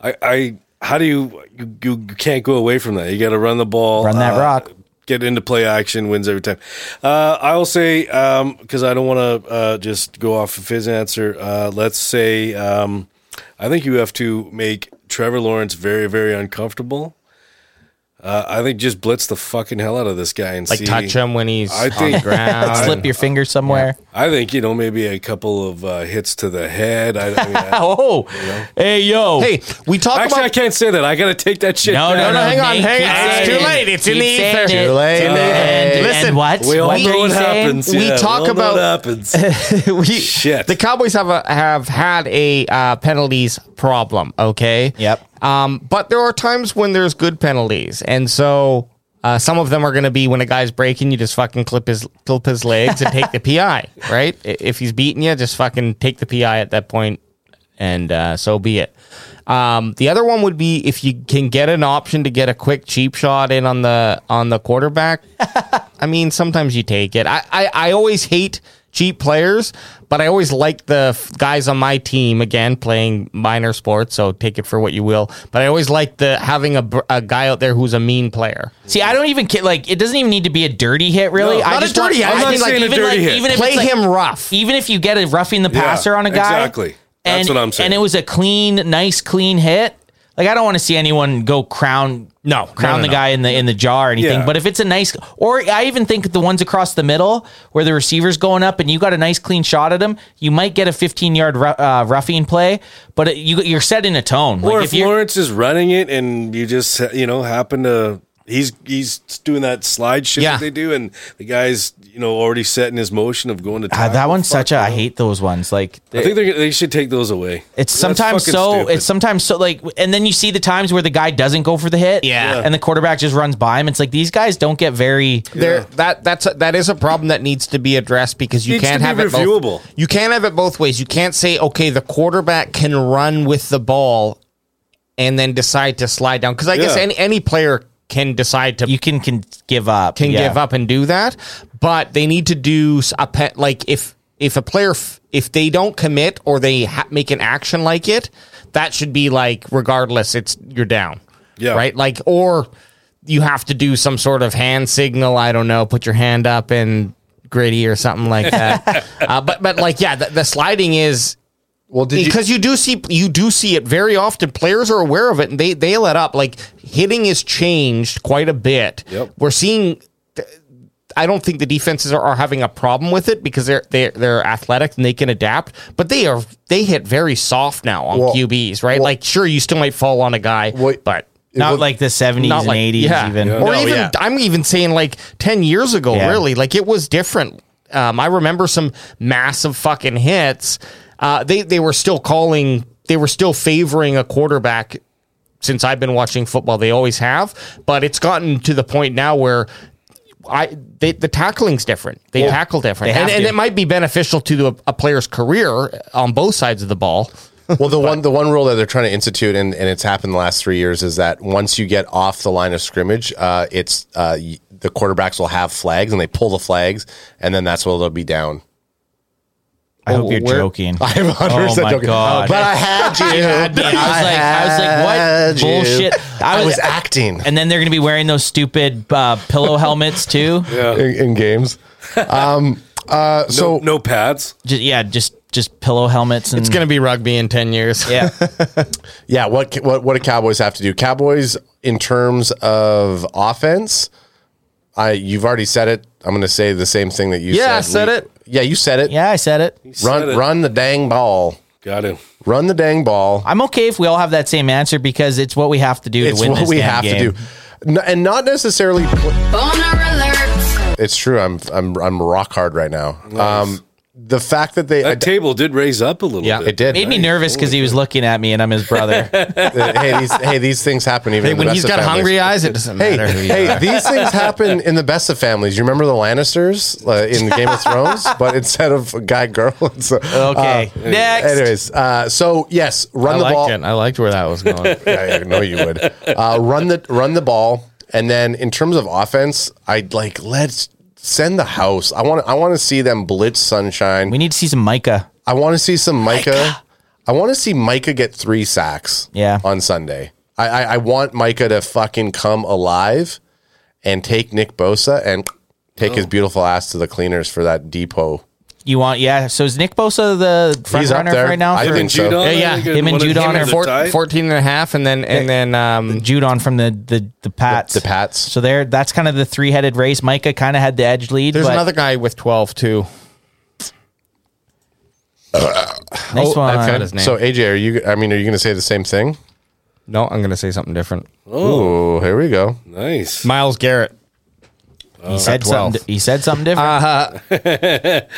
Speaker 3: I I how do you you, you can't go away from that. You got to run the ball.
Speaker 2: Run that
Speaker 3: uh,
Speaker 2: rock.
Speaker 3: Get into play action wins every time. Uh, I will say um, because I don't want to uh, just go off of his answer. Uh, let's say um, I think you have to make Trevor Lawrence very very uncomfortable. Uh, I think just blitz the fucking hell out of this guy and
Speaker 1: like
Speaker 3: see,
Speaker 1: touch him when he's
Speaker 3: I
Speaker 1: on the
Speaker 3: think-
Speaker 1: ground.
Speaker 2: Slip your finger somewhere.
Speaker 3: I think you know maybe a couple of uh, hits to the head. I, I
Speaker 2: [LAUGHS]
Speaker 3: mean, I-
Speaker 2: Oh, hey yo.
Speaker 1: Hey, we talk
Speaker 3: actually, I
Speaker 1: about.
Speaker 3: can't say that. I gotta take that shit.
Speaker 2: No,
Speaker 3: back.
Speaker 2: no, no,
Speaker 1: hang on,
Speaker 2: Nate,
Speaker 1: hang
Speaker 2: keep
Speaker 1: on. It's
Speaker 2: saying
Speaker 1: too
Speaker 2: it.
Speaker 1: late. It's in
Speaker 2: Keep
Speaker 1: the
Speaker 2: saying
Speaker 1: ether.
Speaker 2: it.
Speaker 9: Too late.
Speaker 2: And- And,
Speaker 1: Listen,
Speaker 2: and what?
Speaker 3: We all
Speaker 2: What
Speaker 3: know
Speaker 2: are
Speaker 3: what
Speaker 2: you saying?
Speaker 3: happens.
Speaker 1: We
Speaker 3: yeah,
Speaker 1: talk
Speaker 3: all know
Speaker 1: about-
Speaker 3: what happens.
Speaker 1: [LAUGHS] we,
Speaker 3: Shit.
Speaker 1: The Cowboys have a, have had a uh, penalties problem. Okay.
Speaker 2: Yep.
Speaker 1: Um, but there are times when there's good penalties, and so. Uh, some of them are going to be when a guy's breaking, you just fucking clip his clip his legs and take the PI, right? I- If he's beating you, just fucking take the PI at that point, and uh, so be it. Um, the other one would be if you can get an option to get a quick cheap shot in on the on the quarterback, I mean, sometimes you take it. I, I, I always hate cheap players, but I always like the f- guys on my team again playing minor sports. So take it for what you will. But I always like the having a, br- a guy out there who's a mean player.
Speaker 2: See, I don't even care. Like, it doesn't even need to be a dirty hit, really.
Speaker 3: No,
Speaker 2: I
Speaker 1: not a
Speaker 2: just
Speaker 1: dirty
Speaker 2: want,
Speaker 1: hit. I'm
Speaker 2: I
Speaker 1: not
Speaker 2: think, like,
Speaker 3: saying a
Speaker 2: even,
Speaker 3: dirty
Speaker 2: like,
Speaker 3: hit.
Speaker 2: Even if
Speaker 1: Play
Speaker 2: it's, like-
Speaker 1: him rough.
Speaker 2: Even if you get a roughing the [LAUGHS]
Speaker 3: Yeah,
Speaker 2: passer on a guy,
Speaker 3: exactly. That's
Speaker 2: and,
Speaker 3: what I'm saying.
Speaker 2: And it was a clean, nice, clean hit. Like, I don't want to see anyone go crown.
Speaker 1: No, no,
Speaker 2: crown
Speaker 1: no,
Speaker 2: the
Speaker 1: no.
Speaker 2: guy in the in the jar or anything.
Speaker 3: Yeah.
Speaker 2: But if it's a nice, or I even think the ones across the middle where the receiver's going up and you got a nice clean shot at him, you might get a 15 yard rou- uh, roughing play. But it, you you're setting a tone.
Speaker 3: or
Speaker 2: Like,
Speaker 3: if
Speaker 2: you're-
Speaker 3: Lawrence is running it and you just you know happen to he's he's doing that slide shit
Speaker 1: Yeah.
Speaker 3: that they do and the guy's you know already setting his motion of going to
Speaker 2: Ah,
Speaker 3: tackle.
Speaker 2: that one's such a. I
Speaker 3: you know.
Speaker 2: hate those ones. Like
Speaker 3: I think they're- they should take those away.
Speaker 2: It's
Speaker 3: That's
Speaker 2: sometimes
Speaker 3: fucking
Speaker 2: so.
Speaker 3: stupid.
Speaker 2: It's sometimes so like, and then you see the times where the guy doesn't go for the hit,
Speaker 1: Yeah. Yeah.
Speaker 2: and the quarterback just runs by him. It's like these guys don't get very.
Speaker 1: There, that that's a, that is a problem that needs to be addressed because you
Speaker 3: Needs
Speaker 1: can't
Speaker 3: to
Speaker 1: have
Speaker 3: be
Speaker 1: it
Speaker 3: reviewable.
Speaker 1: both. You can't have it both ways. You can't say okay, the quarterback can run with the ball, and then decide to slide down because I guess
Speaker 3: Yeah.
Speaker 1: any any player can decide to
Speaker 2: You can can give up.
Speaker 1: can
Speaker 2: yeah.
Speaker 1: give up and do that, but they need to do s- a pet like if if a player f- if they don't commit or they ha- make an action like it, that should be like regardless, it's you're down,
Speaker 3: Yeah.
Speaker 1: right? Like or you have to do some sort of hand signal. I don't know, put your hand up and gritty or something like that. uh, but but like yeah, the, the sliding is
Speaker 9: Well, did you,
Speaker 1: because you, do see you do see it very often. Players are aware of it and they they let up. Like hitting is changed quite a bit.
Speaker 3: Yep.
Speaker 1: We're seeing. th- I don't think the defenses are, are having a problem with it because they're they're they're athletic and they can adapt. But they are they hit very soft now on
Speaker 2: Well-
Speaker 1: QBs, right? like sure, you still might fall on a guy, but
Speaker 2: Not like the 70s and 80s even. Yeah.
Speaker 1: or
Speaker 2: No,
Speaker 1: even
Speaker 2: yeah.
Speaker 1: I'm even saying like 10 years ago,
Speaker 2: Yeah.
Speaker 1: really. Like it was different. Um, I remember some massive fucking hits. Uh, they they were still calling. They were still favoring a quarterback. Since I've been watching football, they always have. But it's gotten to the point now where. I they, the tackling's different. They
Speaker 2: Yeah.
Speaker 1: tackle different,
Speaker 2: They have
Speaker 1: and, and
Speaker 2: to.
Speaker 1: it might be beneficial to a, a player's career on both sides of the ball.
Speaker 9: well, the one the one rule that they're trying to institute, and, and it's happened the last three years, is that once you get off the line of scrimmage, uh, it's uh, y- the quarterbacks will have flags, and they pull the flags, and then that's where they'll be down. [LAUGHS]
Speaker 2: I hope you're joking.
Speaker 9: I'm 100
Speaker 2: Oh, my
Speaker 9: joking.
Speaker 2: God.
Speaker 9: But I had you.
Speaker 2: You had me. I was like, I was like, what
Speaker 9: had you.
Speaker 2: bullshit?
Speaker 9: I was acting.
Speaker 2: [LAUGHS] And then they're gonna be wearing those stupid uh, pillow helmets too.
Speaker 3: Yeah.
Speaker 9: In, in games. Um, uh,
Speaker 3: so no pads.
Speaker 2: Just, yeah, just just pillow helmets. And
Speaker 1: It's going to be rugby in ten years.
Speaker 2: [LAUGHS] Yeah,
Speaker 9: Yeah, what ca- what what do Cowboys have to do? Cowboys in terms of offense, I you've already said it. I'm going to say the same thing that you
Speaker 2: Yeah,
Speaker 9: said.
Speaker 2: I said
Speaker 9: it. Yeah, you said it.
Speaker 2: Yeah, I said it.
Speaker 9: Run
Speaker 2: said it.
Speaker 9: run the dang ball.
Speaker 3: Got it.
Speaker 9: Run the dang ball.
Speaker 2: I'm okay if we all have that same answer because it's what we have to do
Speaker 9: It's
Speaker 2: to win
Speaker 9: what
Speaker 2: this
Speaker 9: we
Speaker 2: damn
Speaker 9: have to
Speaker 2: game.
Speaker 9: do. N- and not necessarily It's true. I'm I'm I'm rock hard right now. Um the fact that they
Speaker 3: That table did raise up a little bit.
Speaker 9: it did.
Speaker 2: Made me nervous because he was looking at me and I'm his
Speaker 9: [LAUGHS]
Speaker 2: brother.
Speaker 9: hey, these, hey, these things happen even
Speaker 1: Hey,
Speaker 9: in
Speaker 1: when
Speaker 9: the best
Speaker 1: he's
Speaker 9: of
Speaker 1: got
Speaker 9: families.
Speaker 1: hungry eyes, it doesn't
Speaker 9: Hey,
Speaker 1: matter. who you
Speaker 9: hey,
Speaker 1: are.
Speaker 9: these things happen in the best of families. You remember the Lannisters uh, in Game of Thrones, but instead of guy girl, [LAUGHS] it's, uh,
Speaker 2: Okay,
Speaker 9: uh,
Speaker 2: next.
Speaker 9: Anyways, uh, so yes, run
Speaker 1: I
Speaker 9: the
Speaker 1: liked
Speaker 9: ball.
Speaker 1: it. I liked where that was [LAUGHS] going.
Speaker 9: I, I know you would. Uh, run the run the ball, and then in terms of offense, I'd like let's send the house. I want I want to see them blitz sunshine.
Speaker 2: we need to see some Micah.
Speaker 9: I want to see some Micah. I want to see Micah get three sacks.
Speaker 2: Yeah.
Speaker 9: on Sunday. I, I I want Micah to fucking come alive and take Nick Bosa and take
Speaker 1: Oh.
Speaker 9: his beautiful ass to the cleaners for that depot.
Speaker 2: You want yeah? So is Nick Bosa the front
Speaker 9: He's up
Speaker 2: runner
Speaker 9: there.
Speaker 2: right now?
Speaker 9: I
Speaker 2: for-
Speaker 3: Him and
Speaker 9: think so.
Speaker 3: Judon.
Speaker 1: Yeah, yeah.
Speaker 3: I think,
Speaker 2: Him and
Speaker 3: one of
Speaker 2: Judon
Speaker 3: them
Speaker 2: are
Speaker 3: is a
Speaker 2: four-
Speaker 3: tie.
Speaker 1: 14 and a half and then and then um
Speaker 2: Judon from the the the Pats.
Speaker 9: The Pats.
Speaker 2: So there, that's kind of the three headed race. Micah kind of had the edge lead.
Speaker 1: there's
Speaker 2: but
Speaker 1: another guy with 12 too.
Speaker 2: Next
Speaker 1: Oh,
Speaker 2: one. uh,
Speaker 1: I forgot his name.
Speaker 9: So AJ, are you? I mean, are you going to say the same thing?
Speaker 1: No, I'm going to say something different.
Speaker 9: Oh, here we go.
Speaker 3: Nice.
Speaker 1: Miles Garrett.
Speaker 2: He said
Speaker 1: 12.
Speaker 2: something. He said something different.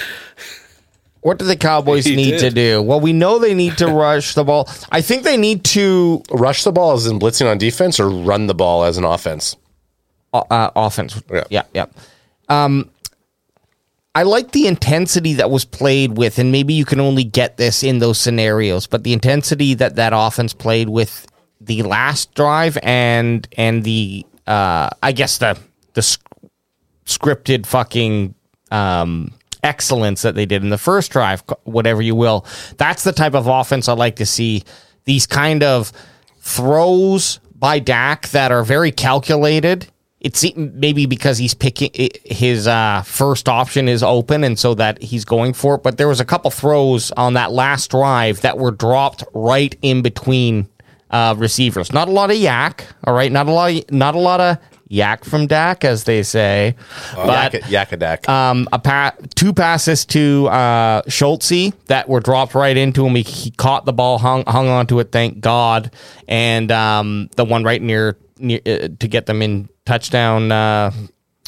Speaker 1: What do the Cowboys
Speaker 3: [LAUGHS] He
Speaker 1: need to
Speaker 3: did.
Speaker 1: do? Well, we know they
Speaker 3: [LAUGHS]
Speaker 1: need to rush the ball. I think they need to
Speaker 9: Rush the ball as in blitzing on defense, or run the ball as an offense.
Speaker 1: uh, offense.
Speaker 9: Yeah.
Speaker 1: Yeah, yeah. Um, I like the intensity that was played with, and maybe you can only get this in those scenarios. But the intensity that that offense played with the last drive and and the uh, I guess the the sc- scripted fucking um, excellence that they did in the first drive, whatever you will. That's the type of offense I like to see. These kind of throws by Dak that are very calculated. It's e- maybe because he's picking i- his uh, first option is open, and so that he's going for it. But there was a couple throws on that last drive that were dropped right in between uh, receivers. Not a lot of yak. All right, not a lot. Of, not a lot of yak from Dak, as they say. but
Speaker 9: Yak- Yakadak.
Speaker 1: um, a pa- two passes to uh, Schultze that were dropped right into him. He, he caught the ball, hung hung onto it. Thank God. And um, the one right near near uh, to get them in touchdown uh,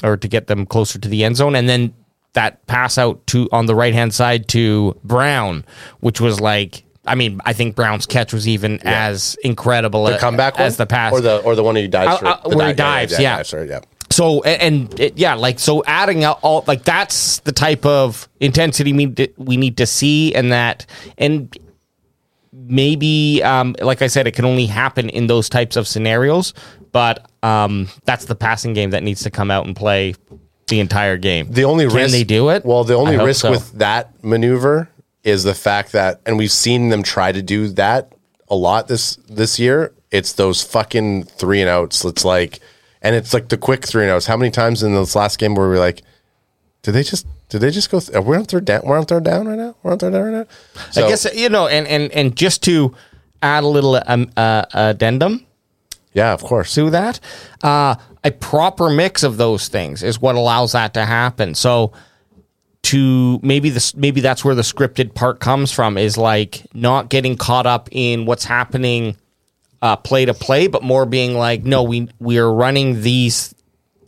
Speaker 1: or to get them closer to the end zone, and then that pass out to on the right hand side to Brown, which was like. I mean, I think Brown's catch was even as incredible
Speaker 9: the
Speaker 1: a-
Speaker 9: comeback
Speaker 1: as
Speaker 9: one?
Speaker 1: the pass
Speaker 9: or the or the one who dives
Speaker 1: Uh,
Speaker 9: for-
Speaker 1: uh,
Speaker 9: the
Speaker 1: where he
Speaker 9: dive- yeah,
Speaker 1: dives, yeah.
Speaker 9: dives, sorry, yeah.
Speaker 1: so a- and it, yeah, like so adding out all like that's the type of intensity we need to, we need to see, and that and maybe um, like I said, it can only happen in those types of scenarios. But um, that's the passing game that needs to come out and play the entire game.
Speaker 9: The only
Speaker 1: can
Speaker 9: risk
Speaker 1: they do it?
Speaker 9: Well, the only
Speaker 1: I hope
Speaker 9: risk
Speaker 1: so.
Speaker 9: with that maneuver is the fact that, and we've seen them try to do that a lot this this year. It's those fucking three and outs. It's like, and it's like the quick three and outs. How many times in this last game were we like, did they just? Did they just go? Th- we're on third down. We're on third down right now. We're on third down right now. So,
Speaker 1: I guess you know, and and and just to add a little um, uh, addendum,
Speaker 9: Yeah, of course. [LAUGHS]
Speaker 1: Do that. Uh, a proper mix of those things is what allows that to happen. So to maybe this maybe that's where the scripted part comes from is like not getting caught up in what's happening uh, play to play, but more being like, no, we we are running these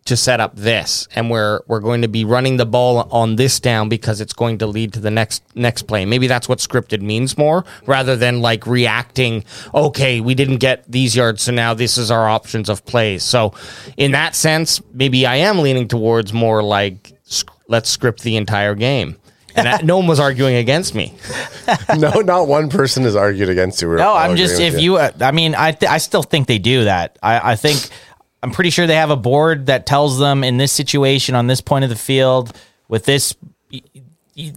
Speaker 1: to set up this, and we're we're going to be running the ball on this down because it's going to lead to the next next play. Maybe that's what scripted means more, rather than like reacting. Okay, we didn't get these yards, so now this is our options of plays. So, in that sense, maybe I am leaning towards more like sc- let's script the entire game. And that, no one was arguing against me.
Speaker 9: no, not one person has argued against you. We're
Speaker 2: No,
Speaker 9: all
Speaker 2: I'm just
Speaker 9: agreeing with
Speaker 2: if you. uh, I mean, I th- I still think they do that. I I think I'm pretty sure they have a board that tells them in this situation on this point of the field with this. y- y-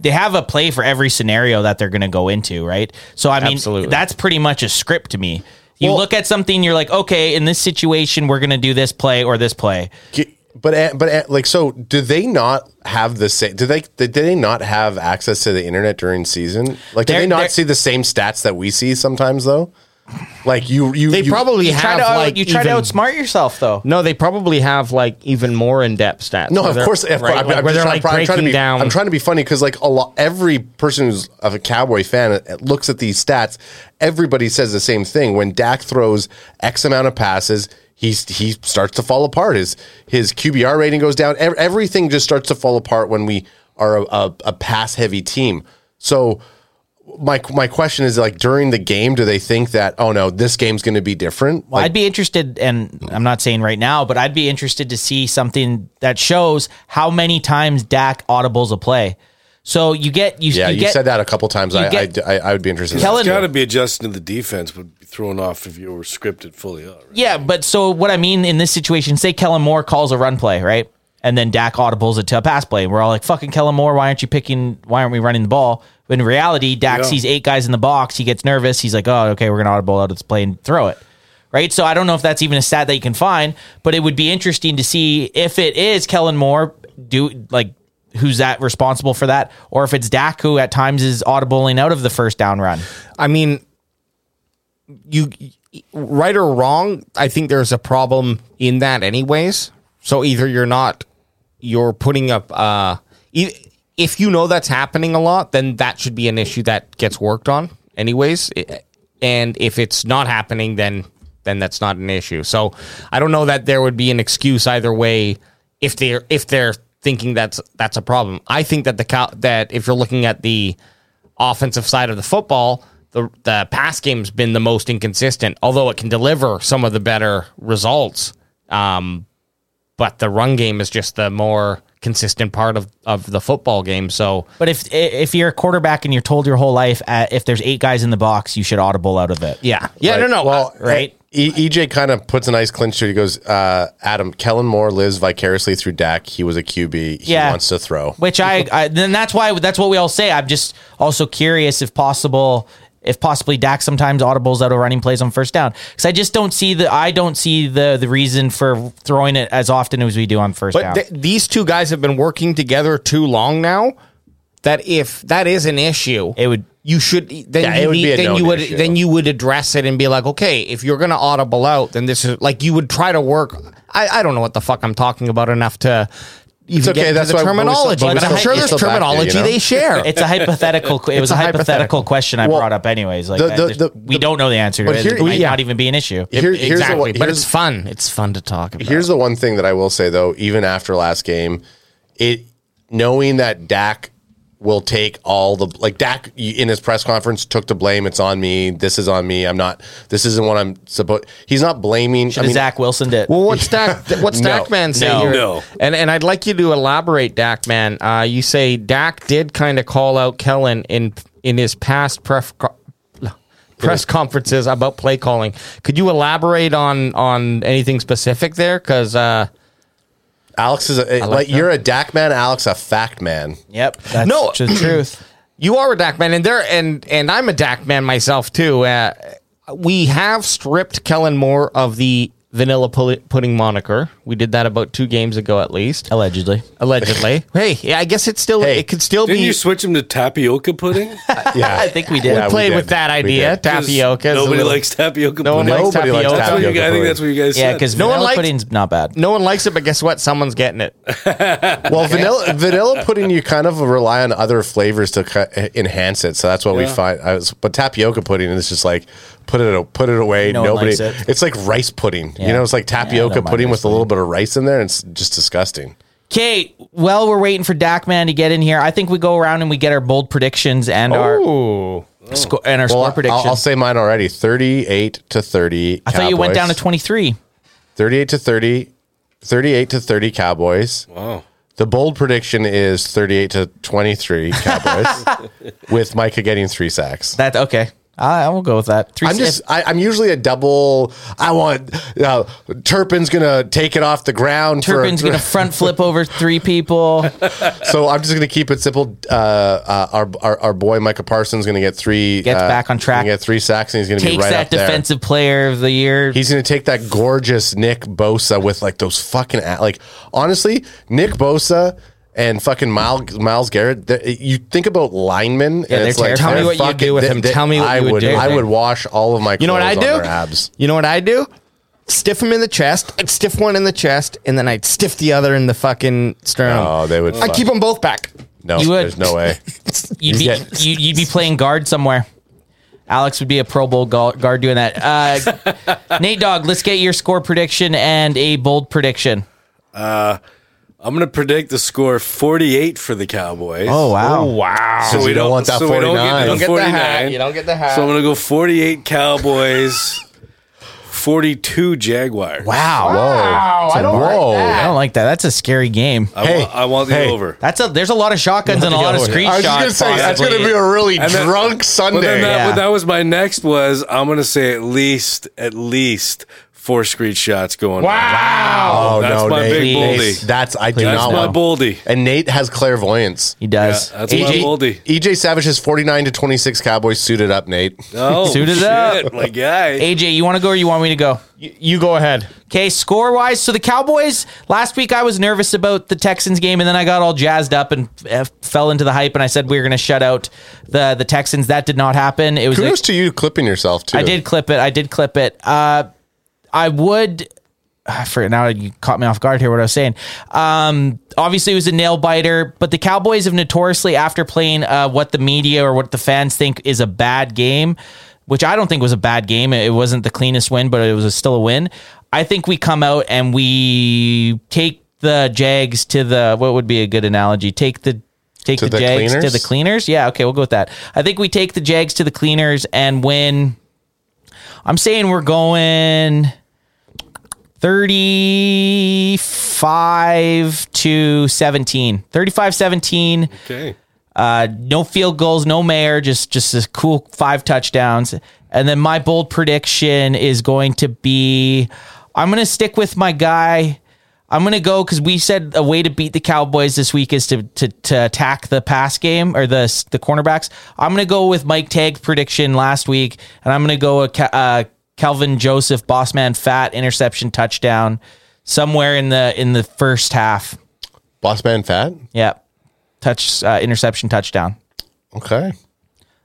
Speaker 2: They have a play for every scenario that they're going to go into, right? So I mean,
Speaker 1: Absolutely.
Speaker 2: that's pretty much a script to me. You look at something, you're like, okay, in this situation, we're going to do this play or this play.
Speaker 9: G- But uh, but uh, like so, do they not have the same? Do they did they not have access to the internet during season? Like, do
Speaker 2: They're-
Speaker 9: they
Speaker 2: they're-
Speaker 9: not see the same stats that we see sometimes though? Like you, you,
Speaker 1: They
Speaker 9: you-
Speaker 1: probably
Speaker 2: You try
Speaker 1: have
Speaker 2: to out-
Speaker 1: like
Speaker 2: you try
Speaker 1: even-
Speaker 2: to outsmart yourself, though.
Speaker 1: No, they probably have like even more in depth stats.
Speaker 9: No,
Speaker 1: where
Speaker 9: of
Speaker 1: they're-
Speaker 9: course. Of course.
Speaker 1: right?
Speaker 9: I'm,
Speaker 1: Like,
Speaker 9: I'm
Speaker 1: where they're
Speaker 9: just trying-
Speaker 1: like
Speaker 9: I'm trying to
Speaker 1: breaking
Speaker 9: be,
Speaker 1: down.
Speaker 9: I'm trying to be funny because like a lot, every person who's of a Cowboy fan uh, looks at these stats. Everybody says the same thing. When Dak throws X amount of passes, he's he starts to fall apart. His his QBR rating goes down. Ev- everything just starts to fall apart when we are a, a, a pass heavy team. So my my question is like during the game, do they think that oh no, this game's going to be different?
Speaker 2: Well,
Speaker 9: Like,
Speaker 2: I'd be interested, and I'm not saying right now, but I'd be interested to see something that shows how many times Dak audibles a play. So you get you,
Speaker 9: yeah,
Speaker 2: you
Speaker 9: you,
Speaker 2: get
Speaker 9: said that a couple times. I,
Speaker 2: get-
Speaker 9: I, I I would be interested. in that.
Speaker 2: Kellen-
Speaker 3: It's got to be adjusting to the defense, would be thrown off if you were scripted fully up. Right?
Speaker 2: yeah, but so what I mean in this situation, say Kellen Moore calls a run play, right, and then Dak audibles it to a pass play. We're all like, "Fucking Kellen Moore, why aren't you picking? Why aren't we running the ball?" When in reality, Dak
Speaker 3: Yeah.
Speaker 2: sees eight guys in the box, he gets nervous. He's like, "Oh, okay, we're gonna audible out of this play and throw it." right? So I don't know if that's even a stat that you can find, but it would be interesting to see if it is Kellen Moore do like who's that responsible for that, or if it's Dak who at times is audibling out of the first down run.
Speaker 1: I mean, you right or wrong, I think there's a problem in that anyways. So either you're not you're putting up uh e- if you know that's happening a lot, then that should be an issue that gets worked on anyways. I- And if it's not happening then then that's not an issue. So I don't know that there would be an excuse either way if they're if they're thinking that's that's a problem. I think that the cow that if you're looking at the offensive side of the football, the the pass game's been the most inconsistent, although it can deliver some of the better results. Um, but the run game is just the more consistent part of, of the football game. So
Speaker 2: But if if you're a quarterback and you're told your whole life uh, if there's eight guys in the box, you should audible out of it.
Speaker 1: yeah, yeah,
Speaker 9: Right.
Speaker 1: no, no,
Speaker 9: Well,
Speaker 1: uh, right.
Speaker 9: E- EJ kind of puts a nice clinch to it. He goes, uh, Adam, Kellen Moore lives vicariously through Dak. He was a QB. He
Speaker 2: Yeah.
Speaker 9: wants to throw.
Speaker 2: Which I, I then that's why that's what we all say. I'm just also curious if possible if possibly Dak sometimes audibles out of running plays on first down because I just don't see the I don't see the the reason for throwing it as often as we do on first
Speaker 1: But
Speaker 2: down.
Speaker 1: th- these two guys have been working together too long now. That if that is an issue,
Speaker 2: it would
Speaker 1: you should then
Speaker 9: Yeah,
Speaker 1: you
Speaker 9: it would
Speaker 1: need-
Speaker 9: be a
Speaker 1: then
Speaker 9: known
Speaker 1: you would
Speaker 9: issue.
Speaker 1: then you would address it and be like, okay, if you're gonna audible out, then this is like you would try to work. I, I don't know what the fuck I'm talking about enough to even
Speaker 9: okay,
Speaker 1: get into
Speaker 9: that's
Speaker 1: the
Speaker 9: why we're still-
Speaker 1: terminology,
Speaker 9: we're
Speaker 1: but I'm
Speaker 9: still-
Speaker 1: sure
Speaker 9: we're
Speaker 1: there's
Speaker 9: still back here, you
Speaker 1: terminology
Speaker 9: know?
Speaker 1: they
Speaker 9: uh,
Speaker 1: share.
Speaker 2: it's a hypothetical
Speaker 9: [LAUGHS]
Speaker 2: it was a
Speaker 1: a
Speaker 2: hypothetical,
Speaker 1: hypothetical.
Speaker 2: question I
Speaker 9: Well,
Speaker 2: brought up anyways like
Speaker 9: the-
Speaker 2: that-
Speaker 9: the-
Speaker 2: there's-
Speaker 9: the-
Speaker 2: we don't know the answer
Speaker 9: But
Speaker 2: to it.
Speaker 9: here-
Speaker 2: it might
Speaker 9: yeah.
Speaker 2: not even be an issue
Speaker 9: Here- here's the
Speaker 1: exactly,
Speaker 9: one-
Speaker 1: but
Speaker 9: here's-
Speaker 1: it's fun. It's fun to talk about.
Speaker 9: Here's the one thing that I will say though, even after last game, it knowing that Dak will take all the like Dak in his press conference took the blame. It's on me. This is on me. I'm not. This isn't what I'm supposed. He's not blaming. I mean,
Speaker 2: Zach Wilson did
Speaker 1: well, what's Dak? What's
Speaker 9: No.
Speaker 1: Dak Man say
Speaker 2: No.
Speaker 1: here?
Speaker 3: No.
Speaker 1: And and I'd like you to elaborate, Dak Man. Uh, you say Dak did kind of call out Kellen in in his past pref. press conferences about play calling. Could you elaborate on on anything specific there? Because uh,
Speaker 9: Alex is a, like, you're a Dak man. Alex a fact man.
Speaker 2: yep that's
Speaker 1: No.
Speaker 2: the
Speaker 9: [CLEARS THROAT]
Speaker 2: truth
Speaker 1: you are a Dak man, and there and and I'm a Dak man myself too. Uh, we have stripped Kellen Moore of the vanilla pul- pudding moniker. We did that about two games ago, at least.
Speaker 2: Allegedly.
Speaker 9: [LAUGHS]
Speaker 1: Allegedly. hey, yeah, I guess it's still it could still
Speaker 3: Didn't
Speaker 1: be.
Speaker 3: you switch him to tapioca pudding?
Speaker 1: Yeah. [LAUGHS] I think we did. We played with that idea, tapioca is a
Speaker 3: Nobody
Speaker 1: little-
Speaker 3: likes tapioca.
Speaker 1: No one
Speaker 3: pudding.
Speaker 1: likes Nobody likes tapioca.
Speaker 3: That's what you
Speaker 1: tapioca
Speaker 3: guys- I think
Speaker 1: pudding.
Speaker 3: that's what you guys
Speaker 2: Yeah,
Speaker 3: said.
Speaker 2: because vanilla pudding's not
Speaker 1: [LAUGHS]
Speaker 2: bad.
Speaker 1: No one likes it, but guess what? Someone's getting
Speaker 9: [LAUGHS]
Speaker 1: it.
Speaker 9: Well, vanilla vanilla pudding you kind of rely on other flavors to ki- enhance it. So that's what we
Speaker 3: Yeah.
Speaker 9: find. I was, but tapioca pudding is just like put it put it away.
Speaker 2: No one
Speaker 9: nobody.
Speaker 2: likes it.
Speaker 9: It's like rice pudding.
Speaker 2: Yeah.
Speaker 9: You know, it's like
Speaker 2: Yeah, I don't
Speaker 9: tapioca
Speaker 2: mind
Speaker 9: pudding
Speaker 2: rice
Speaker 9: with a little bit of rice in there. and It's just disgusting.
Speaker 2: Okay, well, we're waiting for Dak Man to get in here. I think we go around and we get our bold predictions and our sco- and our
Speaker 9: Well,
Speaker 2: score
Speaker 9: I'll-
Speaker 2: predictions.
Speaker 9: I'll, say mine already. Thirty-eight to thirty.
Speaker 2: I thought you went
Speaker 9: Cowboys.
Speaker 2: down to 23.
Speaker 9: 38 to 30 38 to 30 cowboys
Speaker 3: wow
Speaker 9: the bold prediction is 38 to
Speaker 2: [LAUGHS]
Speaker 9: 23 cowboys with micah getting three sacks
Speaker 2: That okay. I, I will go with that. Three
Speaker 9: I'm just. I, I'm usually a double. I want uh, Turpin's gonna take it off the ground. for-
Speaker 2: Turpin's going to front flip over three [LAUGHS] people.
Speaker 9: [LAUGHS] so I'm just gonna keep it simple. Uh, uh, our, our our boy Micah Parsons gonna get three.
Speaker 2: Gets
Speaker 9: uh,
Speaker 2: back on track.
Speaker 9: gonna Get three sacks and he's gonna be
Speaker 2: Takes
Speaker 9: right
Speaker 2: that
Speaker 9: up there.
Speaker 2: defensive player of the year.
Speaker 9: He's going to take that gorgeous Nick Bosa with like those fucking a- like honestly Nick Bosa and fucking Miles Miles Garrett. they're- You think about linemen.
Speaker 2: they're
Speaker 9: and it's like,
Speaker 2: terrifying. Tell
Speaker 9: they're
Speaker 2: me what
Speaker 1: you
Speaker 9: fucking-
Speaker 1: do with
Speaker 9: they-
Speaker 1: them.
Speaker 9: they-
Speaker 1: Tell me what
Speaker 9: I
Speaker 1: you would do.
Speaker 9: I would wash all of my.
Speaker 1: You know what I
Speaker 9: clothes
Speaker 1: do?
Speaker 9: on their abs.
Speaker 1: You know what I do? Stiff him in the chest. I'd stiff one in the chest, and then I'd stiff the other in the fucking sternum.
Speaker 9: Oh, they would.
Speaker 1: I
Speaker 9: fuck-
Speaker 1: keep them both back.
Speaker 9: No,
Speaker 2: You would.
Speaker 9: there's no [LAUGHS] way.
Speaker 2: You'd be,
Speaker 9: Yeah.
Speaker 2: you, you'd be playing guard somewhere. Alex would be a Pro Bowl gu- guard doing that. Uh, Nate Dog, let's get your score prediction and a bold prediction.
Speaker 3: I'm going to predict the score 48 for the Cowboys.
Speaker 2: Oh, wow!
Speaker 1: Wow.
Speaker 3: So we
Speaker 9: you don't want that
Speaker 3: so we don't get
Speaker 9: 49.
Speaker 3: the
Speaker 9: You don't
Speaker 1: get the hat,
Speaker 3: 49.
Speaker 1: you don't get the hat.
Speaker 3: So I'm going to go 48 Cowboys, [LAUGHS] 42 Jaguars.
Speaker 2: Wow!
Speaker 9: Whoa! I don't Whoa!
Speaker 2: I don't like that. That's a scary game.
Speaker 3: I,
Speaker 9: Hey,
Speaker 3: want, I want the
Speaker 9: hey.
Speaker 3: over.
Speaker 2: That's a. There's a lot of shotguns and a lot of screen
Speaker 9: I was
Speaker 2: shots.
Speaker 9: just gonna say that's gonna
Speaker 2: possibly.
Speaker 9: be a really
Speaker 3: And then-
Speaker 9: drunk
Speaker 3: But then
Speaker 9: Sunday.
Speaker 3: that,
Speaker 2: Yeah.
Speaker 3: but that was my next was I'm going to say at least, at least four screen shots going.
Speaker 9: Wow! Oh
Speaker 3: That's
Speaker 9: no,
Speaker 3: my
Speaker 9: Nate,
Speaker 3: big
Speaker 9: Nate,
Speaker 3: boldy.
Speaker 9: That's I do
Speaker 3: That's
Speaker 9: not
Speaker 3: my
Speaker 9: want.
Speaker 3: boldy.
Speaker 9: And Nate has clairvoyance.
Speaker 2: he
Speaker 9: E
Speaker 3: Yeah,
Speaker 2: does.
Speaker 3: that's my boldy.
Speaker 9: EJ Savage is 49 to 26 Cowboys suited up, Nate.
Speaker 3: Oh,
Speaker 2: Suit it
Speaker 3: shit,
Speaker 2: up.
Speaker 3: my guy.
Speaker 2: AJ, you want to go or you want me to go?
Speaker 1: You go ahead.
Speaker 2: Okay, score wise, so the Cowboys last week I was nervous about the Texans game, and then I got all jazzed up and uh, fell into the hype, and I said we were going to shut out the the Texans. That did not happen. It was a-
Speaker 9: Kudos to you clipping yourself too.
Speaker 2: I did clip it. I did clip it. Uh, I would. I forget Ah, now. You caught me off guard here. What I was saying. Um, obviously, it was a nail biter, but the Cowboys have notoriously, after playing uh, what the media or what the fans think is a bad game, which I don't think was a bad game. It wasn't the cleanest win, but it was still a win. I think we come out and we take the Jags to the what would be a good analogy. Take the take
Speaker 9: To
Speaker 2: the,
Speaker 9: the
Speaker 2: Jags to
Speaker 9: cleaners?
Speaker 2: the cleaners. Yeah, okay, we'll go with that. I think we take the Jags to the cleaners and win. I'm saying we're going 35 to 17. 35 17.
Speaker 3: Okay.
Speaker 2: Uh, no field goals, no mayor, just just a cool five touchdowns. And then my bold prediction is going to be I'm going to stick with my guy. I'm going to go cuz we said a way to beat the Cowboys this week is to to, to attack the pass game or the the cornerbacks. I'm going to go with Mike Tag's prediction last week and I'm going to go a Ca- uh, Calvin Joseph Bossman fat interception touchdown somewhere in the in the first half.
Speaker 9: Boss Man Fat.
Speaker 2: Yeah. Touch uh, interception touchdown.
Speaker 9: Okay.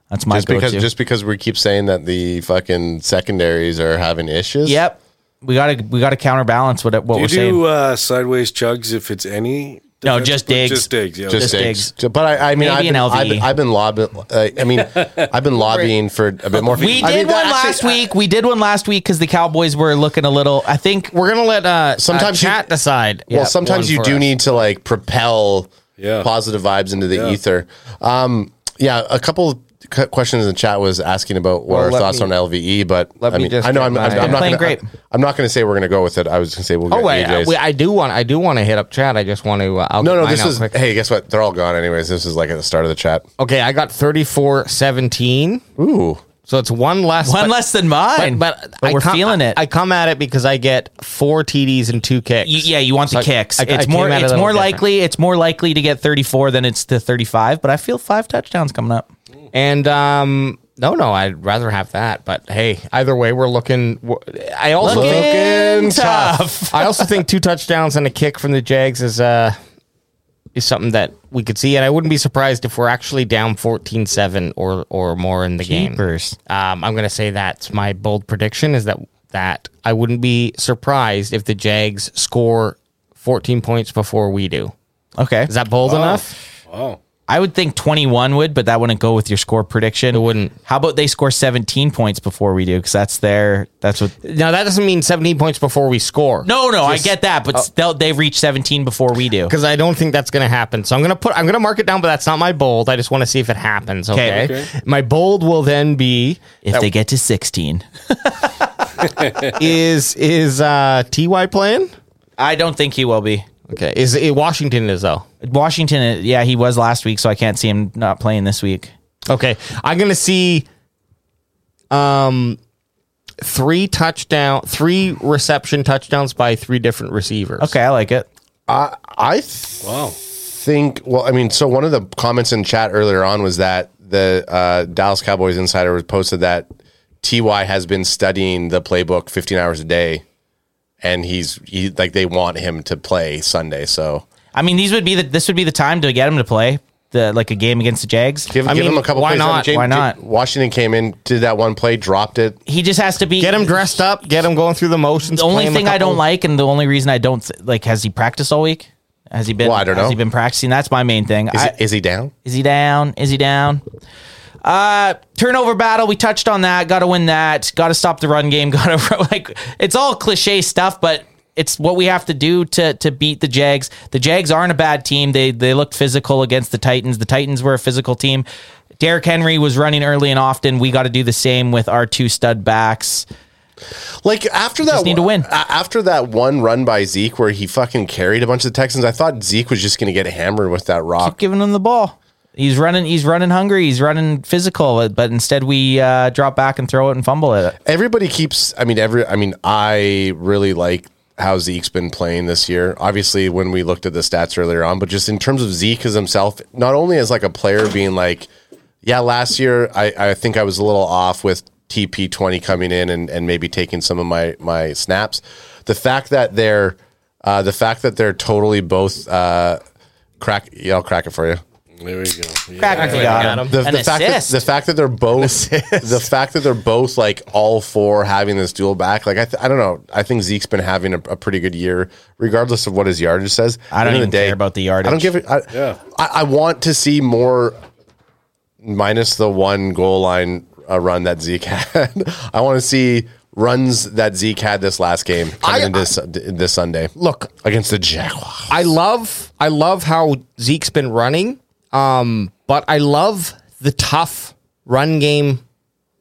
Speaker 2: That's my
Speaker 9: Just because
Speaker 2: go-to.
Speaker 9: just because we keep saying that the fucking secondaries are having issues.
Speaker 2: yep. We gotta we gotta counterbalance what what
Speaker 3: Do
Speaker 2: we're
Speaker 3: you
Speaker 2: saying.
Speaker 3: do uh, sideways chugs if it's any?
Speaker 2: No, just digs.
Speaker 3: Just digs. Yeah.
Speaker 9: Just
Speaker 2: Just
Speaker 9: eggs. But I, I mean,
Speaker 2: Maybe
Speaker 9: I've
Speaker 2: an
Speaker 9: been, I've,
Speaker 2: LV.
Speaker 9: been- I've been lobbying. Uh, I mean, I've been lobbying for a bit more.
Speaker 2: we did
Speaker 9: I mean,
Speaker 2: one
Speaker 9: that actually- uh,
Speaker 2: last week. we did one last week because the Cowboys were looking a little. I think
Speaker 1: We're gonna let uh
Speaker 9: Sometimes
Speaker 1: sometimes
Speaker 9: you-
Speaker 1: chat decide.
Speaker 9: Well, sometimes
Speaker 1: one
Speaker 9: you
Speaker 1: for
Speaker 9: do
Speaker 1: us.
Speaker 9: need to like propel
Speaker 3: Yeah.
Speaker 9: positive vibes into the
Speaker 3: Yeah.
Speaker 9: ether. Um, yeah, a couple of cu- questions in the chat was asking about what
Speaker 1: Well,
Speaker 9: our
Speaker 1: let
Speaker 9: thoughts
Speaker 1: me-
Speaker 9: on LVE, but
Speaker 1: let
Speaker 9: I
Speaker 1: me
Speaker 9: mean,
Speaker 1: just
Speaker 9: I know
Speaker 1: get
Speaker 9: I'm, I'm,
Speaker 1: my-
Speaker 9: I'm not
Speaker 2: Playing
Speaker 9: gonna,
Speaker 2: great.
Speaker 9: I, am not going to say we're going to go with it. I was going to say we'll get
Speaker 1: Oh wait, I,
Speaker 9: AJ's.
Speaker 1: we- I do want. I do want to hit up chat. I just want to. Uh, I'll
Speaker 9: no,
Speaker 1: get
Speaker 9: no,
Speaker 1: mine
Speaker 9: this
Speaker 1: out
Speaker 9: is
Speaker 1: quick.
Speaker 9: hey, guess what? They're all gone anyways. This is like at the start of the chat.
Speaker 1: Okay, I got 34 17.
Speaker 9: Ooh,
Speaker 1: So it's one less.
Speaker 2: one
Speaker 1: but-
Speaker 2: less than mine,
Speaker 1: But, but, I
Speaker 2: we're
Speaker 1: come-
Speaker 2: feeling it.
Speaker 1: I come at it because I get four TDs and two kicks.
Speaker 2: You- yeah, you want the
Speaker 1: So I-
Speaker 2: kicks.
Speaker 1: I- I
Speaker 2: it's
Speaker 1: came
Speaker 2: more.
Speaker 1: at it
Speaker 2: It's
Speaker 1: a
Speaker 2: more
Speaker 1: little
Speaker 2: likely. It's more likely to get 34 than it's to 35. But I feel five touchdowns coming up.
Speaker 1: And um, No, no, I'd rather have that. But hey, either way, we're looking. w- I also
Speaker 2: Looking
Speaker 1: think [LAUGHS]
Speaker 2: tough.
Speaker 1: I also think two touchdowns and a kick from the Jags is uh is something that we could see, and I wouldn't be surprised if we're actually down 14-7 or or more in the
Speaker 2: Jeepers.
Speaker 1: game. Um, I'm gonna say that's my bold prediction is that that I wouldn't be surprised if the Jags score 14 points before we do.
Speaker 2: Okay.
Speaker 1: Is that bold enough?
Speaker 3: Wow.
Speaker 2: I would think 21 would, but that wouldn't go with your score prediction. It
Speaker 1: wouldn't.
Speaker 2: How about they score 17 points before we do? Because that's their. That's what.
Speaker 1: Now that doesn't mean 17 points before we score.
Speaker 2: No, no, I get that, but they'll they reach 17 before we do.
Speaker 1: because I don't think that's going to happen. So I'm going to put I'm going to mark it down, but that's not my bold. I just want to see if it happens. Okay?
Speaker 2: Okay.
Speaker 1: My bold will then be
Speaker 2: If they get to 16,
Speaker 1: is is uh, Ty playing?
Speaker 2: I don't think he will be.
Speaker 1: Okay. Is it Washington is though?
Speaker 2: Washington, uh, yeah, he was last week, so I can't see him not playing this week.
Speaker 1: Okay. I'm going to see um three touchdown three reception touchdowns by three different receivers.
Speaker 2: Okay, I like it.
Speaker 9: I I th-
Speaker 3: Wow.
Speaker 9: think. Well, I mean, so one of the comments in chat earlier on was that the uh, Dallas Cowboys insider was posted that Ty has been studying the playbook 15 hours a day, and he's he, like they want him to play Sunday. So
Speaker 2: I mean, these would be the this would be the time to get him to play the like a game against the Jags.
Speaker 9: give,
Speaker 1: I
Speaker 9: give
Speaker 1: mean,
Speaker 9: him a couple.
Speaker 1: why
Speaker 9: plays.
Speaker 1: not?
Speaker 2: Why not?
Speaker 9: Washington came in, did that one play, dropped it.
Speaker 2: He just has to be
Speaker 1: Get him dressed up, get him going through the motions.
Speaker 2: The only
Speaker 1: play him a
Speaker 2: thing I don't
Speaker 1: couple-
Speaker 2: like, and the only reason I don't th- like, has he practiced all week? Has he been?
Speaker 9: Well, I don't
Speaker 2: Has
Speaker 9: know.
Speaker 2: he been practicing? That's my main thing.
Speaker 9: Is,
Speaker 2: I-
Speaker 9: it, is he down?
Speaker 2: Is he down? Is he down? Uh, turnover battle. We touched on that. Got to win that. Got to stop the run game. [LAUGHS] Got to like it's all cliche stuff, but it's what we have to do to to beat the Jags. The Jags aren't a bad team. They they looked physical against the Titans. The Titans were a physical team. Derrick Henry was running early and often. We got to do the same with our two stud backs.
Speaker 9: Like after that,
Speaker 2: need to win.
Speaker 9: a- After that one run by Zeke, where he fucking carried a bunch of the Texans, I thought Zeke was just going to get hammered with that rock.
Speaker 2: Giving him the ball. He's running. He's running hungry. He's running physical. But instead, we uh, drop back and throw it and fumble it.
Speaker 9: Everybody keeps. I mean, every. I mean, I really like how Zeke's been playing this year. Obviously, when we looked at the stats earlier on, but just in terms of Zeke as himself, not only as like a player being like, yeah, last year I, I think I was a little off with TP twenty coming in and, and maybe taking some of my my snaps. The fact that they're uh, the fact that they're totally both uh, crack. Yeah, I'll crack it for you.
Speaker 3: There we go. Yeah.
Speaker 2: Back we got him.
Speaker 9: The,
Speaker 2: An
Speaker 9: the fact that,
Speaker 2: assist.
Speaker 9: the fact that they're both [LAUGHS] the fact that they're both like all four having this dual back like I, th- I don't know I think Zeke's been having a, a pretty good year regardless of what his yardage says
Speaker 2: I don't
Speaker 9: End of
Speaker 2: even care about the yardage.
Speaker 9: I don't give it I,
Speaker 3: Yeah.
Speaker 9: I, I want to see more minus the one goal line uh, run that Zeke [LAUGHS] had I want to see runs that Zeke had this last game coming
Speaker 1: I-
Speaker 9: into this, this Sunday
Speaker 1: Look,
Speaker 9: against the Jaguars
Speaker 1: I love I love how Zeke's been running, um, but I love the tough run game.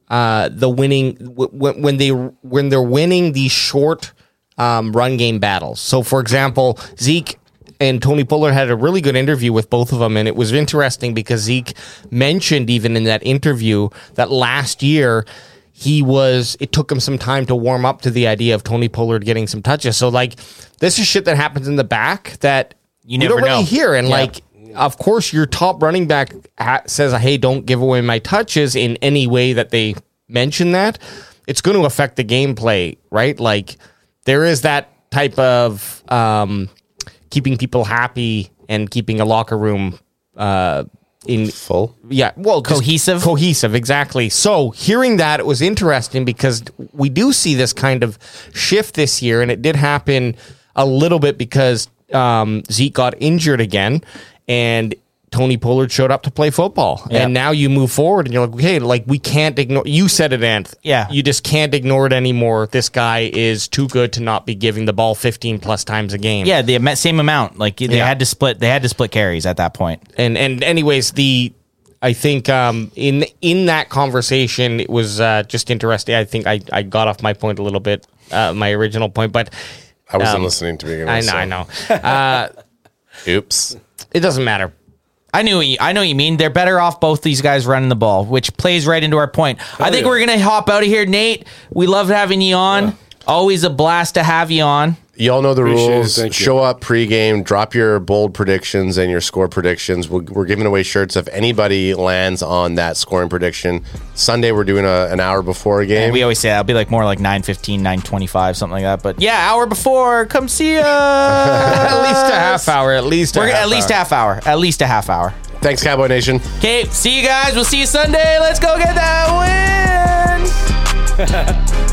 Speaker 1: Uh, the winning w- w- when they when they're winning these short um, run game battles. So, for example, Zeke and Tony Pollard had a really good interview with both of them, and it was interesting because Zeke mentioned even in that interview that last year he was it took him some time to warm up to the idea of Tony Pollard getting some touches. So like this is shit that happens in the back that
Speaker 2: You
Speaker 1: we
Speaker 2: never
Speaker 1: don't really
Speaker 2: know.
Speaker 1: hear and
Speaker 2: Yeah.
Speaker 1: like of course your top running back ha- says hey don't give away my touches in any way that they mention that it's going to affect the gameplay right like there is that type of um, keeping people happy and keeping a locker room uh, in
Speaker 9: full
Speaker 1: yeah well just
Speaker 2: Cohesive?
Speaker 1: cohesive exactly so hearing that it was interesting because we do see this kind of shift this year and it did happen a little bit because um, zeke got injured again and tony pollard showed up to play football
Speaker 2: Yeah.
Speaker 1: and now you move forward and you're like okay like we can't ignore you said it Anth.
Speaker 2: Yeah.
Speaker 1: you just can't ignore it anymore this guy is too good to not be giving the ball 15 plus times a game
Speaker 2: Yeah, the ama- same amount. Like they
Speaker 1: Yeah.
Speaker 2: had to split. They had to split carries at that point.
Speaker 1: and and anyways the I think um, in in that conversation it was uh, just interesting. I think I, I got off my point a little bit, uh, my original point, but
Speaker 9: I wasn't
Speaker 1: Um,
Speaker 9: listening to begin with
Speaker 1: I know
Speaker 9: so-
Speaker 1: I know uh,
Speaker 9: oops
Speaker 1: it doesn't matter.
Speaker 2: I knew. what you- I know what you mean. They're better off both these guys running the ball, which plays right into our point. I think
Speaker 3: yeah.
Speaker 2: we're gonna hop out of here, Nate. We love having you on. Always a blast to have you on.
Speaker 9: Y'all know the
Speaker 3: Appreciate it.
Speaker 9: rules.
Speaker 3: Thank you.
Speaker 9: Show up pregame, drop your bold predictions and your score predictions. We're, we're giving away shirts if anybody lands on that scoring prediction. Sunday, we're doing a, an hour before a game.
Speaker 2: we always say I'll be like more like 9.15, 9.25, something like that. But yeah, hour before,
Speaker 1: [LAUGHS]
Speaker 2: come see us. at
Speaker 1: least a half hour. At least a
Speaker 2: Uh, We're gonna-
Speaker 1: half
Speaker 2: at least
Speaker 1: hour.
Speaker 2: half hour. At least a half hour.
Speaker 9: Thanks, Cowboy Nation.
Speaker 2: Okay, see you guys. We'll see you Sunday. Let's go get that win.